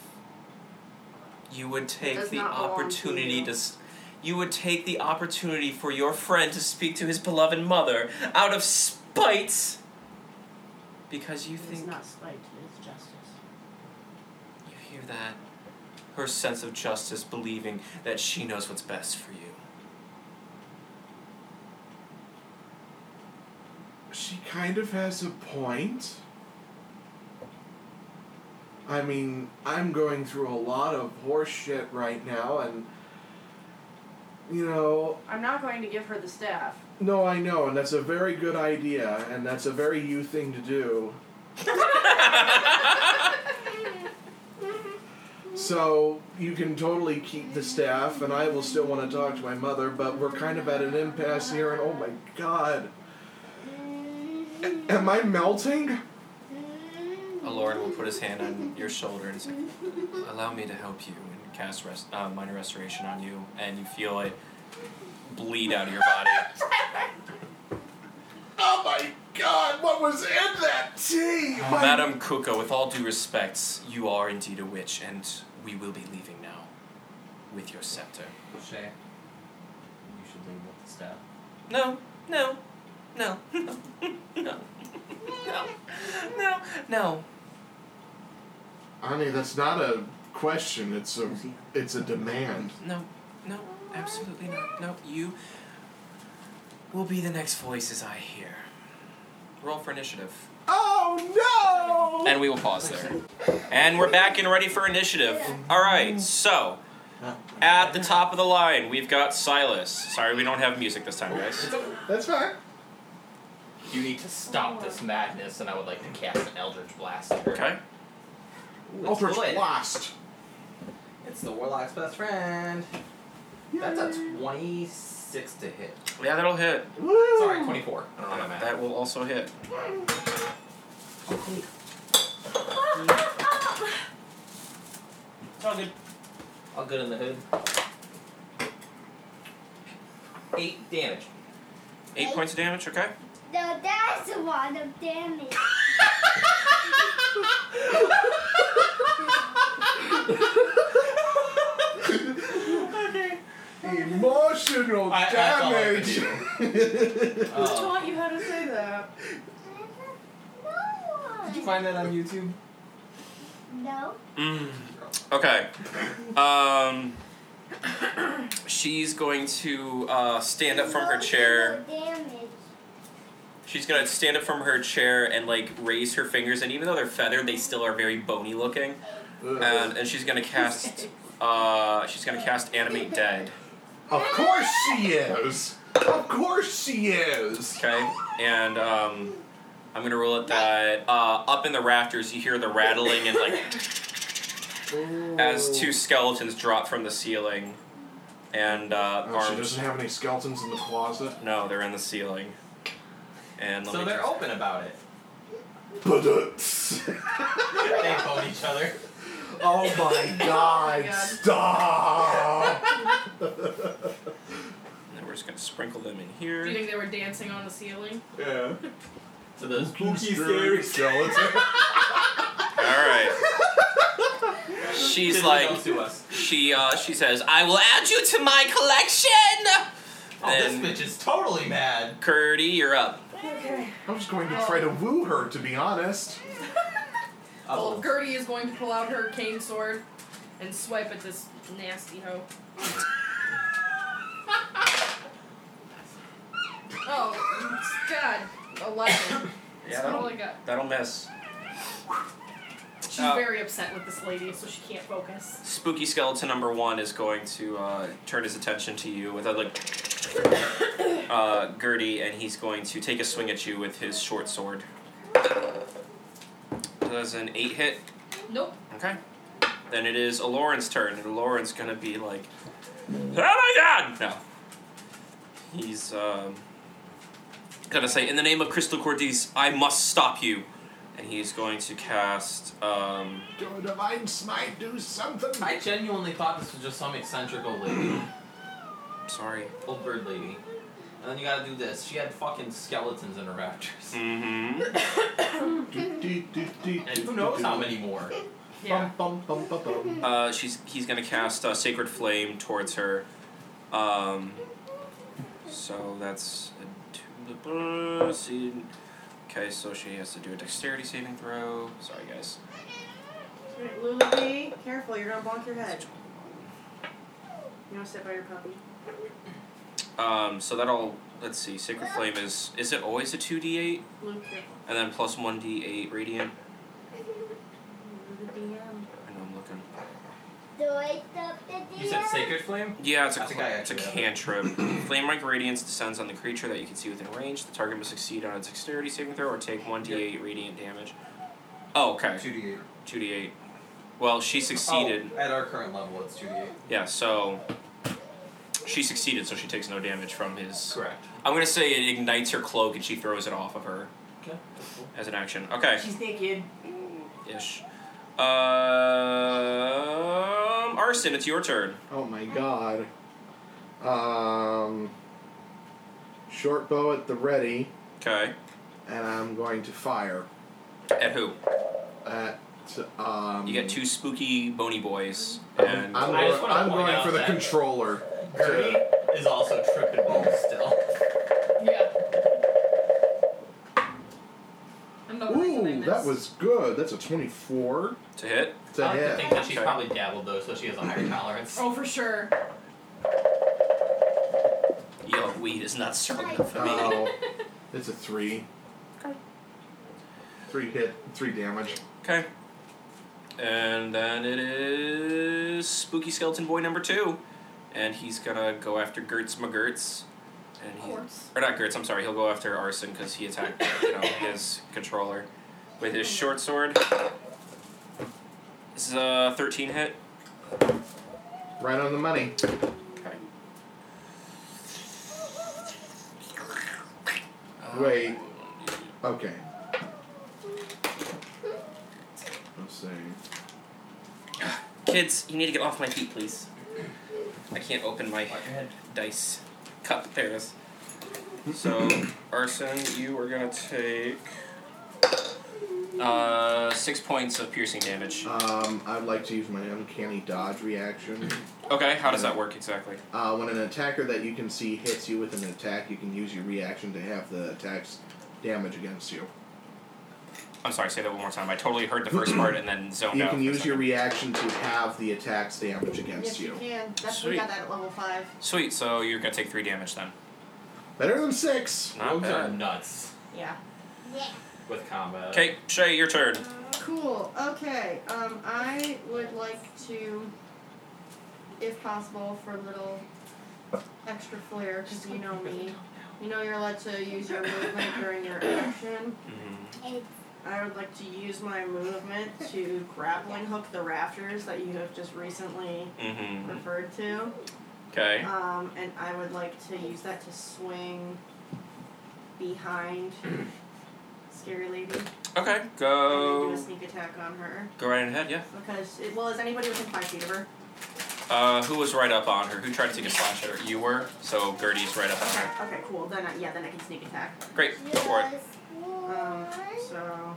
Speaker 2: You would take
Speaker 13: Does
Speaker 2: the
Speaker 13: not belong to
Speaker 2: opportunity
Speaker 13: you.
Speaker 2: to. S- you would take the opportunity for your friend to speak to his beloved mother out of spite because you
Speaker 3: It's
Speaker 2: think
Speaker 3: not spite, it's justice.
Speaker 2: You hear that? Her sense of justice believing that she knows what's best for you.
Speaker 5: She kind of has a point. I mean, I'm going through a lot of horse shit right now, and. You know,
Speaker 13: I'm not going to give her the staff.
Speaker 5: no, I know, and that's a very good idea, and that's a very you thing to do. So, you can totally keep the staff, and I will still want to talk to my mother, but we're kind of at an impasse here, and oh my god. A- am I melting?
Speaker 2: Aloran will put his hand on your shoulder and say, Allow me to help you, and cast rest, uh, minor restoration on you, and you feel it bleed out of your body.
Speaker 5: Oh my god, what was in that tea? My-
Speaker 2: Madam Kuka, with all due respect, you are indeed a witch, and we will be leaving now with your scepter.
Speaker 8: Shay, you should leave with the staff.
Speaker 2: No, no, no, no, no, no, no.
Speaker 5: Ani, that's not a question, it's a it's a demand.
Speaker 2: No, no, absolutely not. No, you will be the next voices I hear. Roll for initiative.
Speaker 5: Oh
Speaker 2: And we will pause there. And we're back and ready for initiative. All right, so at the top of the line, we've got Silas. Sorry, we don't have music this time, guys.
Speaker 5: That's fine.
Speaker 8: You need to stop this madness, and I would like to cast an Eldritch Blast. at her.
Speaker 2: Okay.
Speaker 8: Ooh, it's
Speaker 5: Eldritch
Speaker 8: good.
Speaker 5: Blast!
Speaker 8: It's the Warlock's best friend. That's a 26 to hit.
Speaker 2: Yeah, that'll hit.
Speaker 8: Sorry, 24. I don't know what I'm at.
Speaker 2: That will also hit.
Speaker 8: It's all good. All good in the hood. Eight damage.
Speaker 2: Eight points of damage, okay?
Speaker 7: No, that's a lot of damage.
Speaker 5: Emotional
Speaker 8: I- that's all I could
Speaker 5: damage!
Speaker 8: Uh,
Speaker 13: Who
Speaker 8: um,
Speaker 13: taught you how to say that?
Speaker 8: Did you find that on YouTube?
Speaker 7: No.
Speaker 2: Mm. Okay. Um, she's going to uh, stand up from her chair.
Speaker 7: No damage.
Speaker 2: She's gonna stand up from her chair and like raise her fingers, and even though they're feathered, they still are very bony looking.
Speaker 5: Ugh.
Speaker 2: And, and she's gonna cast Uh, she's gonna cast animate dead.
Speaker 5: Of course she is. Of course she is.
Speaker 2: Okay, and um, I'm gonna roll it that uh, up in the rafters you hear the rattling and like as two skeletons drop from the ceiling, and uh,
Speaker 5: Oh, she
Speaker 2: arms.
Speaker 5: doesn't have any skeletons in the closet.
Speaker 2: No, they're in the ceiling. And let
Speaker 8: So
Speaker 2: me
Speaker 8: they're
Speaker 2: just-
Speaker 8: open about it.
Speaker 5: Ba-dunks.
Speaker 8: they bone each other.
Speaker 5: Oh my god,
Speaker 8: God.
Speaker 5: stop!
Speaker 2: And then we're just gonna sprinkle them
Speaker 13: Do
Speaker 2: in
Speaker 13: you
Speaker 2: here.
Speaker 13: think they were dancing on the ceiling?
Speaker 5: Yeah.
Speaker 2: To the
Speaker 5: spooky, scary skeleton.
Speaker 2: All right. She's
Speaker 8: Didn't
Speaker 2: like,
Speaker 8: belong to us.
Speaker 2: she uh, she says, "I will add you to my collection."
Speaker 8: Oh, this
Speaker 2: And-
Speaker 8: bitch is totally mad.
Speaker 2: Curdy, you're up.
Speaker 13: Okay.
Speaker 5: I'm just going to try
Speaker 8: Oh.
Speaker 5: to woo her, to be honest.
Speaker 13: Well, Gertie is going to pull out her cane sword and swipe at this nasty hoe. oh, God. 11.
Speaker 2: Yeah,
Speaker 13: That's all
Speaker 2: that'll,
Speaker 13: I got.
Speaker 2: that'll miss.
Speaker 13: She's
Speaker 2: Uh,
Speaker 13: very upset with this lady, so she can't focus.
Speaker 2: Spooky skeleton number one is going to uh, turn his attention to you with a like, uh, Gertie, and he's going to take a swing at you with his short sword. Does an eight hit?
Speaker 13: Nope.
Speaker 2: Okay. Then it is Aloran's turn, and Aloran's gonna be like, "Oh my God!" No. He's um, gonna say, "In the name of Crystal Cordes, I must stop you," and he's going to cast. Um,
Speaker 5: Do a divine smite, do something.
Speaker 8: I genuinely thought this was just some eccentric old lady,
Speaker 2: sorry.
Speaker 8: old bird lady. And then you gotta do this. She had fucking skeletons in her rafters.
Speaker 2: Mm-hmm.
Speaker 8: And who knows how many more?
Speaker 13: Yeah.
Speaker 5: Bum, bum, bum, bum.
Speaker 2: Uh, she's he's gonna cast uh, Sacred Flame towards her. Um, so that's a two- see- okay. So she has to do a Dexterity saving throw. Sorry, guys.
Speaker 3: Alright, Lulu, be careful, you're gonna bonk your head. You wanna sit by your puppy?
Speaker 2: Um, so that'll let's see. Sacred Flame is is it always a two d eight
Speaker 3: Lulu, careful.
Speaker 2: and then plus one d eight radiant?
Speaker 3: Lulu, the DM.
Speaker 2: I know I'm looking.
Speaker 7: Do I stop the
Speaker 8: You said
Speaker 7: DM?
Speaker 8: sacred flame?
Speaker 2: Yeah, it's a,
Speaker 8: That's a
Speaker 2: cla-
Speaker 8: guy
Speaker 2: it's a
Speaker 8: actually,
Speaker 2: cantrip. Flame like radiance descends on the creature that you can see within range. The target must succeed on a dexterity saving throw or take 1d8 radiant damage. Oh, okay.
Speaker 8: Two D
Speaker 2: 2d8.
Speaker 8: eight.
Speaker 2: Well, she succeeded.
Speaker 8: Oh, at our current level, it's two D eight.
Speaker 2: Yeah, so she succeeded, so she takes no damage from his.
Speaker 8: Correct.
Speaker 2: I'm going to say it ignites her cloak and she throws it off of her
Speaker 8: Okay.
Speaker 2: as an action. Okay.
Speaker 13: She's naked.
Speaker 2: Ish. Um, Arson, it's your turn.
Speaker 5: Oh my god. Um, short bow at the ready,
Speaker 2: Okay.
Speaker 5: and I'm going to fire
Speaker 2: At who?
Speaker 5: at. Um,
Speaker 2: You get two spooky bony boys. And
Speaker 5: I'm,
Speaker 8: I just
Speaker 5: go-
Speaker 8: wanna
Speaker 5: I'm
Speaker 8: point
Speaker 5: going
Speaker 8: out
Speaker 5: for the
Speaker 8: that-
Speaker 5: controller.
Speaker 8: Gertie is also tripping balls still.
Speaker 13: Yeah. I'm not
Speaker 5: Ooh,
Speaker 13: recommending
Speaker 5: that
Speaker 13: this.
Speaker 5: was good. That's a 24.
Speaker 2: to hit.
Speaker 5: It's a
Speaker 8: I like to
Speaker 5: hit.
Speaker 8: think that she's
Speaker 2: Okay.
Speaker 8: probably dabbled though, so she has a higher tolerance.
Speaker 13: Oh, for sure.
Speaker 2: Yo, weed is not strong enough for me.
Speaker 5: Oh, it's a three. Three hit, three damage.
Speaker 2: Okay. And then it is Spooky Skeleton Boy number two. And he's gonna go after Gertz McGertz. And
Speaker 13: Of
Speaker 2: he,
Speaker 13: course.
Speaker 2: or not Gertz, I'm sorry, he'll go after Arson because he attacked you know, his controller with his short sword. This is a 13 hit.
Speaker 5: Right on the money.
Speaker 2: Okay.
Speaker 5: Wait. Okay. Let's see.
Speaker 2: Kids, you need to get off my feet, please. I can't open my
Speaker 8: head.
Speaker 2: dice cup. There it is. So, Arson, you are gonna take uh, six points of piercing damage.
Speaker 5: Um, I'd like to use my uncanny dodge reaction.
Speaker 2: Okay, how does that work exactly?
Speaker 5: Uh, when an attacker that you can see hits you with an attack, you can use your reaction to have the attack's damage against you.
Speaker 2: I'm sorry, say that one more time. I totally heard the first part and then zoned
Speaker 5: You
Speaker 2: out.
Speaker 5: can
Speaker 2: for a
Speaker 5: use your
Speaker 2: second.
Speaker 5: reaction to have the attack's damage
Speaker 3: Yes,
Speaker 5: against
Speaker 3: you
Speaker 5: you.
Speaker 3: can. That's
Speaker 2: Sweet.
Speaker 3: we got that at level five.
Speaker 2: Sweet, so you're gonna take three damage then.
Speaker 5: Better than six.
Speaker 2: Not
Speaker 8: Rogues are
Speaker 2: bad.
Speaker 8: nuts
Speaker 3: Yeah.
Speaker 7: Yeah.
Speaker 8: with combat.
Speaker 2: Okay, Shay, your turn.
Speaker 3: Cool. Okay. Um, I would like to if possible, for a little extra flair, because you know me. You know you're allowed to use your movement during your action. I would like to use my movement to grappling hook the rafters that you have just recently
Speaker 4: Mhm.
Speaker 3: referred to.
Speaker 4: Okay.
Speaker 3: Um, and I would like to use that to swing behind Scary Lady.
Speaker 4: Okay.
Speaker 3: And do
Speaker 4: Go.
Speaker 3: a sneak attack on her.
Speaker 4: Go right ahead. Yeah.
Speaker 3: Because, it, well, is anybody within five feet of her?
Speaker 4: Uh, who was right up on her? Who tried to take a slash at her? You were. So Gertie's right up on her.
Speaker 3: Okay, cool. Then I, yeah, then I can sneak attack.
Speaker 4: Great. Go for it.
Speaker 3: Um, so.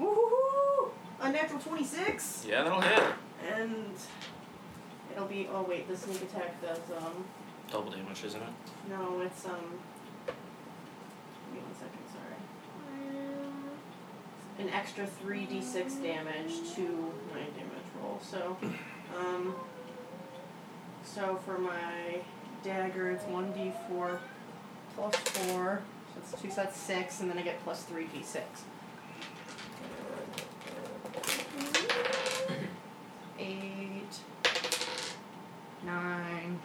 Speaker 3: Woohoo! A natural 26?
Speaker 4: Yeah, that'll hit.
Speaker 3: And it'll be. Oh, wait, the sneak attack does, um.
Speaker 4: Double damage, isn't it?
Speaker 3: No, it's, um. Give me one second, sorry. An extra 3d6 damage to my damage roll. So, um. So for my dagger, it's 1d4 plus 4. So it's 2, so that's 6, and then I get plus 3d6. 8, 9,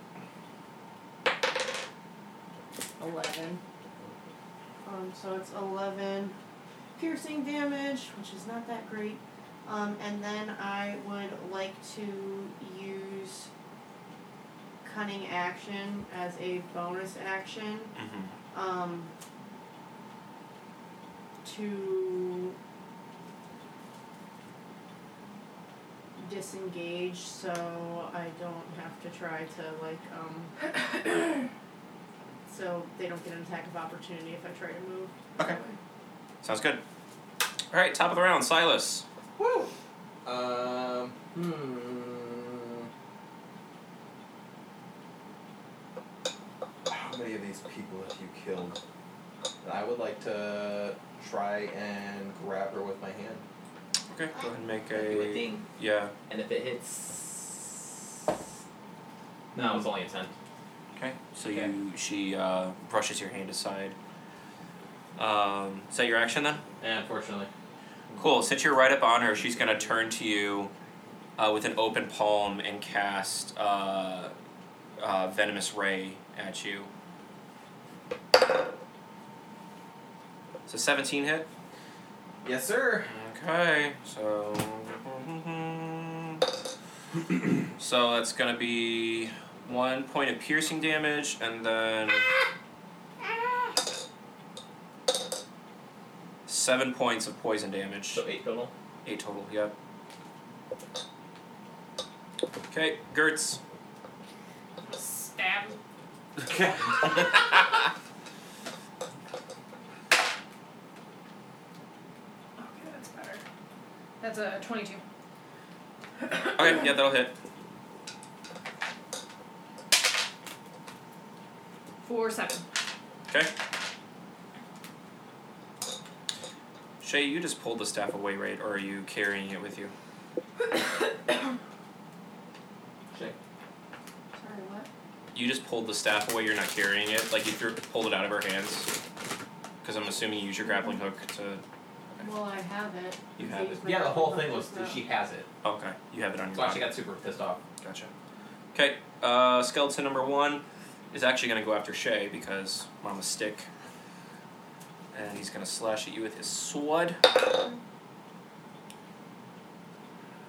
Speaker 3: 11. Um, so it's 11 piercing damage, which is not that great. Um, and then I would like to use cunning action as a bonus action um, to disengage so I don't have to try to like um so they don't get an attack of opportunity if I try to move.
Speaker 4: Okay. Sounds good. All right. Top of the round, Silas.
Speaker 3: Woo!
Speaker 8: Um. Hmm.
Speaker 14: How many of these people have you killed? And I would like to try and grab her with my hand.
Speaker 4: Okay. Go ahead and make
Speaker 8: Do a
Speaker 4: a.
Speaker 8: thing,
Speaker 4: Yeah.
Speaker 8: and if it hits, no, it was only a ten.
Speaker 4: Okay. So you she uh, brushes your hand aside. Um, is that your action then?
Speaker 8: Yeah, unfortunately.
Speaker 4: Cool. Since you're right up on her, she's gonna turn to you uh, with an open palm and cast uh, uh, venomous ray at you. So 17 hit.
Speaker 8: Yes, sir.
Speaker 4: Okay. So. so that's gonna be one point of piercing damage, and then seven points of poison damage.
Speaker 8: So eight total.
Speaker 4: Eight total, yep. Okay, Gertz.
Speaker 12: Stab.
Speaker 4: Okay.
Speaker 12: Okay, that's better. That's a 22.
Speaker 4: okay, yeah, that'll hit.
Speaker 12: Four, seven.
Speaker 4: Okay. Shay, you just pulled the staff away, right? Or are you carrying it with you?
Speaker 8: Shay.
Speaker 3: Sorry, what?
Speaker 4: You just pulled the staff away, you're not carrying it? Like you threw, pulled it out of her hands? Because I'm assuming you use your grappling hook to.
Speaker 3: Well, I have it.
Speaker 4: You have it.
Speaker 8: Yeah, the whole thing was she has it.
Speaker 4: Okay, you have it on your
Speaker 8: That's why she
Speaker 4: body.
Speaker 8: got super pissed off.
Speaker 4: Gotcha. Okay, uh, skeleton number one is actually going to go after Shay because Mama's stick. And he's going to slash at you with his sword.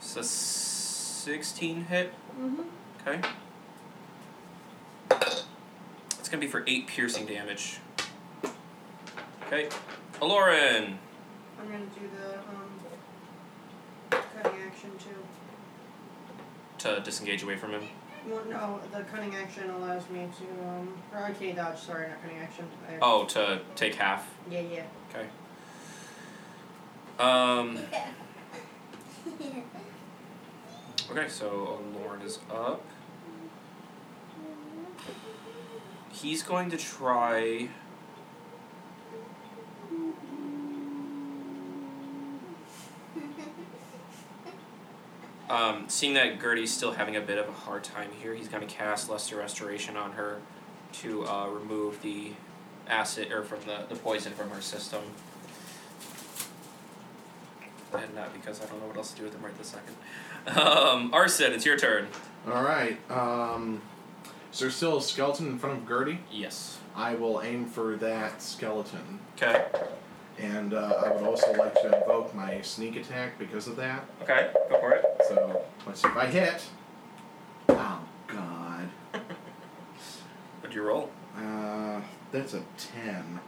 Speaker 4: So 16 hit.
Speaker 3: Mm-hmm.
Speaker 4: Okay. It's going to be for 8 piercing damage. Okay. Aloran!
Speaker 3: I'm gonna do the um, cutting action too.
Speaker 4: To disengage away from him.
Speaker 3: Well, no, the cutting action allows me to um, or I can't dodge. Sorry, not cutting action. I,
Speaker 4: Oh, to take half.
Speaker 3: Yeah, yeah.
Speaker 4: Okay. Um. Okay, so Lauren is up. He's going to try. Um, seeing that Gertie's still having a bit of a hard time here, he's going to cast Lesser Restoration on her to uh, remove the acid or from the, the poison from her system.
Speaker 2: and not because I don't know what else to do with them right this second. Um, Arson, it's your turn.
Speaker 5: All right. Um, is there still a skeleton in front of Gertie?
Speaker 2: Yes.
Speaker 5: I will aim for that skeleton.
Speaker 2: Okay.
Speaker 5: And uh, I would also like to invoke my sneak attack because of that.
Speaker 2: Okay, go for it.
Speaker 5: So let's see if I hit. Oh God.
Speaker 2: What'd you roll?
Speaker 5: Uh, that's a ten.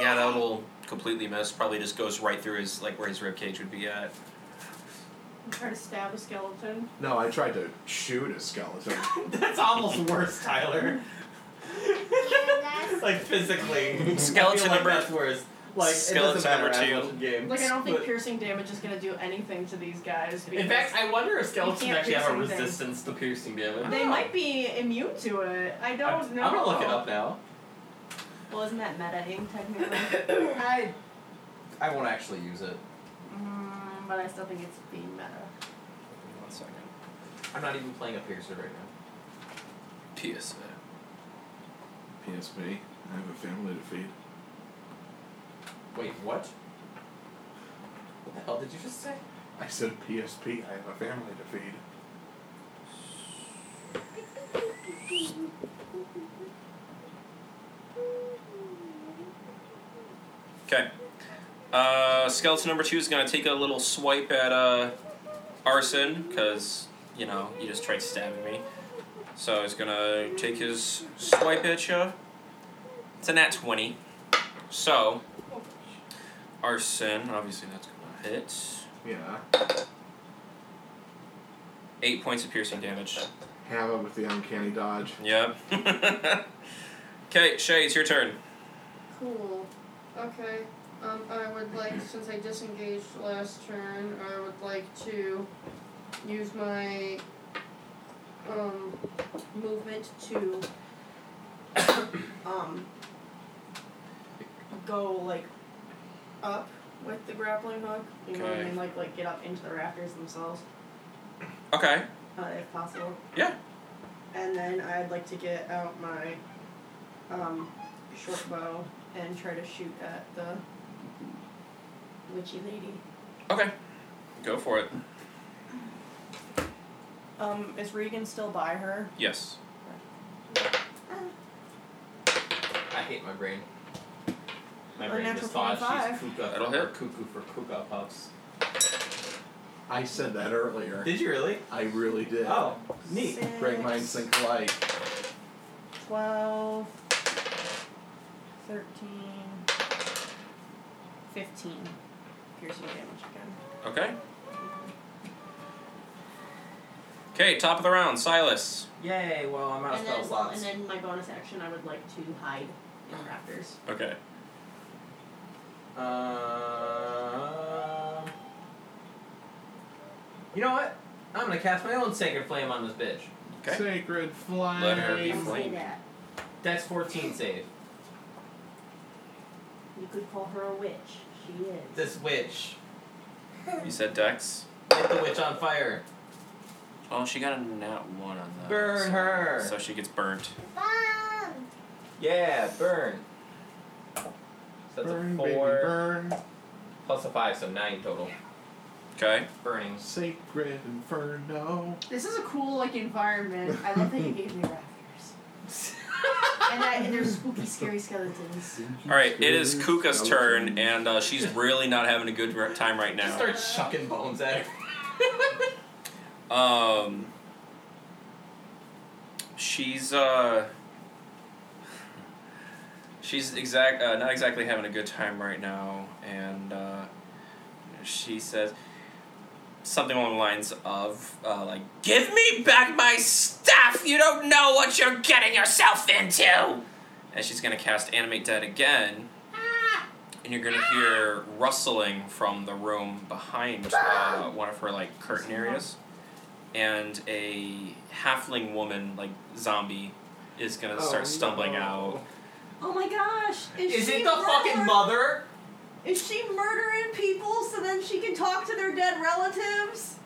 Speaker 2: Yeah, that will completely miss. Probably just goes right through his like where his rib cage would be at.
Speaker 3: Try to stab a skeleton.
Speaker 5: No, I tried to shoot a skeleton.
Speaker 8: That's almost worse, Tyler. like
Speaker 2: Skeleton
Speaker 8: physically. I feel like
Speaker 2: number-
Speaker 8: That's worse. Like it
Speaker 2: skeleton
Speaker 8: doesn't matter
Speaker 2: number
Speaker 8: as
Speaker 2: two.
Speaker 8: much in games.
Speaker 3: Like I don't think
Speaker 8: but-
Speaker 3: piercing damage is gonna do anything to these guys.
Speaker 8: In fact, I wonder if skeletons
Speaker 3: can't
Speaker 8: actually have a
Speaker 3: pierce anything.
Speaker 8: resistance to piercing damage.
Speaker 3: because they might be immune to it. I don't
Speaker 8: I'm
Speaker 3: know.
Speaker 8: gonna look it up now.
Speaker 3: Well, isn't that meta-ing technically?
Speaker 8: I I won't actually use it.
Speaker 3: mm, but I still think it's being meta.
Speaker 2: One second.
Speaker 8: I'm not even playing a piercer right now.
Speaker 2: PSA.
Speaker 5: PSP. I have a family to feed.
Speaker 8: Wait, what? What the hell did you just say?
Speaker 5: I said PSP. I have a family to feed.
Speaker 2: Okay. Uh, skeleton number two is gonna take a little swipe at uh, arson because you know you just tried stabbing me. So he's gonna take his swipe at you. It's a nat twenty. So arson, obviously that's gonna hit.
Speaker 5: Yeah.
Speaker 2: Eight points of piercing damage.
Speaker 5: Have it with the uncanny dodge.
Speaker 2: Yep. okay, Shay, it's your turn.
Speaker 15: Cool. Okay. Um, I would like, since I disengaged last turn, I would like to use my um, movement to um,
Speaker 3: Go like up with the grappling hook. You know what I
Speaker 2: Okay.
Speaker 3: mean? Like like get up into the rafters themselves,
Speaker 2: Okay.
Speaker 3: uh, if possible.
Speaker 2: Yeah.
Speaker 3: And then I'd like to get out my um, short bow and try to shoot at the witchy lady.
Speaker 2: Okay. Go for it.
Speaker 3: Um, is Regan still by her?
Speaker 2: Yes.
Speaker 8: I hate my brain. My
Speaker 3: A
Speaker 8: brain
Speaker 3: natural
Speaker 8: just thought
Speaker 3: 25.
Speaker 8: she's kuka
Speaker 2: That'll
Speaker 8: for-
Speaker 2: hit.
Speaker 8: cuckoo for kuka puffs.
Speaker 5: I said that earlier.
Speaker 8: Did you really?
Speaker 5: I really did.
Speaker 8: Oh, neat.
Speaker 3: Six,
Speaker 5: Great minds think alike.
Speaker 3: 12, 13, 15 piercing damage again.
Speaker 2: Okay. Okay, top of the round, Silas.
Speaker 8: Yay, well, I'm out of
Speaker 3: and,
Speaker 8: spell
Speaker 3: then,
Speaker 8: slots.
Speaker 3: and then my bonus action, I would like to hide in raptors.
Speaker 2: Okay.
Speaker 8: Um, you know what? I'm gonna cast my own sacred flame on this bitch.
Speaker 2: Okay.
Speaker 5: Sacred flame.
Speaker 2: Let her be
Speaker 3: Don't say
Speaker 2: flamed.
Speaker 3: that.
Speaker 8: Dex 14 save.
Speaker 3: You could call her a witch. She is.
Speaker 8: This witch.
Speaker 2: You said Dex.
Speaker 8: Get the witch on fire.
Speaker 2: Oh, she got a nat one on that.
Speaker 8: Burn
Speaker 2: so,
Speaker 8: her.
Speaker 2: So she gets burnt.
Speaker 7: Bomb!
Speaker 8: Yeah, burn. So that's
Speaker 5: Burn,
Speaker 8: a
Speaker 5: baby,
Speaker 8: four
Speaker 5: burn.
Speaker 8: plus a five, so nine total.
Speaker 2: Okay.
Speaker 8: Burning.
Speaker 5: Sacred inferno.
Speaker 16: This is a
Speaker 3: cool like environment. I love that you gave me raptors. and, that, and there's spooky, scary skeletons.
Speaker 2: All right. It is Kuka's turn, and uh, she's really not having a good r- time right
Speaker 8: Just
Speaker 2: now.
Speaker 8: start chucking bones at her.
Speaker 2: Um. She's uh. She's exact uh, not exactly having a good time right now, and uh, she says something along the lines of uh, like, "Give me back my stuff! You don't know what you're getting yourself into." And she's gonna cast Animate Dead again, and you're gonna hear rustling from the room behind uh, one of her like curtain areas, and a halfling woman like zombie is gonna
Speaker 5: Oh,
Speaker 2: start stumbling
Speaker 5: no.
Speaker 2: out.
Speaker 3: Oh my gosh! Is,
Speaker 8: Is
Speaker 3: she
Speaker 8: it the fucking mother?
Speaker 3: Is she murdering people so then she can talk to their dead relatives?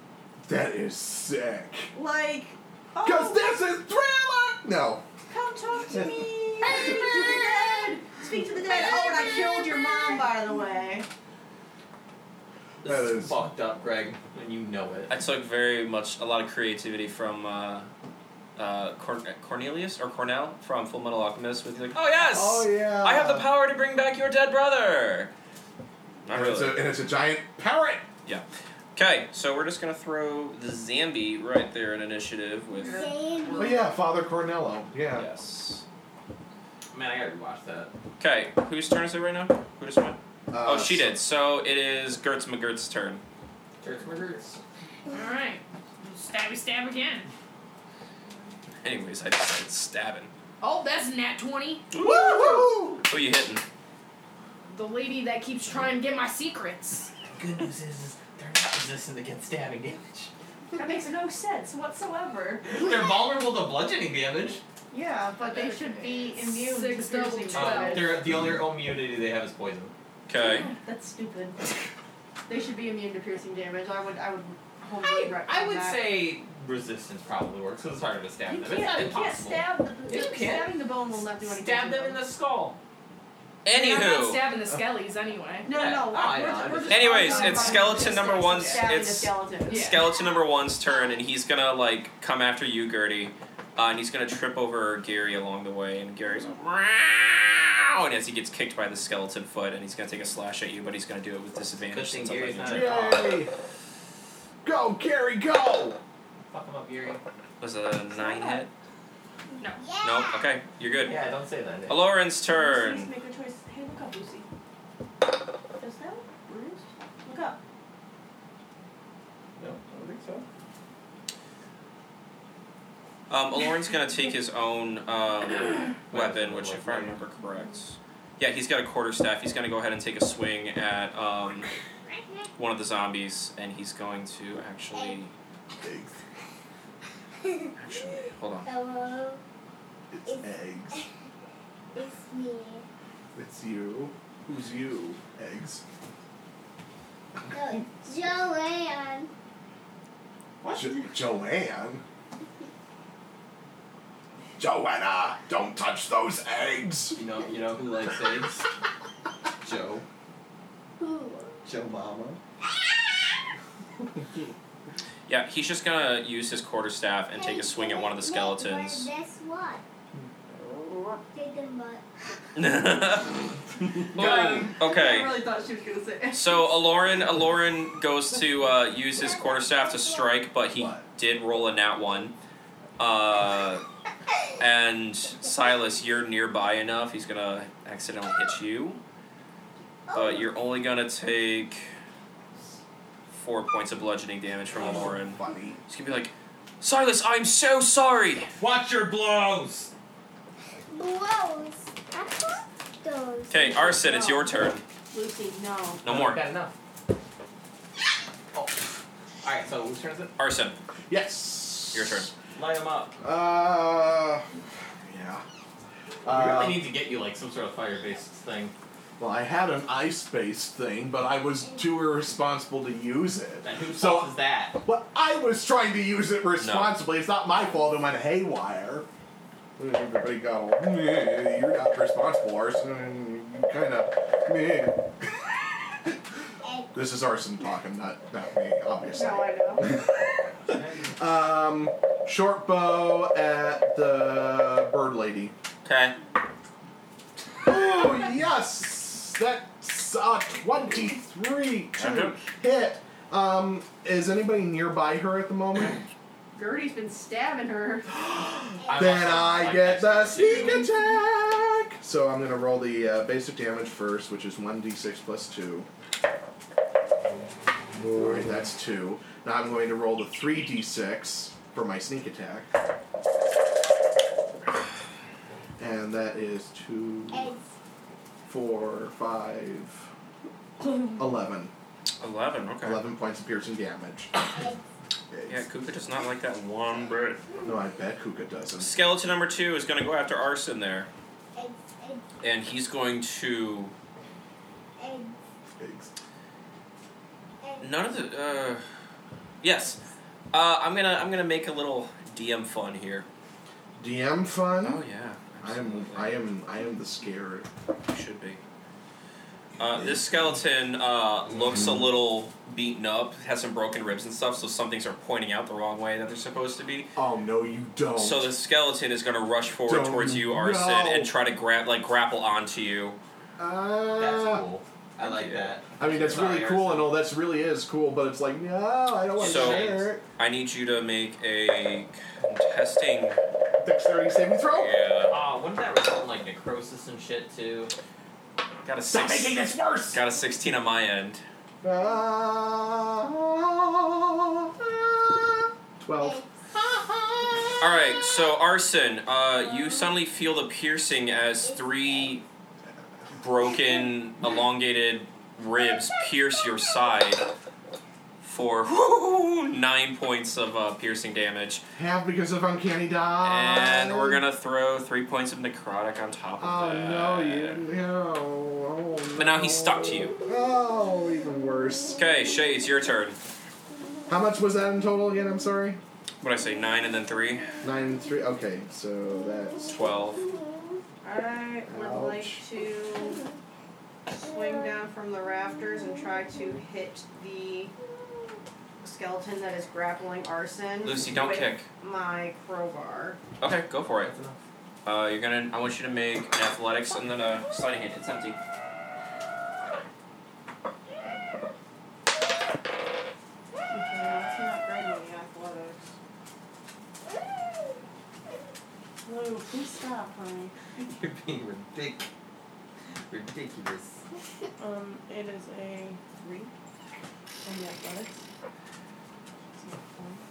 Speaker 5: That is sick.
Speaker 3: Like,
Speaker 5: Cause
Speaker 3: oh,
Speaker 5: this is thriller. No.
Speaker 3: come talk to me. Speak to the dead. Speak to the dead. Oh, and I killed your mom, by the way.
Speaker 8: This
Speaker 5: That
Speaker 8: is
Speaker 5: is-
Speaker 8: fucked up, Greg, and you know it.
Speaker 2: I took very much a lot of creativity from uh, uh, Corn- Cornelius or Cornell from Full Metal Alchemist. With like, oh yes,
Speaker 5: Oh, yeah.
Speaker 2: I have the power to bring back your dead brother. Not
Speaker 5: And
Speaker 2: really.
Speaker 5: it's a- and it's a giant parrot.
Speaker 2: Yeah. Okay, so we're just gonna throw the Zambi right there in initiative with.
Speaker 5: Oh yeah, Father Cornello. Yeah.
Speaker 2: Yes.
Speaker 8: Man, I gotta rewatch that.
Speaker 2: Okay, whose turn is it right now? Who just went?
Speaker 5: Uh,
Speaker 2: oh, she did. So it is Gertz McGurt's turn.
Speaker 8: Dirt's my roots.
Speaker 12: Alright. Stabby stab again.
Speaker 2: Anyways, I just started stabbing.
Speaker 12: Oh, that's a nat 20.
Speaker 2: Woo! Who you hitting?
Speaker 12: The lady that keeps trying to get my secrets.
Speaker 8: Good news is, is they're not resistant against stabbing damage.
Speaker 13: That makes no sense whatsoever.
Speaker 8: they're vulnerable to bludgeoning damage.
Speaker 13: Yeah, but they should be immune
Speaker 12: Six
Speaker 13: to piercing
Speaker 12: double
Speaker 8: Um,
Speaker 13: damage.
Speaker 8: they're, the only oh, immunity they have is poison.
Speaker 2: Okay.
Speaker 13: That's stupid. They should be immune to piercing damage. I would. I would.
Speaker 12: I-
Speaker 13: Wholly regret
Speaker 8: I would
Speaker 13: that.
Speaker 8: say resistance probably works because it's harder to stab
Speaker 13: You
Speaker 8: them. It's not
Speaker 13: can't, you can't
Speaker 8: impossible.
Speaker 13: stab the.
Speaker 8: Yeah, you can.
Speaker 13: Stabbing the bone will not do anything.
Speaker 8: Stab
Speaker 13: to
Speaker 8: them in the skull.
Speaker 12: I'm not
Speaker 2: Anywho.
Speaker 12: stabbing the skellies anyway.
Speaker 13: No,
Speaker 8: Yeah.
Speaker 13: no.
Speaker 8: Oh, I
Speaker 13: we're,
Speaker 8: know, I
Speaker 13: we're
Speaker 8: just-
Speaker 13: just
Speaker 2: Anyways,
Speaker 13: talking
Speaker 2: it's
Speaker 13: about
Speaker 2: skeleton number
Speaker 13: stabbing
Speaker 2: one's-
Speaker 13: the
Speaker 2: it's-
Speaker 13: skeleton.
Speaker 12: Yeah.
Speaker 2: Skeleton number one's turn, and he's gonna like come after you, Gertie, uh, and he's gonna trip over Gary along the way, and Gary's like, "Meow," and as he gets kicked by the skeleton foot, and he's gonna take a slash at you, but he's gonna do it with
Speaker 8: Good
Speaker 2: disadvantage.
Speaker 8: thing
Speaker 2: Since I'm
Speaker 8: Gary's
Speaker 2: not
Speaker 8: not
Speaker 2: gonna
Speaker 8: a
Speaker 2: check.
Speaker 5: Yay! Go, Gary, go!
Speaker 8: Fuck them up, Yuri.
Speaker 2: Was a nine hit?
Speaker 12: No.
Speaker 2: No. Okay, you're good.
Speaker 8: Yeah, don't say that. Nick.
Speaker 2: Aloran's
Speaker 13: Lucy,
Speaker 2: turn.
Speaker 13: Make a choice. Hey, look up, Lucy. Just now, bruised. Look up.
Speaker 8: No, I don't think so.
Speaker 2: Um, Aloran's gonna take his own um, weapon, which if I remember correct, yeah, he's got a quarter staff. He's gonna go ahead and take a swing at um, one of the zombies, and he's going to actually.
Speaker 5: Eggs.
Speaker 2: Actually, hold on.
Speaker 7: Hello,
Speaker 5: It's eggs.
Speaker 7: it's me.
Speaker 5: It's you. Who's you? Eggs.
Speaker 7: No, it's Joanne.
Speaker 5: What? Jo- Joanne? Joanna, don't touch those eggs!
Speaker 8: You know, you know who likes eggs? Joe.
Speaker 7: Who?
Speaker 8: Joe Mama.
Speaker 2: Yeah, he's just gonna use his quarter staff and take a swing at one of the skeletons.
Speaker 7: Guess what? Chicken butt.
Speaker 2: Boom.
Speaker 13: I
Speaker 2: okay.
Speaker 13: really thought she was gonna say.
Speaker 2: So Aloran, Aloran goes to uh, use his quarterstaff to strike, but he did roll a nat one. Uh, and Silas, you're nearby enough. He's gonna accidentally hit you,
Speaker 7: Oh,
Speaker 2: but you're only gonna take four points of bludgeoning damage from Aloran.
Speaker 5: Funny.
Speaker 2: He's gonna be like, Silas, I'm so sorry.
Speaker 8: Watch your blows.
Speaker 7: Blows. I thought those.
Speaker 2: Okay, Arsid, it's your turn.
Speaker 13: Lucy, no.
Speaker 2: No more.
Speaker 8: Bad enough. Oh. All right. So whose turn is it?
Speaker 2: Arson,
Speaker 5: Yes!
Speaker 2: your turn.
Speaker 8: Light them up.
Speaker 5: Uh. Yeah.
Speaker 8: we
Speaker 2: Um,
Speaker 5: Uh,
Speaker 8: really need to get you like some sort of fire-based thing.
Speaker 5: well, I had an ice based thing, but I was too irresponsible to use it.
Speaker 8: And whose
Speaker 5: So-
Speaker 8: fault is that?
Speaker 5: Well, I was trying to use it responsibly. It's not my fault it went haywire. Everybody go, "Meh, you're not responsible, Arson. You kind of. this is Arson talking, not, not me, obviously.
Speaker 13: No, I know.
Speaker 5: Um, short bow at the bird lady.
Speaker 2: Okay.
Speaker 5: Oh, yes! That's a 23 to hit. Um, is anybody nearby her at the moment?
Speaker 13: Gertie's been stabbing her.
Speaker 8: I
Speaker 5: Then
Speaker 8: must have,
Speaker 5: I
Speaker 8: like,
Speaker 5: get the sneak
Speaker 8: extra two.
Speaker 5: attack. So I'm gonna roll the uh, basic damage first, which is one d6 plus two. Alright, that's two. Now I'm going to roll the three d6 for my sneak attack, and that is two,
Speaker 7: Eggs.
Speaker 5: four, five, eleven.
Speaker 2: 11, okay.
Speaker 5: Eleven points of piercing damage.
Speaker 2: Yeah, Kuka does not like that one bit.
Speaker 5: No, I bet Kuka doesn't.
Speaker 2: Skeleton number two is going to go after Arson there,
Speaker 7: Eggs. Eggs.
Speaker 2: and he's going to.
Speaker 7: Eggs.
Speaker 5: Eggs.
Speaker 7: Eggs.
Speaker 2: None of the. Uh, yes, uh, I'm gonna I'm gonna make a little DM fun here.
Speaker 5: DM
Speaker 2: Oh,
Speaker 5: fun.
Speaker 2: yeah,
Speaker 5: I am. I am. I am the scared.
Speaker 2: You should be. Uh, this skeleton uh, looks
Speaker 5: Hmm.
Speaker 2: a little beaten up, has some broken ribs and stuff, so some things are pointing out the wrong way that they're supposed to be.
Speaker 5: Oh no, you don't.
Speaker 2: So the skeleton is going to rush forward
Speaker 5: Don't
Speaker 2: towards you,
Speaker 5: you
Speaker 2: Arson,
Speaker 5: know?
Speaker 2: and try to grab, like grapple onto you.
Speaker 5: Ah.
Speaker 8: That's
Speaker 13: Uh,
Speaker 8: cool. I like that.
Speaker 5: I mean, that's really cool and all. That's really is cool, but it's like, no, I don't want to
Speaker 2: So-
Speaker 5: share. it.
Speaker 2: I need you to make a contesting.
Speaker 5: Dexterity saving throw.
Speaker 2: Yeah.
Speaker 8: Oh, wouldn't that result in like necrosis and shit too?
Speaker 2: Got a
Speaker 8: Stop
Speaker 2: six-
Speaker 8: making this worse!
Speaker 2: Got a sixteen on my end.
Speaker 5: Ah. Twelve.
Speaker 2: All right, so Arson, uh, you suddenly feel the piercing as three broken, elongated ribs pierce your side for nine points of uh, piercing damage,
Speaker 5: Half because of uncanny die.
Speaker 2: and we're gonna throw three points of necrotic on top of
Speaker 5: Um, Oh no, you no. Oh,
Speaker 2: it. But now he's stuck to you.
Speaker 5: oh, even worse.
Speaker 2: Okay, Shay, it's your turn.
Speaker 5: How much was that in total again? I'm sorry.
Speaker 2: What I say, nine and then three,
Speaker 5: Nine and three. Okay, so that's
Speaker 2: twelve.
Speaker 11: I would like to swing down from the rafters and try to hit the skeleton that is grappling arson.
Speaker 2: Lucy, don't
Speaker 11: with
Speaker 2: kick.
Speaker 11: My crowbar.
Speaker 2: Okay, go for it. Uh, you're gonna. I want you to make an athletics and then a sliding hit. It's empty.
Speaker 11: That's not great on the athletics. Lou, please stop, honey.
Speaker 8: You're being ridic- ridiculous.
Speaker 13: Um, it is a three on the athletics.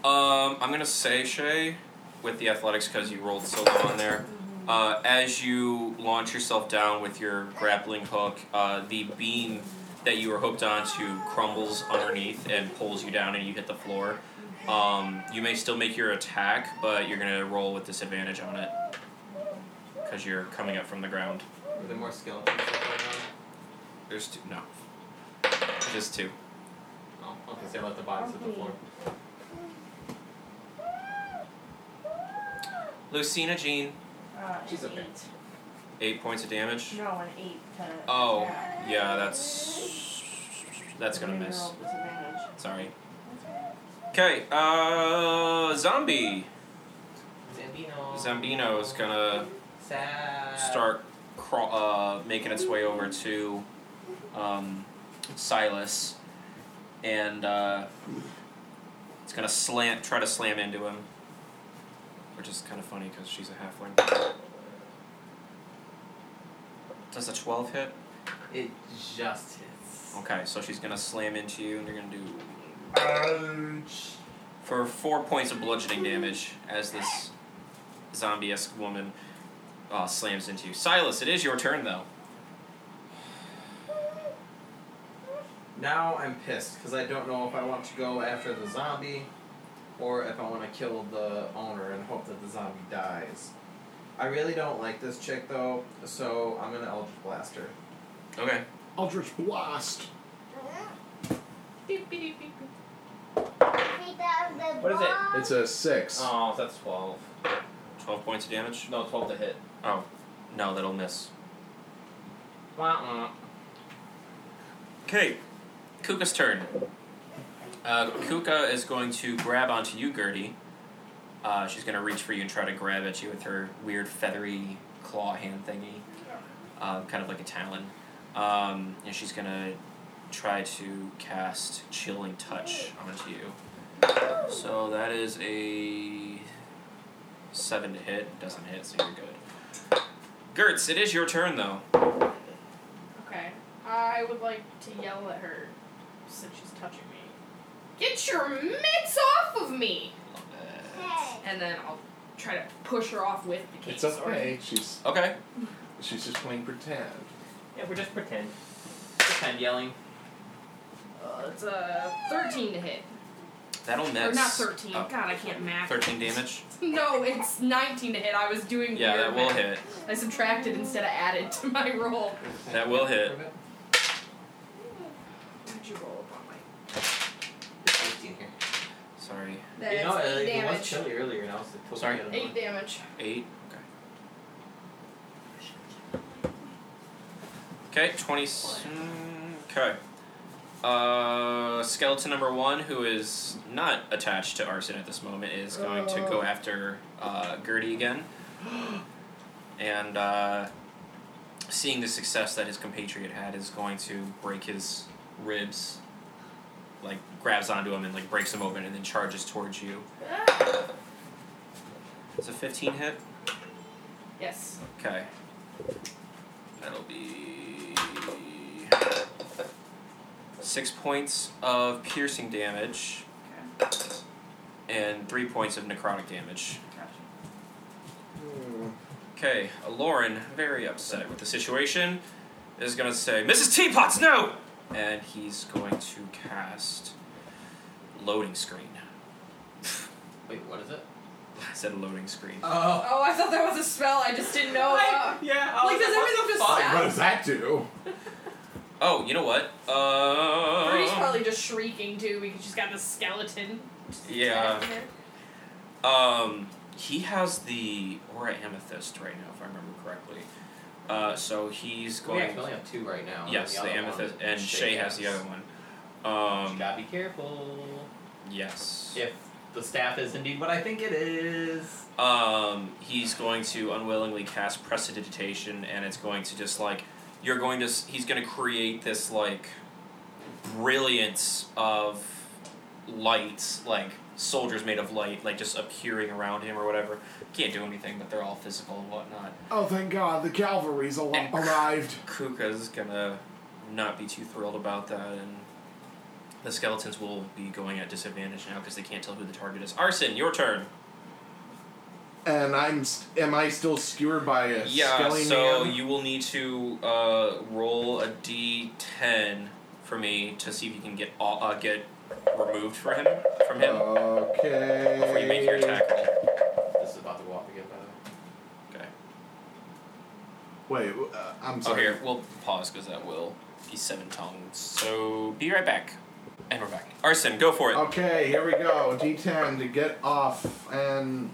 Speaker 2: Um, I'm gonna say Shay with the athletics because you rolled so low on there. Uh, as you launch yourself down with your grappling hook, uh, the beam that you were hooked onto crumbles underneath and pulls you down, and you hit the floor. Um, you may still make your attack, but you're gonna roll with disadvantage on it because you're coming up from the ground.
Speaker 8: Are there more skeletons going
Speaker 2: There's two. No, just two.
Speaker 8: on? Oh, okay, so I let the bodies hit the floor.
Speaker 2: Lucina Jean,
Speaker 13: Uh,
Speaker 8: She's
Speaker 13: an
Speaker 8: okay.
Speaker 13: eight.
Speaker 2: eight points of damage.
Speaker 13: No, an eight. To
Speaker 2: Oh,
Speaker 13: attack.
Speaker 2: yeah, that's that's gonna
Speaker 13: Gonna
Speaker 2: miss.
Speaker 13: roll disadvantage.
Speaker 2: Sorry. Okay, uh, zombie.
Speaker 8: Zambino.
Speaker 2: Zambino is gonna
Speaker 8: Sad.
Speaker 2: start craw- uh, making its way over to um, Silas, and uh, it's gonna slam, try to slam into him, which is kind of funny because she's a halfling. Does a twelve hit?
Speaker 8: It just hits.
Speaker 2: Okay, so she's gonna slam into you, and you're gonna do for four points of bludgeoning damage as this zombie-esque woman uh, slams into you. Silas, it is your turn though.
Speaker 8: Now I'm pissed because I don't know if I want to go after the zombie or if I want to kill the owner and hope that the zombie dies. I really don't like this chick though, so I'm gonna Eldritch Blast her.
Speaker 2: Okay.
Speaker 5: Eldritch Blast.
Speaker 6: Beep, beep, beep, beep.
Speaker 7: What
Speaker 8: is it?
Speaker 5: It's a six.
Speaker 8: Oh, that's 12.
Speaker 2: Twelve points of damage.
Speaker 8: No, 12 to hit.
Speaker 2: Oh, no, that'll miss.
Speaker 8: Wah-wah.
Speaker 2: Okay, Kuka's turn. Uh, Kuka is going to grab onto you, Gertie. Uh, she's gonna reach for you and try to grab at you with her weird feathery claw hand thingy, uh, kind of like a talon. Um, and she's gonna try to cast chilling touch onto you. So that is a seven to hit. Doesn't hit, so you're good. Gertz, it is your turn though.
Speaker 12: Okay. I would like to yell at her since she's touching me. Get your mitts off of me! And then I'll try to push her off with the cane.
Speaker 5: It's
Speaker 12: sword.
Speaker 5: okay. She's
Speaker 2: Okay.
Speaker 5: she's just playing pretend.
Speaker 8: Yeah, we're just pretend. Pretend yelling.
Speaker 12: Uh, it's a 13 to hit.
Speaker 2: That'll miss.
Speaker 12: Or not 13.
Speaker 2: Oh.
Speaker 12: God, I can't math.
Speaker 2: 13 damage?
Speaker 12: No, it's 19 to hit. I was doing
Speaker 2: Yeah,
Speaker 12: weird
Speaker 2: that will
Speaker 12: math.
Speaker 2: hit.
Speaker 12: I subtracted instead of added to my roll.
Speaker 2: That will hit.
Speaker 12: Did you roll up on my?
Speaker 8: Fifteen here.
Speaker 2: Sorry.
Speaker 12: That's
Speaker 8: you know, uh,
Speaker 12: eight
Speaker 8: it, it was
Speaker 12: damage.
Speaker 8: chilly earlier, and I was like,
Speaker 2: Sorry?
Speaker 8: totally
Speaker 12: Eight damage.
Speaker 2: 8. Okay. Okay, 20. Okay. Uh, skeleton number one, who is not attached to arson at this moment, is going to go
Speaker 12: Oh.
Speaker 2: after uh, Gertie again. And uh, seeing the success that his compatriot had, is going to break his ribs. Like grabs onto him and like breaks him open, and then charges towards you. It's a fifteen hit.
Speaker 12: Yes.
Speaker 2: Okay. That'll be six points of piercing damage and three points of necrotic damage. Okay, Lauren, very upset with the situation, is gonna say, Mrs. Teapots, no! And he's going to cast Loading Screen.
Speaker 4: Wait, what is it?
Speaker 2: I said Loading Screen.
Speaker 6: Oh, I thought that was a spell. I just didn't know. uh,
Speaker 4: yeah.
Speaker 6: I like, was does like, what everything the just fuck? stop?
Speaker 5: What does that do?
Speaker 2: Oh, you know what? Uh,
Speaker 12: Bernie's
Speaker 5: Uh-huh.
Speaker 12: probably just shrieking too because she's got the skeleton.
Speaker 2: Yeah.
Speaker 12: in there.
Speaker 2: Um, he has the aura amethyst right now, if I remember correctly. Uh, so he's
Speaker 4: We
Speaker 2: going.
Speaker 4: actually only have two right now. and
Speaker 2: Yes,
Speaker 4: the,
Speaker 2: the,
Speaker 4: other
Speaker 2: amethyst,
Speaker 4: one,
Speaker 2: and Shay has the other one. Um,
Speaker 4: Gotta be careful.
Speaker 2: yes.
Speaker 4: If the staff is indeed what I think it is.
Speaker 2: Um, he's going to unwillingly cast prestidigitation, and it's going to just like you're going to. s- He's going to create this like brilliance of light, like soldiers made of light, like just appearing around him or whatever. Can't do anything, but they're all physical and whatnot.
Speaker 1: Oh, thank God, the cavalry's al- arrived.
Speaker 2: Kuka's gonna not be too thrilled about that, and the skeletons will be going at disadvantage now because they can't tell who the target is. Arson, your turn.
Speaker 5: And I'm. St- am I still skewered by a
Speaker 2: yeah,
Speaker 5: skelly
Speaker 2: so
Speaker 5: man?
Speaker 2: you will need to uh, roll a d10 for me to see if you can get all, uh, get removed for him from him
Speaker 5: Okay.
Speaker 2: before you make your attack roll.
Speaker 4: This is about to go off again, by the way.
Speaker 2: Okay.
Speaker 5: Wait, w- uh, I'm sorry.
Speaker 2: Oh, here, we'll pause because that will be seven tongues. So be right back, and we're back. Arson, go for it.
Speaker 5: Okay, here we go. D10 to get off, and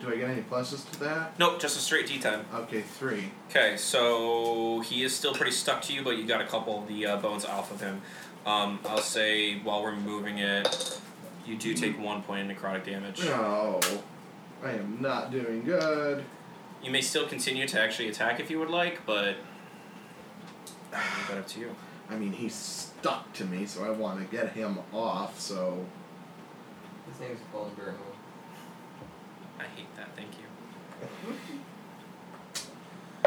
Speaker 5: do I get any pluses to that?
Speaker 2: Nope, just a straight d10.
Speaker 5: Okay, three.
Speaker 2: Okay, so he is still pretty stuck to you, but you got a couple of the uh, bones off of him. Um, I'll say while we're moving it, you do take one point of necrotic damage.
Speaker 5: No, I am not doing good.
Speaker 2: You may still continue to actually attack if you would like, but leave that up to you.
Speaker 5: I mean, he's stuck to me, so I want to get him off. So
Speaker 4: His name's Goldenberg.
Speaker 2: I hate that. Thank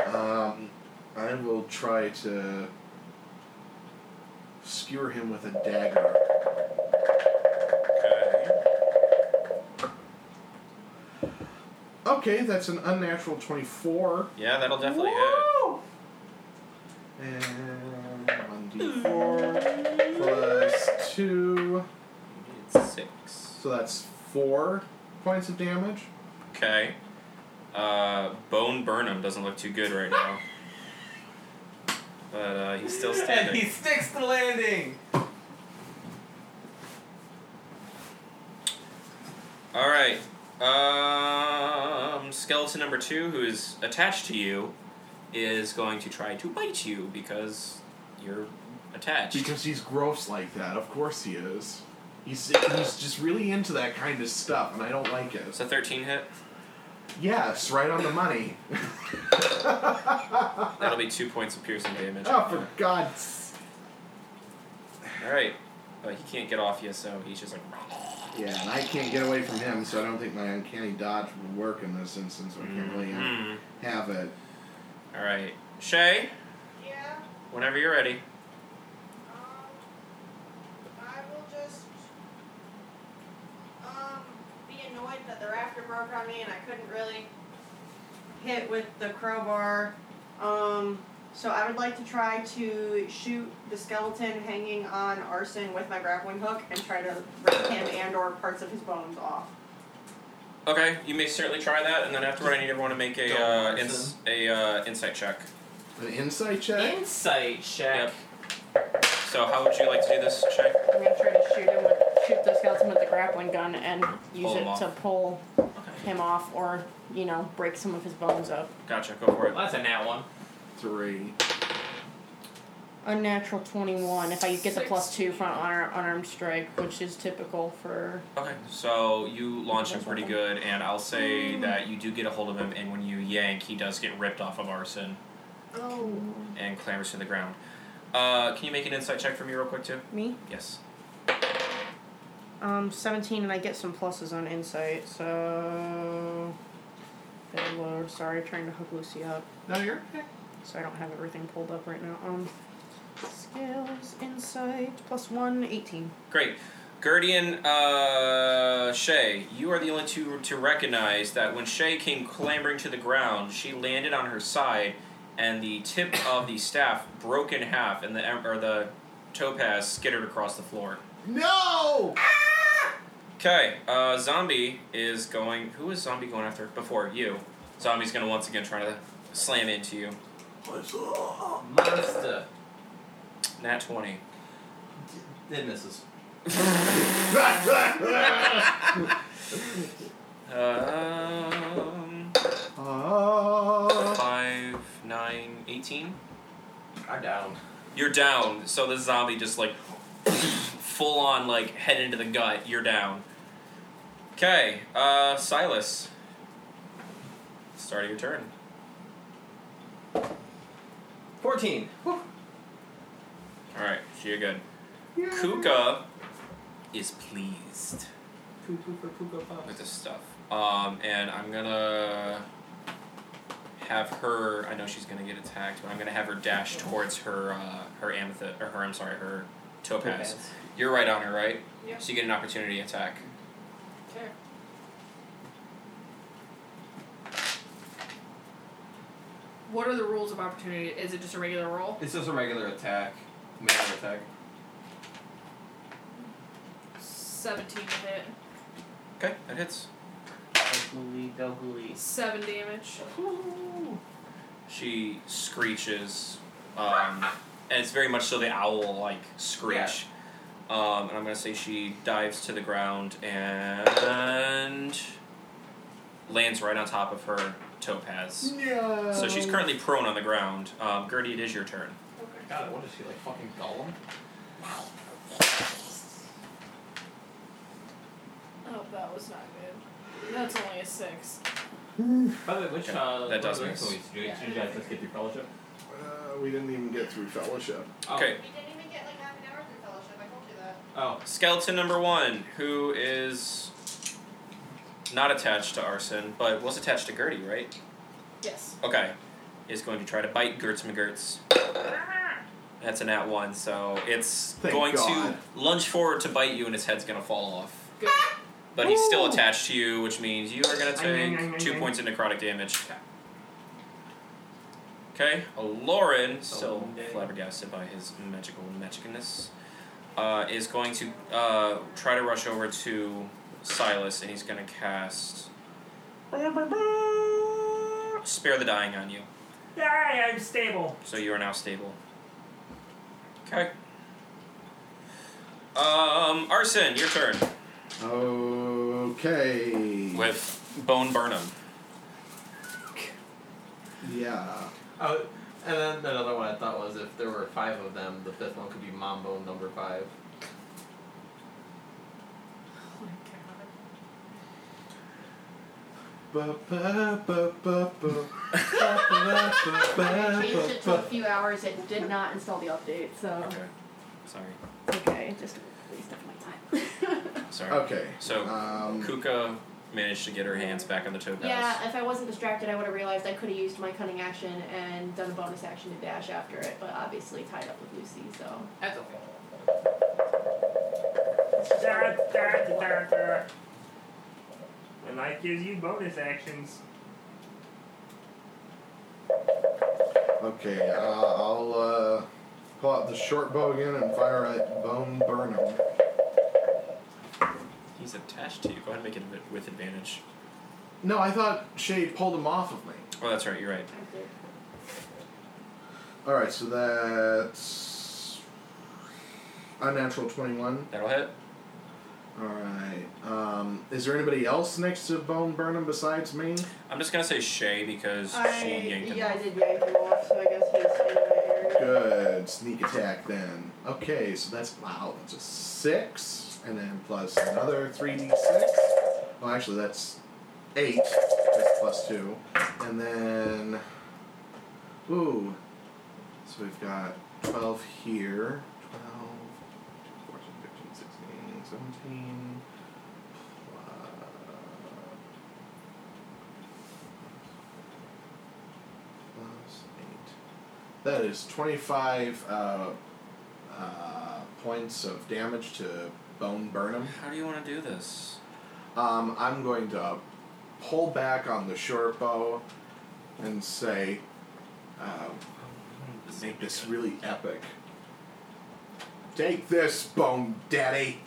Speaker 2: you.
Speaker 5: um, I will try to skewer him with a dagger. Okay, that's an unnatural 24.
Speaker 2: Yeah, that'll definitely
Speaker 5: And 1d4 plus 2.
Speaker 2: hit. Six.
Speaker 5: So that's 4 points of damage.
Speaker 2: Okay. Uh, Bone Burnham doesn't look too good right now. But uh, he's still standing.
Speaker 4: And he sticks the landing.
Speaker 2: All right. Um, skeleton number two, who is attached to you, is going to try to bite you because you're attached.
Speaker 5: Because he's gross like that. Of course he is. He's, he's just really into that kind of stuff, and I don't like
Speaker 2: It's
Speaker 5: it.
Speaker 2: a thirteen hit.
Speaker 5: Yes, right on the money.
Speaker 2: That'll be two points of piercing damage.
Speaker 5: Oh, for God's
Speaker 2: All right. But he can't get off yet, so he's just like.
Speaker 5: Yeah, and I can't get away from him, so I don't think my uncanny dodge would work in this instance. So I can't really
Speaker 2: Mhm.
Speaker 5: have it.
Speaker 2: All right, Shay.
Speaker 3: Yeah.
Speaker 2: Whenever you're ready.
Speaker 3: I will just um be annoyed that the rafter broke on me and I couldn't really hit with the crowbar. Um so I would like to try to shoot the skeleton hanging on arson with my grappling hook and try to rip him and or parts of his bones off.
Speaker 2: Okay, you may certainly try that, and then afterward, I need everyone to make a uh, ins- a uh, insight check.
Speaker 5: An insight check?
Speaker 4: Insight check.
Speaker 2: So, how would you like to do this check?
Speaker 13: I'm gonna try to shoot him with shoot the skeleton with the grappling gun and use
Speaker 2: Pull him
Speaker 13: it
Speaker 2: off.
Speaker 13: to pull him off or, you know, break some of his bones up.
Speaker 2: Gotcha. Go for it.
Speaker 4: Well, that's a nat one.
Speaker 5: Three.
Speaker 13: a natural 21 if I get the plus two
Speaker 12: 16.
Speaker 13: front honor, unarmed strike, which is typical for.
Speaker 2: Okay, so you launch him pretty good, and I'll
Speaker 5: Mm.
Speaker 2: say that you do get a hold of him, and when you yank, he does get ripped off of Arson
Speaker 13: Oh.
Speaker 2: and clambers to the ground. Uh, can you make an insight check for me real quick too?
Speaker 13: Me?
Speaker 2: Yes.
Speaker 13: Um, 17, and I get some pluses on insight, so. Good lord, sorry, trying to hook Lucy up.
Speaker 5: No, you're okay.
Speaker 13: So I don't have everything pulled up right now. Um, skills, insight, plus one, 18.
Speaker 2: Great. Gertie and uh, Shay, you are the only two to recognize that when Shay came clambering to the ground, she landed on her side, and the tip of the staff broke in half, and the em- or the topaz skittered across the floor.
Speaker 1: No!
Speaker 2: Okay, uh, zombie is going. Who is zombie going after? Before you, zombie's gonna once again try to slam into you.
Speaker 8: Monster.
Speaker 2: Nat twenty.
Speaker 8: It misses.
Speaker 2: um, five, nine, eighteen.
Speaker 8: I'm down.
Speaker 2: You're down. So the zombie just like full on like head into the gut. You're down. Okay, uh, Silas. Start of your turn.
Speaker 8: 14. Whew.
Speaker 2: All right, so you're good. Kuka is pleased with this stuff. Um, and I'm gonna have her. I know she's gonna get attacked, but I'm gonna have her dash towards her uh, her amethyst or her. I'm sorry, her topaz.
Speaker 8: Topaz.
Speaker 2: You're right on her, right?
Speaker 12: Yep.
Speaker 2: So you get an opportunity attack.
Speaker 12: Okay. What are the rules of opportunity? Is it just a regular roll?
Speaker 8: It's just a regular attack. Melee attack.
Speaker 12: 17 to hit.
Speaker 2: Okay, that hits.
Speaker 8: Doubly, doubly.
Speaker 12: 7 damage.
Speaker 2: She screeches, um, and it's very much so the owl like screech. Um, and I'm gonna say she dives to the ground and lands right on top of her topaz.
Speaker 1: No.
Speaker 2: So she's currently prone on the ground. Um, Gertie, it is your turn.
Speaker 8: God, what is she like? Fucking golem?
Speaker 12: Oh, that was not good. That's only a 6.
Speaker 4: By the way, which uh,
Speaker 2: That does
Speaker 4: what
Speaker 2: miss.
Speaker 4: race did you guys- did you guys just get through fellowship?
Speaker 5: Uh, we didn't even get through fellowship.
Speaker 2: Okay,
Speaker 3: We didn't even get like half an hour through fellowship. I told you that.
Speaker 8: Oh.
Speaker 2: skeleton number one, who is not attached to Arson, but was attached to Gertie, right?
Speaker 12: Yes.
Speaker 2: Okay. Is going to try to bite Gertz McGertz. That's an at one, so it's
Speaker 5: Thank
Speaker 2: going
Speaker 5: God.
Speaker 2: to lunge forward to bite you and his head's gonna fall off.
Speaker 12: Good.
Speaker 2: But he's still
Speaker 12: Ooh.
Speaker 2: attached to you, which means you are gonna
Speaker 8: Ay, ay, ay,
Speaker 2: take
Speaker 8: ay,
Speaker 2: two
Speaker 8: ay.
Speaker 2: points of necrotic damage. Okay, Lauren, still
Speaker 8: Someday.
Speaker 2: flabbergasted by his magical magicness, uh, is going to uh, try to rush over to Silas and he's gonna cast Spare the Dying on you.
Speaker 10: Yeah, I'm stable.
Speaker 2: So you are now stable. Okay. Um, Arson, your turn.
Speaker 5: Okay.
Speaker 2: With Bone Burnham.
Speaker 5: Yeah.
Speaker 8: Oh, and then another one I thought was if there were five of them, the fifth one could be Mambo number five.
Speaker 12: Oh my god.
Speaker 5: Ba, ba, ba, ba, ba. Ba, ba, ba, ba,
Speaker 13: Changed it to a
Speaker 5: ba,
Speaker 13: few hours. It did not install the update, so
Speaker 2: Okay. Sorry.
Speaker 13: it's okay. It just waste of my time.
Speaker 2: Sorry.
Speaker 5: ba. Okay.
Speaker 2: So
Speaker 5: Um,
Speaker 2: Kuka managed to get her hands back on the topaz.
Speaker 6: Yeah, if I wasn't distracted, I would have realized I could have used my cunning action and done a bonus action to dash after it, but obviously tied up with Lucy, so.
Speaker 12: That's okay.
Speaker 10: Da, da, da, da, da. And life gives you bonus actions.
Speaker 5: okay. Uh, I'll uh, pull out the short bow again and fire at Bone Burnham.
Speaker 2: He's attached to you. Go ahead and make it a- with advantage.
Speaker 5: No, I thought Shade pulled him off of me.
Speaker 2: Oh, that's right. You're right.
Speaker 5: All right, so that's unnatural twenty-one.
Speaker 2: That'll hit.
Speaker 5: All right. Um, is there anybody else next to Bone Burnham besides me?
Speaker 2: I'm just gonna say Shay because
Speaker 11: I,
Speaker 2: she yanked him
Speaker 11: yeah, I
Speaker 2: off.
Speaker 11: did yank him off, so I guess he's in my area.
Speaker 5: Good. Sneak attack then. Okay, so that's wow, that's a six. And then plus another three D six. Well actually that's eight. That's plus two. And then Ooh. So we've got twelve here. 12, 14, 15, 16, 17, plus plus eight. That is 25 uh, uh, points of damage to Bone Burnham.
Speaker 2: How do you want to do this?
Speaker 5: Um, I'm going to pull back on the short bow and say, um, make this really epic. Take this, Bone Daddy!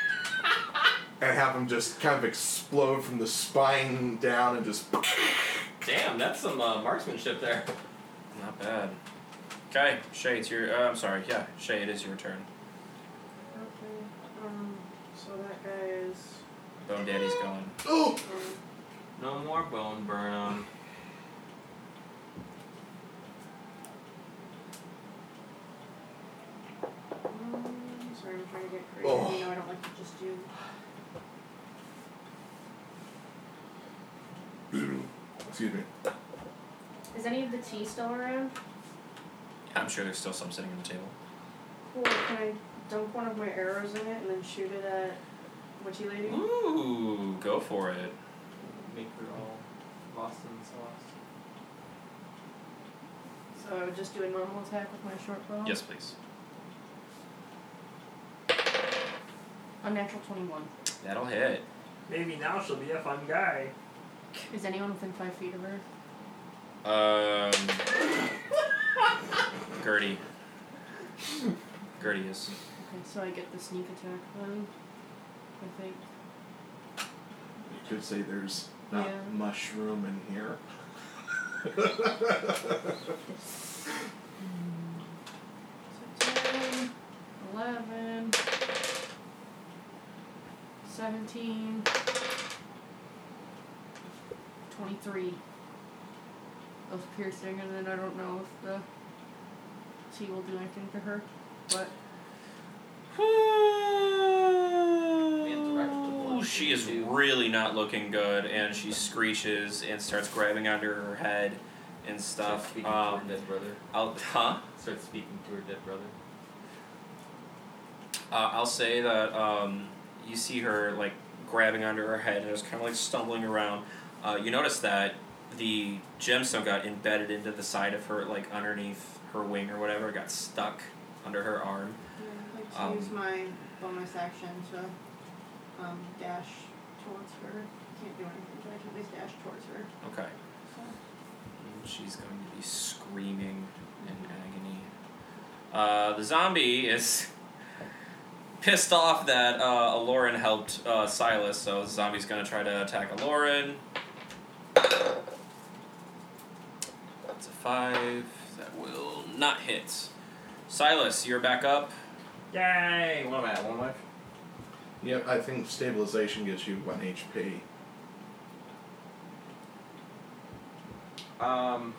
Speaker 5: and have him just kind of explode from the spine down and just.
Speaker 2: Damn, that's some uh, marksmanship there. Not bad. Okay, Shay, it's your. Uh, I'm sorry. Yeah, Shay, it is your turn.
Speaker 3: Okay. Um, so that guy is. um,
Speaker 2: Bone Daddy's
Speaker 11: Mm-hmm.
Speaker 2: going.
Speaker 5: Oh!
Speaker 17: No more bone burn.
Speaker 3: Um, sorry, I'm trying to get creative.
Speaker 2: Oh.
Speaker 3: You know, I don't like to just do.
Speaker 5: Excuse me.
Speaker 18: Is any of the tea still around?
Speaker 2: I'm sure there's still some sitting on the table.
Speaker 3: Cool. Can I dump one of my arrows in it and then shoot it at witchy lady?
Speaker 2: Hmm? Ooh, go for it.
Speaker 17: Make her all lost in the sauce.
Speaker 3: So I would just do a normal attack with my short bow.
Speaker 2: Yes, please.
Speaker 7: Unnatural 21.
Speaker 2: That'll hit.
Speaker 19: Maybe now she'll be a fun guy.
Speaker 7: Is anyone within five feet of her?
Speaker 2: Um, Gertie. Gertie is.
Speaker 7: Okay, so I get the sneak attack then. I think.
Speaker 5: You could say there's not
Speaker 7: Yeah.
Speaker 5: mushroom in here.
Speaker 7: So 10, 11, 17, 23 of piercing, and then I don't know if the tea will do anything to her, but.
Speaker 2: Ooh, she is really not looking good, and she screeches and starts grabbing under her head and stuff.
Speaker 17: Speaking to
Speaker 2: Um,
Speaker 17: her dead brother.
Speaker 2: I'll, huh?
Speaker 17: Start speaking to her dead brother.
Speaker 2: Uh, I'll say that um, you see her like grabbing under her head and just kind of like stumbling around. Uh, you notice that the gemstone got embedded into the side of her, like underneath her wing or whatever, it got stuck under her arm.
Speaker 3: I'd like to
Speaker 2: Um,
Speaker 3: use my bonus action to um, dash towards her. Can't do anything, but I can at least dash towards her.
Speaker 2: Okay.
Speaker 3: So.
Speaker 2: And she's going to be screaming in agony. Uh, the zombie is pissed off that uh, Aloran helped uh, Silas, so the zombie's going to try to attack Aloran. That's a five. That will not hit. Silas, you're back up.
Speaker 8: Yay! What am I at? One life?
Speaker 5: Yep, I think stabilization gives you 1 HP.
Speaker 8: Um,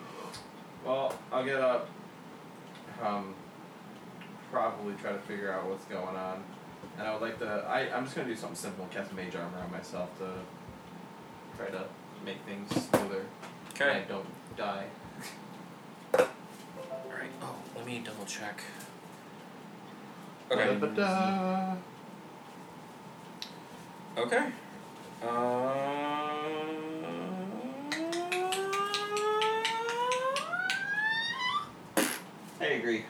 Speaker 8: well, I'll get up. Um, probably try to figure out what's going on, and I would like to. I I'm just gonna do something simple. Cast mage armor on myself to try to make things smoother. and I
Speaker 2: Okay.
Speaker 8: don't die.
Speaker 2: Alright. Oh, let me double check.
Speaker 5: Da,
Speaker 2: Okay.
Speaker 5: da, da.
Speaker 2: Okay. Um,
Speaker 8: I agree.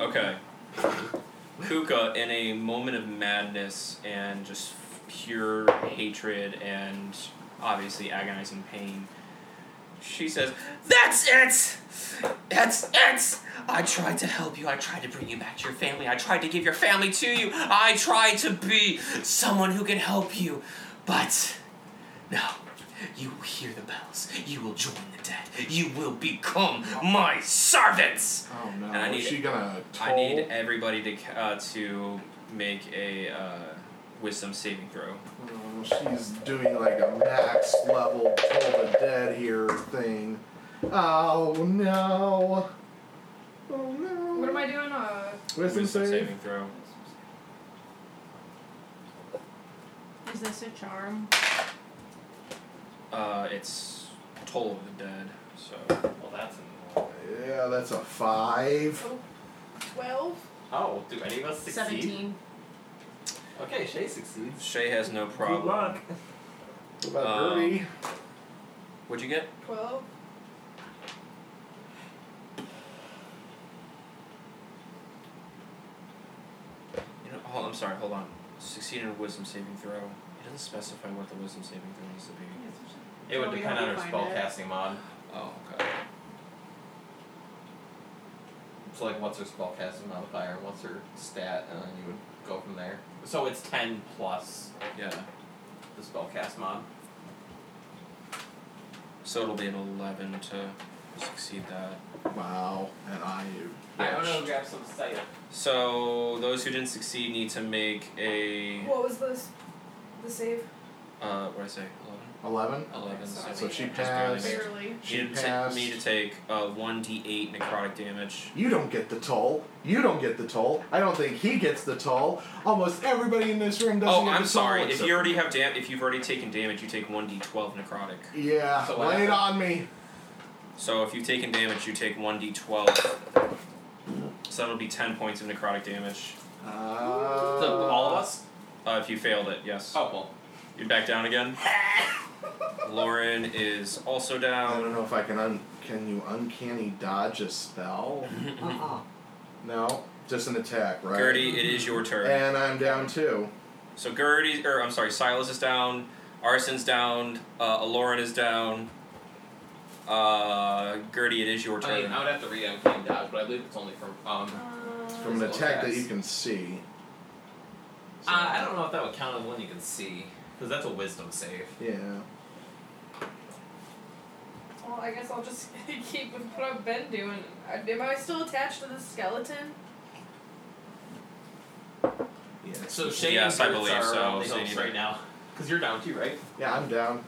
Speaker 2: Okay. Kuka, in a moment of madness and just pure hatred and obviously agonizing pain, she says, That's it! That's it! I tried to help you. I tried to bring you back to your family. I tried to give your family to you. I tried to be someone who can help you. But no, you will hear the bells. You will join the dead. You will become my servants!
Speaker 5: Oh no.
Speaker 2: And I need-
Speaker 5: Is she gonna toll?
Speaker 2: I need everybody to ca- uh, to make a uh, wisdom saving throw.
Speaker 5: Um, she's doing like a max level toll the dead here thing. Oh no. Oh no.
Speaker 20: What am I doing? Uh,
Speaker 5: Wisdom save?
Speaker 2: saving throw.
Speaker 21: Is this a charm?
Speaker 2: Uh, it's toll of the dead. So
Speaker 8: Well, that's a
Speaker 5: Yeah, that's a five.
Speaker 21: Twelve.
Speaker 8: Oh, do any of us succeed?
Speaker 21: Seventeen.
Speaker 8: Okay, Shay succeeds.
Speaker 2: Shay has no problem.
Speaker 22: Good luck.
Speaker 5: What about
Speaker 2: Um,
Speaker 5: Birdie?
Speaker 2: What'd you get?
Speaker 21: Twelve.
Speaker 2: You know, hold, I'm sorry. Hold on. Succeed in a wisdom saving throw. It doesn't specify what the wisdom saving throw needs to be.
Speaker 8: It would
Speaker 21: Probably
Speaker 8: depend
Speaker 21: how
Speaker 8: on
Speaker 21: we
Speaker 8: her
Speaker 21: find
Speaker 8: spell
Speaker 21: it.
Speaker 8: casting mod.
Speaker 2: Oh, okay.
Speaker 8: So like, what's her spell casting modifier? What's her stat? And then you would go from there. So it's ten plus
Speaker 2: Yeah.
Speaker 8: the spell cast mod.
Speaker 2: So it'll be an eleven to succeed that.
Speaker 5: Wow. And I
Speaker 8: I don't know.
Speaker 5: bitched.
Speaker 8: Grab some cider.
Speaker 2: So those who didn't succeed need to make a
Speaker 20: what was this? The save.
Speaker 2: uh, what did I say?
Speaker 5: Eleven?
Speaker 2: Eleven. Eleven. So,
Speaker 5: So she
Speaker 2: just barely
Speaker 5: passed.
Speaker 2: made it.
Speaker 21: Barely.
Speaker 5: She
Speaker 2: Need to ta-
Speaker 5: passed.
Speaker 2: need to take uh, one d8 necrotic damage.
Speaker 5: You don't get the toll. You don't get the toll. I don't think he gets the toll. Almost everybody in this room doesn't
Speaker 2: Oh,
Speaker 5: get
Speaker 2: I'm
Speaker 5: the
Speaker 2: sorry.
Speaker 5: toll.
Speaker 2: If you already have dam- if you've already taken damage, you take one d12 necrotic.
Speaker 5: Yeah,
Speaker 8: So what
Speaker 5: lay it on me.
Speaker 2: So if you've taken damage, you take one d12. So that'll be 10 points of necrotic damage.
Speaker 5: Uh,
Speaker 8: So all of us.
Speaker 2: Uh, if you failed it, yes.
Speaker 8: Oh well.
Speaker 2: You're back down again. Lauren is also
Speaker 5: I
Speaker 2: down.
Speaker 5: don't know if I can un. Can you uncanny dodge a spell?
Speaker 23: Uh-uh.
Speaker 5: No, just an attack, right?
Speaker 2: Gertie, it is your turn.
Speaker 5: And I'm down too.
Speaker 2: So Gertie, or I'm sorry, Silas is down, Arson's down, uh, Aloran is down. Uh, Gertie, it is your turn.
Speaker 8: I mean, I would have to read uncanny dodge, but I believe it's only from um.
Speaker 12: Uh,
Speaker 5: From an
Speaker 8: Physical
Speaker 5: attack that
Speaker 8: attacks.
Speaker 5: you can see.
Speaker 8: Uh, I don't know if that would count as one you can see, because that's a wisdom save.
Speaker 5: Yeah.
Speaker 12: Well, I guess I'll just keep with what I've been doing. I- Am I still attached to the skeleton?
Speaker 5: Yes.
Speaker 8: So Shay
Speaker 2: Yes, I
Speaker 8: and Gertz
Speaker 2: believe
Speaker 8: are
Speaker 2: so.
Speaker 8: around these
Speaker 2: So you
Speaker 8: elves
Speaker 2: need to-
Speaker 8: right now, because you're down too, right?
Speaker 5: Yeah, I'm down.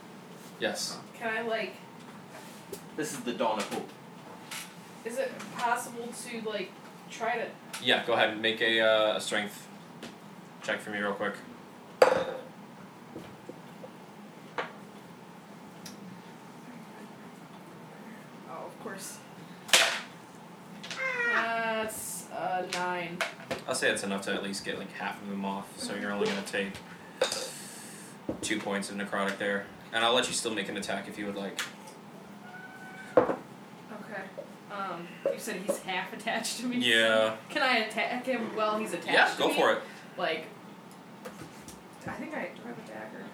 Speaker 2: Yes.
Speaker 12: Can I like?
Speaker 8: This is the dawn of hope.
Speaker 12: Is it possible to like try to?
Speaker 2: Yeah, go ahead and make a, uh, a strength check for me real quick.
Speaker 12: Oh, of course. That's uh, nine.
Speaker 2: I'll say it's enough to at least get like half of them off, so you're only gonna take two points of necrotic there. And I'll let you still make an attack if you would like.
Speaker 12: Okay. Um, you said he's half attached to me.
Speaker 2: Yeah.
Speaker 12: Can I attack him while he's attached?
Speaker 2: Yeah,
Speaker 12: to
Speaker 2: go
Speaker 12: me?
Speaker 2: for it.
Speaker 12: Like, I think I do I have a dagger.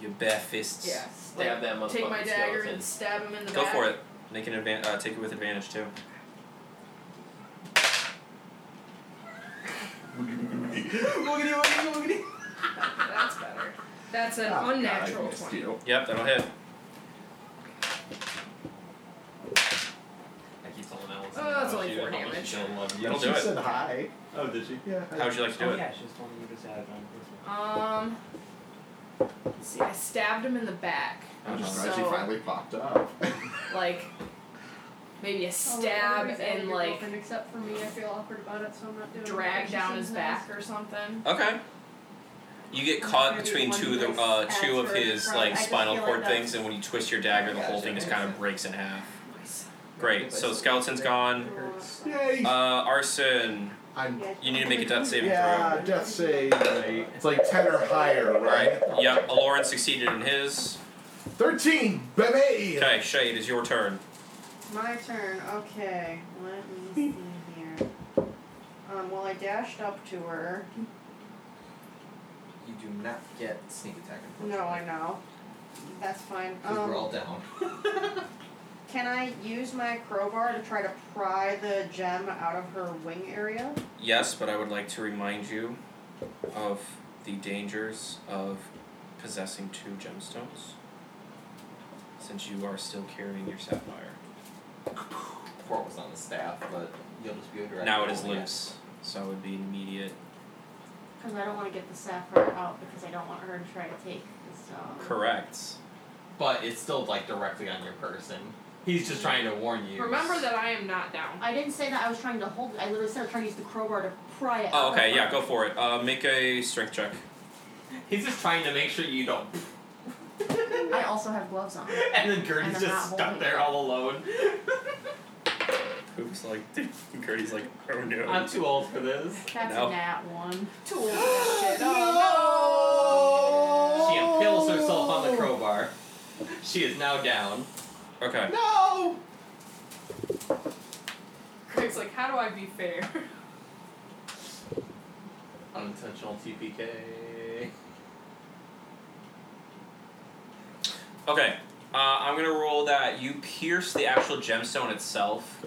Speaker 2: Your bare fists.
Speaker 12: Yes.
Speaker 8: Stab
Speaker 12: like,
Speaker 8: that
Speaker 12: Take my
Speaker 8: motherfucking
Speaker 12: dagger
Speaker 8: skeleton.
Speaker 12: and stab him in the
Speaker 2: Go
Speaker 12: back.
Speaker 2: for it. Make an advan- uh, take it with advantage too.
Speaker 12: That's better. That's an
Speaker 5: Oh, God, I
Speaker 12: unnatural
Speaker 5: missed
Speaker 12: twenty.
Speaker 5: you.
Speaker 2: Yep, that'll hit.
Speaker 8: I keep telling Allison.
Speaker 12: Oh, that's
Speaker 8: how
Speaker 12: only
Speaker 8: she-
Speaker 12: four
Speaker 8: how much
Speaker 12: damage.
Speaker 8: She don't love you.
Speaker 2: That'll do
Speaker 5: she
Speaker 2: it.
Speaker 5: said hi.
Speaker 8: Oh, did she?
Speaker 5: Yeah. I-
Speaker 2: How would you like to do
Speaker 22: Oh
Speaker 2: it?
Speaker 22: yeah, she just told me you just added on this one.
Speaker 12: Um. let's see, I stabbed him in the back.
Speaker 5: I'm just
Speaker 12: So-
Speaker 5: surprised she finally popped up.
Speaker 12: Like,
Speaker 24: Oh,
Speaker 12: maybe a stab and like
Speaker 21: Except for me, I feel awkward about it, so I'm not doing.
Speaker 12: drag down his back or something.
Speaker 2: Okay. You get caught between two of the uh, two of his like spinal cord things, and when you twist your dagger, the whole thing just kind of breaks in half. Great. So skeleton's gone.
Speaker 5: Yay!
Speaker 2: Uh, arson.
Speaker 5: I'm.
Speaker 2: You need to make a death saving
Speaker 5: Yeah, death save. It's like ten or higher,
Speaker 2: throw. Right. Yep. Aloran succeeded in his.
Speaker 5: Thirteen, baby.
Speaker 2: Okay, Shay, it is your turn.
Speaker 3: My turn. Okay, let me see here. Um, well, I dashed up to her.
Speaker 8: You do not get sneak attack.
Speaker 3: No, I know. That's fine.
Speaker 8: Because we're all
Speaker 3: Um,
Speaker 8: down.
Speaker 3: can I use my crowbar to try to pry the gem out of her wing area?
Speaker 2: Yes, but I would like to remind you of the dangers of possessing two gemstones, since you are still carrying your sapphire.
Speaker 8: Before it was on the staff, but you'll just be a director.
Speaker 2: Now it is loose, so it would be an immediate
Speaker 3: Because I don't want to get the sapphire out because I don't want her to try to take the stone.
Speaker 2: Correct.
Speaker 8: But it's still like directly on your person. He's just trying to warn you.
Speaker 12: Remember that I am not down.
Speaker 3: I didn't say that I was trying to hold it. I literally said I was trying to use the crowbar to pry it
Speaker 2: Oh,
Speaker 3: out
Speaker 2: okay,
Speaker 3: of
Speaker 2: yeah,
Speaker 3: her.
Speaker 2: go for it. Uh, make a strength check.
Speaker 8: He's just trying to make sure you don't.
Speaker 24: I also have gloves on.
Speaker 8: And then Gertie's
Speaker 24: And I'm
Speaker 8: just
Speaker 24: not
Speaker 8: stuck
Speaker 24: holding
Speaker 8: there
Speaker 24: it.
Speaker 8: all alone.
Speaker 2: Who's like, Gertie's like, oh no.
Speaker 8: I'm too old for this.
Speaker 24: That's
Speaker 2: No.
Speaker 24: a nat one.
Speaker 12: Too old for this shit. Oh,
Speaker 8: She impales herself
Speaker 24: Oh.
Speaker 8: on the crowbar. She is now down.
Speaker 2: Okay.
Speaker 8: No!
Speaker 12: Craig's like, how do I be fair?
Speaker 8: Unintentional TPK.
Speaker 2: Okay, uh, I'm gonna roll that you pierce the actual gemstone itself,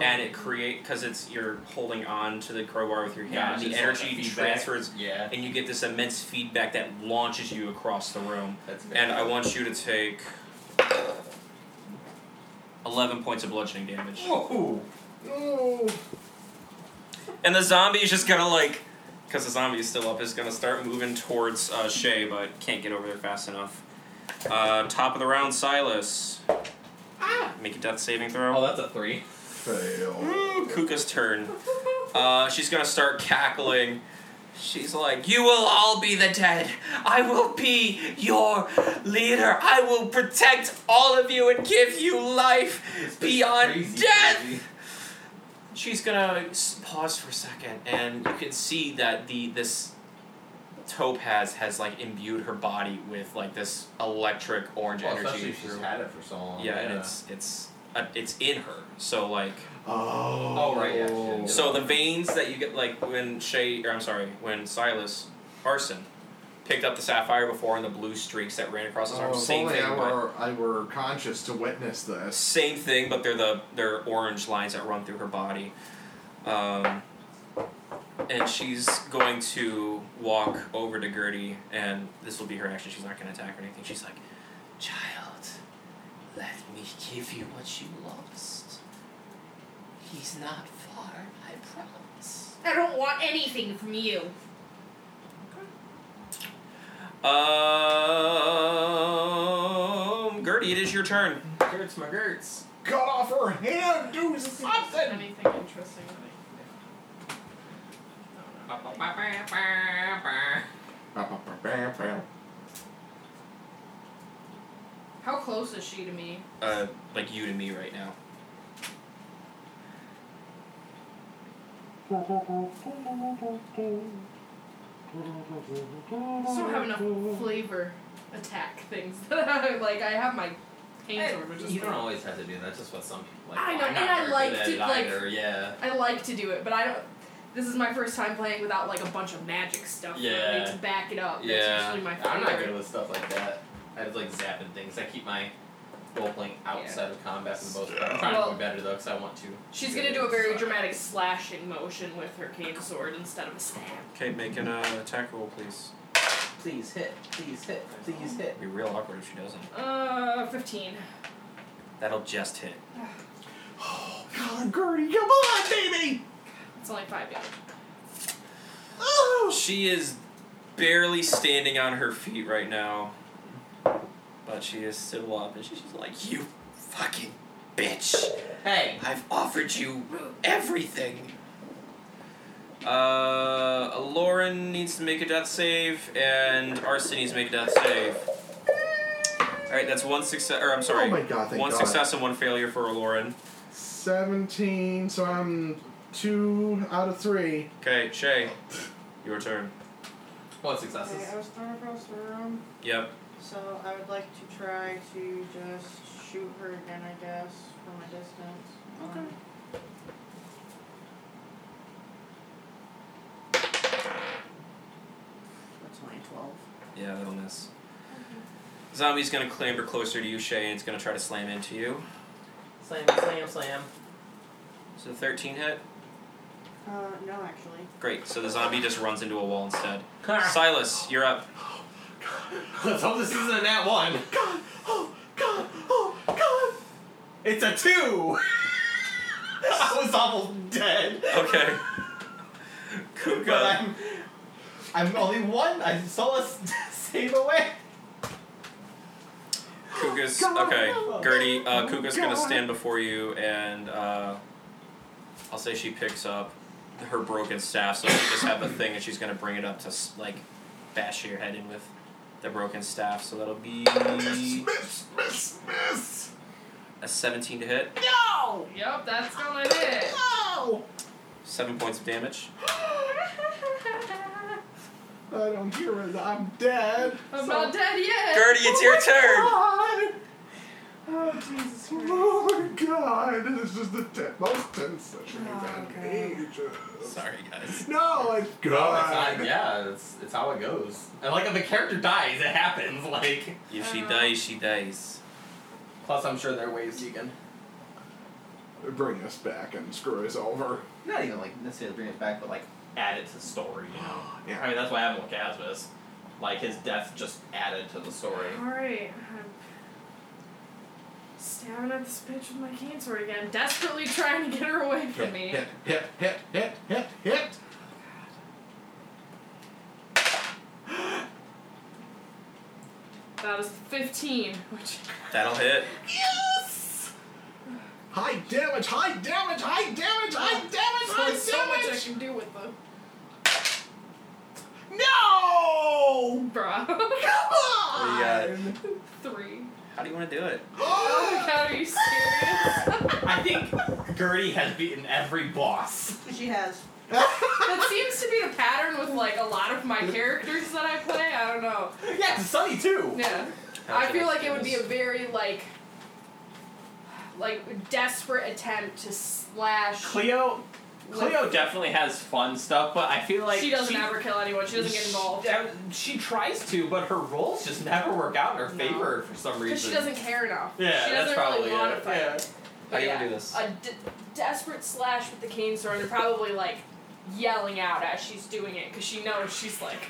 Speaker 2: and it create because it's you're holding on to the crowbar with your
Speaker 8: Yeah,
Speaker 2: hand. the
Speaker 8: just like
Speaker 2: energy
Speaker 8: the feedback.
Speaker 2: transfers,
Speaker 8: Yeah.
Speaker 2: and you get this immense feedback that launches you across the room.
Speaker 8: That's very
Speaker 2: And I want you to take eleven points of bludgeoning damage.
Speaker 8: Ooh.
Speaker 25: Oh.
Speaker 2: And the zombie is just gonna like, because the zombie is still up, is gonna start moving towards uh, Shay, but can't get over there fast enough. Uh, top of the round, Silas. Make a death saving throw.
Speaker 8: Oh, that's a three.
Speaker 5: Fail.
Speaker 2: Ooh, Kuka's turn. Uh, she's gonna start cackling. She's like, "You will all be the dead. I will be your leader. I will protect all of you and give you life beyond
Speaker 8: Crazy,
Speaker 2: death."
Speaker 8: crazy.
Speaker 2: She's gonna s- pause for a second, and you can see that the this topaz has like imbued her body with like this electric orange
Speaker 8: Well,
Speaker 2: energy.
Speaker 8: especially if she's had it for so long.
Speaker 2: yeah, and it's it's uh, it's in her. So like.
Speaker 5: Oh.
Speaker 8: Oh, right, yeah, she did.
Speaker 2: So the veins that you get, like when Shay, or I'm sorry, when Silas Arson picked up the sapphire befefore, and the blue streaks that ran across his
Speaker 5: Oh,
Speaker 2: arm,
Speaker 5: if
Speaker 2: same
Speaker 5: only
Speaker 2: thing,
Speaker 5: I
Speaker 2: but
Speaker 5: were, I were conscious to witness this.
Speaker 2: same thing, but they're the they're orange lines that run through her body, um, and she's going to walk over to Gertie, and this will be her action. She's not going to attack or anything. She's like, "Child, let me give you what you lost. He's not far, I promise."
Speaker 12: I don't want anything from you.
Speaker 2: Um, Gertie, it is your turn.
Speaker 8: Gertz my Gertz.
Speaker 5: Cut off her hand, do something!
Speaker 12: Anything interesting that How close is she to me?
Speaker 2: Uh, like you to me right now.
Speaker 12: I just don't have enough flavor attack things. like I have my hand sword, which is
Speaker 8: You don't
Speaker 12: fine.
Speaker 8: always have to do that. That's just what some people like.
Speaker 12: I know,
Speaker 8: I'm not
Speaker 12: and I
Speaker 8: very
Speaker 12: like
Speaker 8: good at
Speaker 12: to,
Speaker 8: it
Speaker 12: like-
Speaker 8: either, Yeah.
Speaker 12: I like to do it, but I don't. This is my first time playing without like a bunch of magic stuff. for me
Speaker 8: Yeah.
Speaker 12: To back it up. That's
Speaker 8: Yeah.
Speaker 12: usually my favorite.
Speaker 8: I'm not good with stuff like that. I just like zapping things. I keep my role playing outside of combat for the most part. I'm trying to
Speaker 12: Well-
Speaker 8: do better though, because I want to.
Speaker 12: She's
Speaker 8: Good
Speaker 12: gonna do a very
Speaker 8: inside.
Speaker 12: dramatic slashing motion with her cane sword instead of a stab.
Speaker 2: Okay, make an uh, attack roll, please.
Speaker 8: Please hit. Please hit. Please hit.
Speaker 2: It'd be real awkward if she doesn't.
Speaker 12: Uh, fifteen.
Speaker 2: That'll just hit.
Speaker 5: Oh, God, Gertie, come on, baby!
Speaker 12: It's only five damage.
Speaker 5: Oh!
Speaker 2: She is barely standing on her feet right now, but she is still up, and she's just like, "You fucking bitch!
Speaker 8: Hey.
Speaker 2: I've offered you everything." Uh, Lauren needs to make a death save, and Arson needs to make a death save. All right, that's one success. Or I'm sorry,
Speaker 5: Oh my God, thank
Speaker 2: one
Speaker 5: God.
Speaker 2: success and one failure for Lauren.
Speaker 5: 17, so I'm two out of three.
Speaker 2: Okay, Shay, your turn.
Speaker 8: What
Speaker 3: Okay,
Speaker 8: successes?
Speaker 3: I was thrown across the room,
Speaker 2: Yep.
Speaker 3: so I would like to try to just shoot her again, I guess, from a distance. Um, Okay. That's only a 12.
Speaker 2: Yeah, that'll miss. Zombie's gonna clamber closer to you, Shay, and it's gonna try to slam into you.
Speaker 8: Slam, slam, slam.
Speaker 2: So 13 hit.
Speaker 3: Uh, no, actually.
Speaker 2: Great. So the zombie just runs into a wall instead.
Speaker 8: Ah.
Speaker 2: Silas, you're up.
Speaker 8: Let's hope this isn't a nat one.
Speaker 5: God, oh, God, oh, God!
Speaker 8: It's a two. I was almost dead.
Speaker 2: Okay.
Speaker 8: But
Speaker 2: Kuka.
Speaker 8: I'm I'm only one. I saw us save away.
Speaker 2: Kuka's okay. Gertie, uh, Kuka's gonna stand before you, and uh, I'll say she picks up her broken staff. So she just have a thing, and she's gonna bring it up to s- like bash your head in with the broken staff. So that'll be a 17 to hit,
Speaker 12: No! Yep, Oh, that's gonna hit.
Speaker 5: Oh,
Speaker 12: No!
Speaker 2: seven points of damage.
Speaker 5: I don't hear it. I'm dead.
Speaker 12: I'm not dead yet.
Speaker 2: Gertie, it's your turn.
Speaker 5: God. Oh, Jesus Christ. Oh, my God. And it's just the ten, most tense session I've
Speaker 12: Oh
Speaker 5: had in ages.
Speaker 8: Sorry, guys.
Speaker 5: No,
Speaker 8: No,
Speaker 5: it's good.
Speaker 8: Oh, it's not, yeah, it's, it's how it goes. And like if a character dies, it happens. Like
Speaker 2: If
Speaker 12: Uh.
Speaker 2: she dies, she dies.
Speaker 8: Plus, I'm sure there are ways you can.
Speaker 5: Bring us back and screw us over.
Speaker 8: Not even like necessarily bring it back, but like add it to the story. You know.
Speaker 5: Oh, Yeah.
Speaker 8: I mean, that's what happened with Casmus. Like his death just added to the story.
Speaker 12: Alright, I'm stabbing at this bitch with my cane sword again, desperately trying to get her away from me.
Speaker 5: Hit, hit, hit, hit, hit, hit.
Speaker 12: That was 15, which.
Speaker 2: That'll hit.
Speaker 5: Yes! High damage, high damage, high damage, high damage,
Speaker 12: Oh, There's
Speaker 5: high
Speaker 12: only so much I
Speaker 5: damage!
Speaker 12: can do with them.
Speaker 5: No!
Speaker 12: Bruh. Oh,
Speaker 2: We got it.
Speaker 12: Three.
Speaker 2: How do you want to do it?
Speaker 12: Oh my god, are you serious?
Speaker 8: I think Gertie has beaten every boss.
Speaker 3: She has.
Speaker 12: that seems to be the pattern with like a lot of my characters that I play. I don't know.
Speaker 8: Yeah, it's Sunny too.
Speaker 12: Yeah. I feel like it would be a very like like desperate attempt to slash
Speaker 8: Cleo. Cleo definitely has fun stuff, but I feel like
Speaker 12: she doesn't ever kill anyone. She doesn't get involved.
Speaker 8: She, tries to, but her roles just never work out in her
Speaker 12: No.
Speaker 8: favor for some reason.
Speaker 12: Because she doesn't care enough.
Speaker 8: Yeah,
Speaker 12: she
Speaker 8: that's
Speaker 12: doesn't
Speaker 8: probably
Speaker 12: really want
Speaker 8: it.
Speaker 12: to fight.
Speaker 8: Yeah.
Speaker 12: But
Speaker 8: How do you
Speaker 12: yeah,
Speaker 8: wanna do this?
Speaker 12: A d- desperate slash with the cane sword, and probably like yelling out as she's doing it because she knows she's like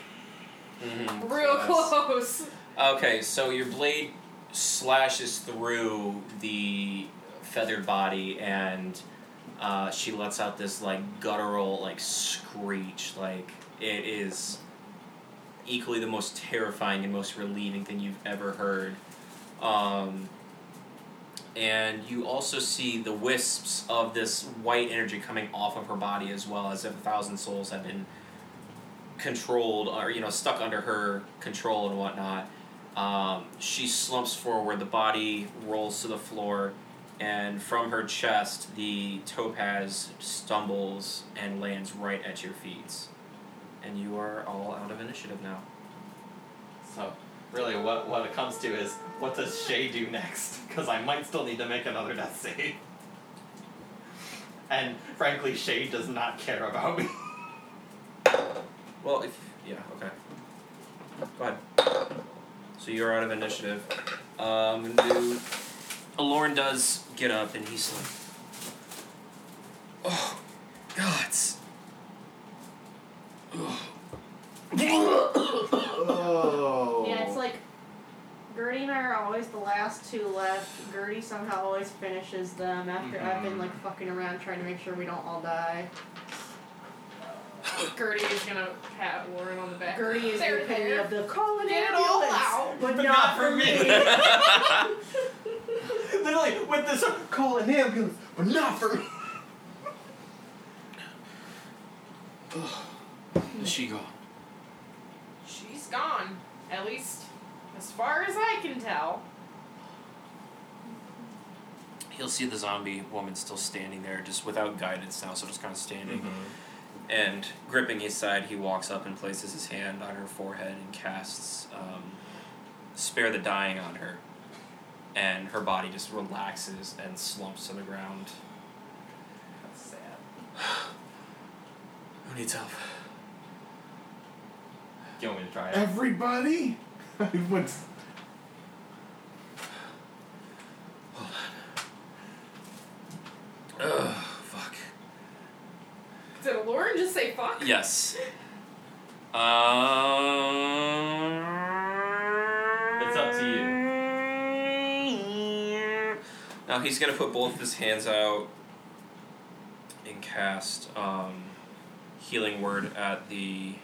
Speaker 2: Mm-hmm.
Speaker 12: real close.
Speaker 2: Okay, so your blade slashes through the feathered body, and uh, she lets out this like guttural like screech. Like it is equally the most terrifying and most relieving thing you've ever heard. Um, and you also see the wisps of this white energy coming off of her body as well, as if a thousand souls have been controlled or you know stuck under her control and whatnot. Um, she slumps forward, the body rolls to the floor, and from her chest, the topaz stumbles and lands right at your feet. And you are all out of initiative now.
Speaker 8: So, really, what what it comes to is what does Shay do next? Because I might still need to make another death save. And frankly, Shay does not care about me.
Speaker 2: Well, if yeah, okay. Go ahead. So you're out of initiative. Um, do uh, Lauren does get up and he's like, "Oh, gods."
Speaker 5: Oh.
Speaker 3: Yeah, it's like Gertie and I are always the last two left. Gertie somehow always finishes them after I've been like fucking around trying to make sure we don't all die.
Speaker 12: Gertie is gonna pat Warren on the back.
Speaker 3: Gertie is
Speaker 12: there,
Speaker 3: the epitome
Speaker 12: there.
Speaker 3: of the calling
Speaker 12: Get it all
Speaker 3: ambulance,
Speaker 12: out.
Speaker 3: but, not,
Speaker 8: But not for
Speaker 3: for me.
Speaker 8: me. Literally, with this call an ambulance, but not for me.
Speaker 2: Is she gone?
Speaker 12: She's gone. At least as far as I can tell.
Speaker 2: He'll see the zombie woman still standing there, just without guidance now, so just kind of standing.
Speaker 8: Mm-hmm.
Speaker 2: And gripping his side, he walks up and places his hand on her forehead and casts um, Spare the Dying on her. And her body just relaxes and slumps to the ground.
Speaker 8: That's sad.
Speaker 2: Who needs help?
Speaker 8: Do you want me to try it?
Speaker 5: Everybody? I would.
Speaker 2: Ugh, fuck.
Speaker 12: Did Lauren just say fuck?
Speaker 2: Yes. Um,
Speaker 8: It's up to you.
Speaker 2: Now he's gonna put both of his hands out and cast um, healing word at the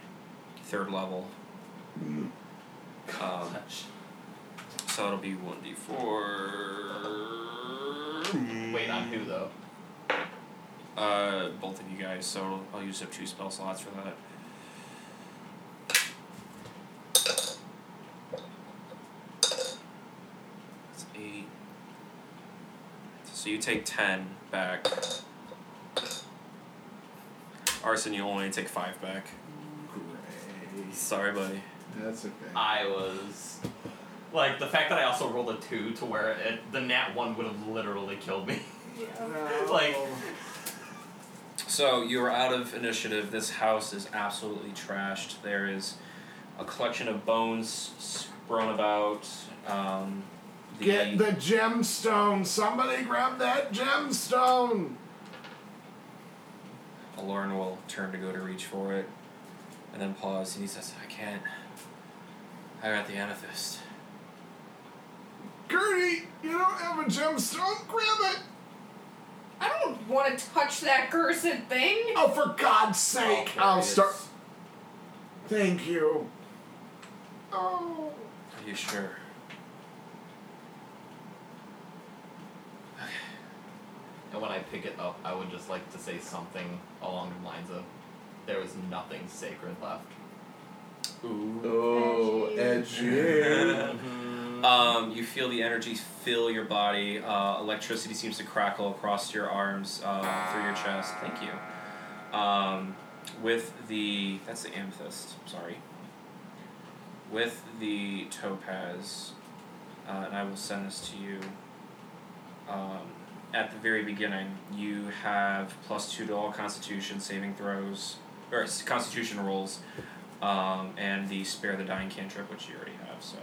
Speaker 2: third level. Um, so it'll be one d four.
Speaker 8: Wait, on who though?
Speaker 2: Uh, both of you guys. So I'll use up two spell slots for that. It's eight. So you take ten back. Arson, you only take five back.
Speaker 4: Great.
Speaker 2: Sorry, buddy.
Speaker 4: That's okay.
Speaker 8: I was like the fact that I also rolled a two to where it, the nat one would have literally killed me. like
Speaker 2: So you are out of initiative. This house is absolutely trashed. There is a collection of bones thrown about. Um, the
Speaker 5: Get the gemstone. Somebody grab that gemstone.
Speaker 2: Lauren will turn to go to reach for it, and then pause. And he says, "I can't. I got the amethyst."
Speaker 5: Gertie, you don't have a gemstone? Grab it.
Speaker 12: I don't want to touch that cursed thing.
Speaker 5: Oh, for God's sake. I'll start. Thank you.
Speaker 7: Oh.
Speaker 2: Are you sure?
Speaker 8: And when I pick it up, I would just like to say something along the lines of, "There is nothing sacred left."
Speaker 2: Ooh.
Speaker 4: Oh, edgy.
Speaker 2: Um, you feel the energy fill your body. Uh, electricity seems to crackle across your arms, uh, through your chest. Thank you. Um, with the that's the amethyst. Sorry. With the topaz, uh, and I will send this to you. Um, at the very beginning, you have plus two to all Constitution saving throws or s- Constitution rolls, um, and the spare the dying cantrip, which you already have. So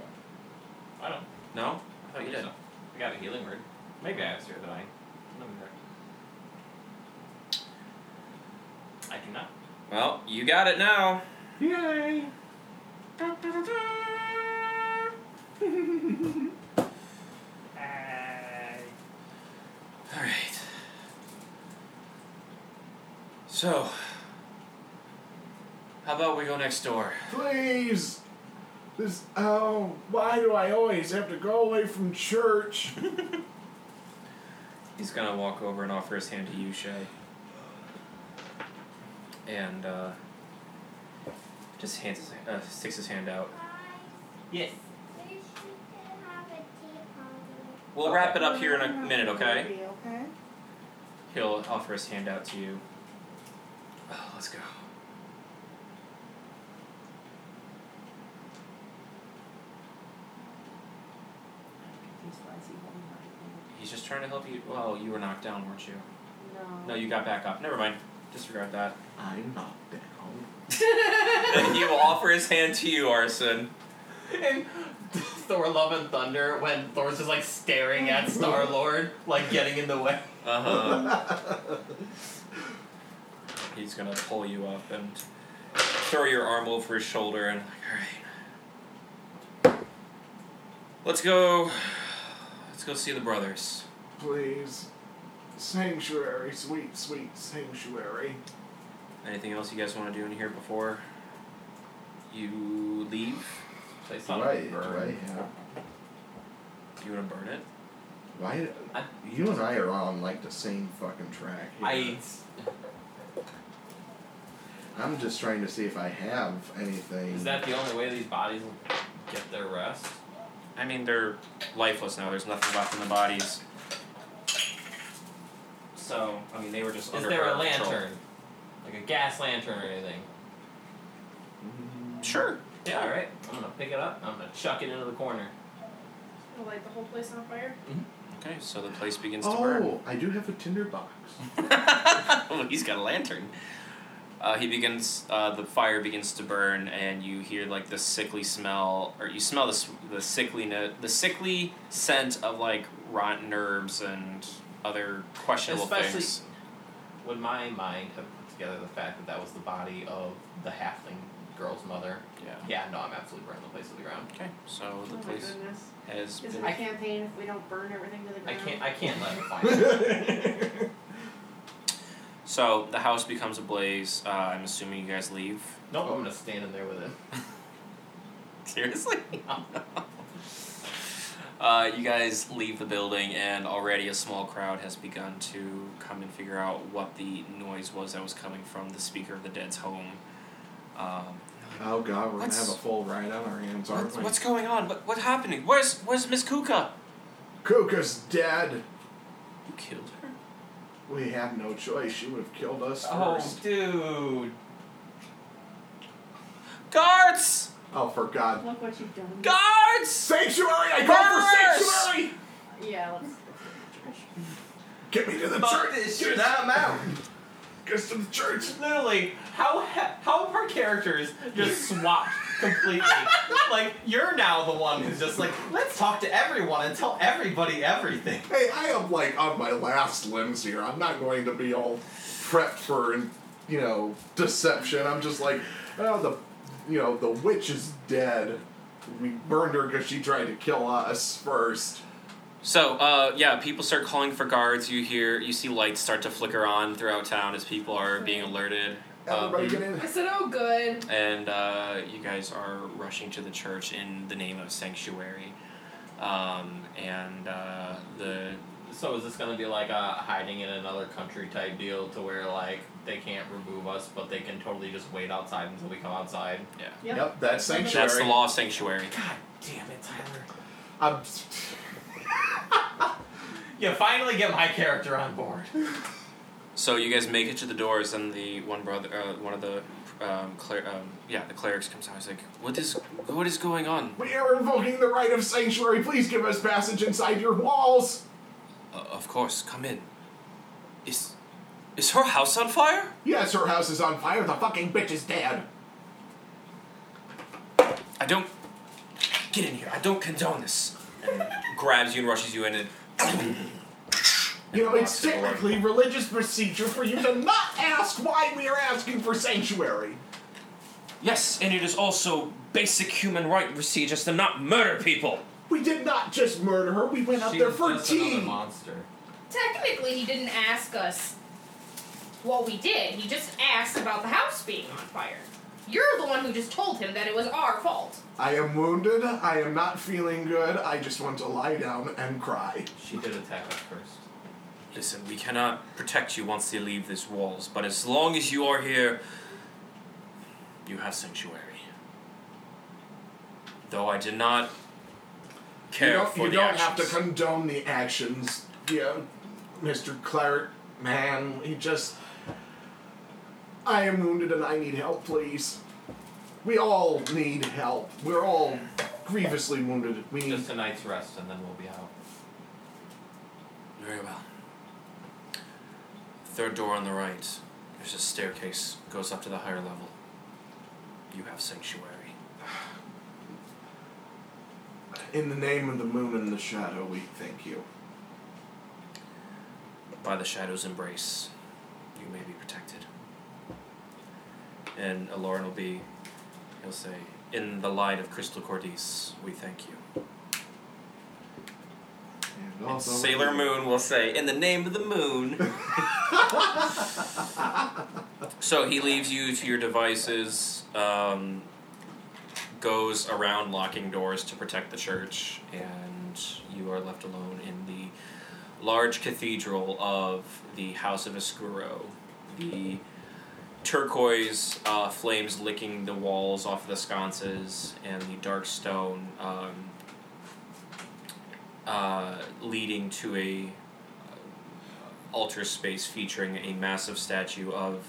Speaker 8: I don't.
Speaker 2: no, I
Speaker 8: I
Speaker 2: thought you did.
Speaker 8: Oh, I got a healing word. Maybe I have spirit that I. Let me check. I do not.
Speaker 2: Well, you got it now.
Speaker 5: Yay.
Speaker 2: All right. So, how about we go next door?
Speaker 5: Please. This. Oh, why do I always have to go away from church?
Speaker 2: He's gonna walk over and offer his hand to you, Shay. And uh, just hands his, uh, sticks his hand out.
Speaker 8: Yes.
Speaker 7: They should have a tea party.
Speaker 2: We'll wrap it up here in a minute, okay?
Speaker 3: Okay.
Speaker 2: He'll offer his hand out to you. Oh, let's go.
Speaker 3: Oh
Speaker 2: He's just trying to help you. Well, you were knocked down, weren't you? No, you got back up. Never mind. Disregard that.
Speaker 4: I'm knocked down.
Speaker 2: he will offer his hand to you, Arson.
Speaker 8: And Thor: Love and Thunder, when Thor's just like staring at Star Lord, like getting in the way.
Speaker 2: Uh huh. He's gonna pull you up and throw your arm over his shoulder and like, all right, let's go. Let's go see the brothers.
Speaker 5: Please. Sanctuary, sweet, sweet sanctuary.
Speaker 2: Anything else you guys want to do in here before you leave?
Speaker 8: Place on
Speaker 4: Right,
Speaker 8: burn.
Speaker 4: right. Yeah.
Speaker 2: Do you want to burn it?
Speaker 4: Why?
Speaker 8: I-
Speaker 4: you and I are on like the same fucking track. here.
Speaker 8: I.
Speaker 4: I'm just trying to see if I have anything.
Speaker 8: Is that the only way these bodies will get their rest?
Speaker 2: I mean, they're lifeless now. There's nothing left in the bodies. So, I mean, they were just
Speaker 8: Is
Speaker 2: under
Speaker 8: there a
Speaker 2: our control.
Speaker 8: lantern? Like a gas lantern or anything?
Speaker 2: Sure.
Speaker 8: Yeah, alright. I'm gonna pick it up. I'm gonna chuck it into the corner.
Speaker 26: We'll light the whole place on fire.
Speaker 2: Okay, so the place begins to burn.
Speaker 4: Oh, I do have a tinder box.
Speaker 2: Oh, He's got a lantern. Uh, he begins. Uh, the fire begins to burn, and you hear like the sickly smell, or you smell the s- the sickly no- the sickly scent of like rotten herbs and other questionable
Speaker 8: Especially-
Speaker 2: things.
Speaker 8: Would my mind have put together the fact that that was the body of the halfling girl's mother?
Speaker 2: Yeah.
Speaker 8: Yeah, no, I'm absolutely burning the place to the ground.
Speaker 2: Okay. So the
Speaker 3: Oh my
Speaker 2: place
Speaker 3: goodness.
Speaker 2: has
Speaker 3: Is it
Speaker 2: been.
Speaker 3: a campaign if we don't burn everything to the
Speaker 8: I
Speaker 3: ground?
Speaker 8: can't. I can't let it find.
Speaker 4: That's
Speaker 2: So the house becomes ablaze. Uh, I'm assuming you guys leave.
Speaker 4: Nope, I'm gonna stand in there with it.
Speaker 2: Seriously? Uh, you guys leave the building, and already a small crowd has begun to come and figure out what the noise was that was coming from the speaker of the dead's home. Um,
Speaker 5: Oh god, we're
Speaker 2: What's-
Speaker 5: gonna have a full ride on our hands, aren't
Speaker 2: what's,
Speaker 5: we?
Speaker 2: what's going on? What, what's happening? Where's Where's Miss Kuka?
Speaker 5: Kuka's dead.
Speaker 2: You killed her.
Speaker 5: We had no choice. She would have killed us
Speaker 4: Oh,
Speaker 5: first.
Speaker 4: dude.
Speaker 2: Guards!
Speaker 5: Oh, for God.
Speaker 13: Look what you've done.
Speaker 2: Guards!
Speaker 5: Sanctuary! I call for
Speaker 13: Murderers!
Speaker 5: sanctuary!
Speaker 13: Yeah, let's.
Speaker 5: Get me to the
Speaker 4: Fuck
Speaker 5: church!
Speaker 4: this
Speaker 5: Get
Speaker 4: shit,
Speaker 5: us-
Speaker 4: I'm out.
Speaker 5: Get us to the church!
Speaker 4: Literally, how ha- how have our characters just swapped completely? like you're now the one who's just like, let's talk to everyone and tell everybody everything.
Speaker 5: Hey, I am like on my last limbs here. I'm not going to be all prepped for, you know, deception. I'm just like, oh, the, you know, the witch is dead. We burned her because she tried to kill us first.
Speaker 2: So, uh, yeah, people start calling for guards. You hear, you see lights start to flicker on throughout town as people are being alerted.
Speaker 5: Everybody
Speaker 2: Um,
Speaker 5: get in.
Speaker 6: I said, oh, good.
Speaker 2: and uh, you guys are rushing to the church in the name of sanctuary. Um, and uh, the
Speaker 4: So is this gonna be like a hiding in another country type deal to where like they can't remove us, but they can totally just wait outside until we come outside?
Speaker 2: yeah,
Speaker 13: Yep.
Speaker 5: Yep, that's sanctuary.
Speaker 2: that's the law of sanctuary.
Speaker 4: God damn it, Tyler.
Speaker 5: I'm,
Speaker 4: You finally get my character on board.
Speaker 2: So you guys make it to the doors, and the one brother, uh, one of the um, cler- um, yeah, the clerics comes out. He's like, "What is what is going on?
Speaker 5: we are invoking the right of sanctuary. Please give us passage inside your walls.
Speaker 2: Uh, of course, come in. Is is her house on fire?
Speaker 5: Yes, her house is on fire. The fucking bitch is dead.
Speaker 2: I don't get in here. I don't condone this." And grabs you and rushes you in. And
Speaker 5: You know,
Speaker 2: Lost
Speaker 5: it's
Speaker 2: it, Lord.
Speaker 5: technically religious procedure for you to not ask why we are asking for sanctuary.
Speaker 2: yes, and it is also basic human right procedures to not murder people.
Speaker 5: We did not just murder her. We went up there for
Speaker 4: just another
Speaker 5: tea.
Speaker 4: monster.
Speaker 6: Technically, he didn't ask us what we did. He just asked about the house being on fire. You're the one who just told him that it was our fault.
Speaker 5: I am wounded. I am not feeling good. I just want to lie down and cry.
Speaker 4: She did attack us first.
Speaker 2: Listen, we cannot protect you once they leave these walls, but as long as you are here, you have sanctuary. Though I did not care
Speaker 5: you don't,
Speaker 2: for
Speaker 5: you
Speaker 2: the
Speaker 5: don't
Speaker 2: actions.
Speaker 5: have to condone the actions, you know, Mr. Cleric man. He just. I am wounded and I need help, please. We all need help. We're all grievously wounded. We need
Speaker 4: Just a night's rest and then we'll be out.
Speaker 2: Very well. Third door on the right. There's a staircase. Goes up to the higher level. You have sanctuary.
Speaker 5: In the name of the moon and the shadow, we thank you.
Speaker 2: By the shadow's embrace, you may be protected. And Aloran will be, he'll say, in the light of Crystal Cordis, we thank you.
Speaker 5: And
Speaker 2: And
Speaker 5: also-
Speaker 2: Sailor Moon will say, in the name of the moon. so he leaves you to your devices, um, goes around locking doors to protect the church, and you are left alone in the large cathedral of the House of Escuro. The turquoise uh, flames licking the walls off the sconces, and the dark stone um, uh, leading to a uh, altar space featuring a massive statue of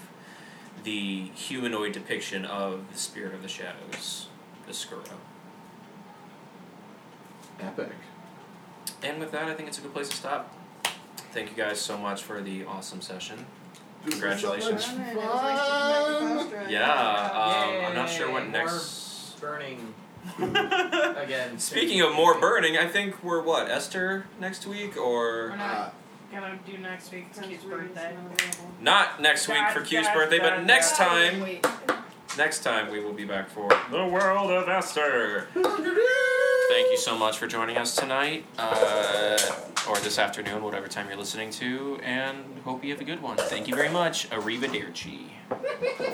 Speaker 2: the humanoid depiction of the spirit of the shadows, the Skuro.
Speaker 5: Epic.
Speaker 2: And with that, I think it's a good place to stop. Thank you guys so much for the awesome session.
Speaker 5: This was so much
Speaker 2: Congratulations.
Speaker 11: Alright, it was nice to connect with Foster and-
Speaker 2: Yeah, um, I'm not sure what
Speaker 8: Yay,
Speaker 2: next.
Speaker 8: Burning again.
Speaker 2: Speaking of more burning, I think we're what Esther next week
Speaker 13: We're
Speaker 2: or
Speaker 13: not gonna do next week. It's Q's birthday.
Speaker 2: not next week for Q's birthday, but next time.
Speaker 13: Wait.
Speaker 2: Next time we will be back for The World of Esther. Thank you so much for joining us tonight. Uh,
Speaker 4: or this afternoon, whatever time you're listening to, and hope you have a good one. Thank you very much. Arrivederci.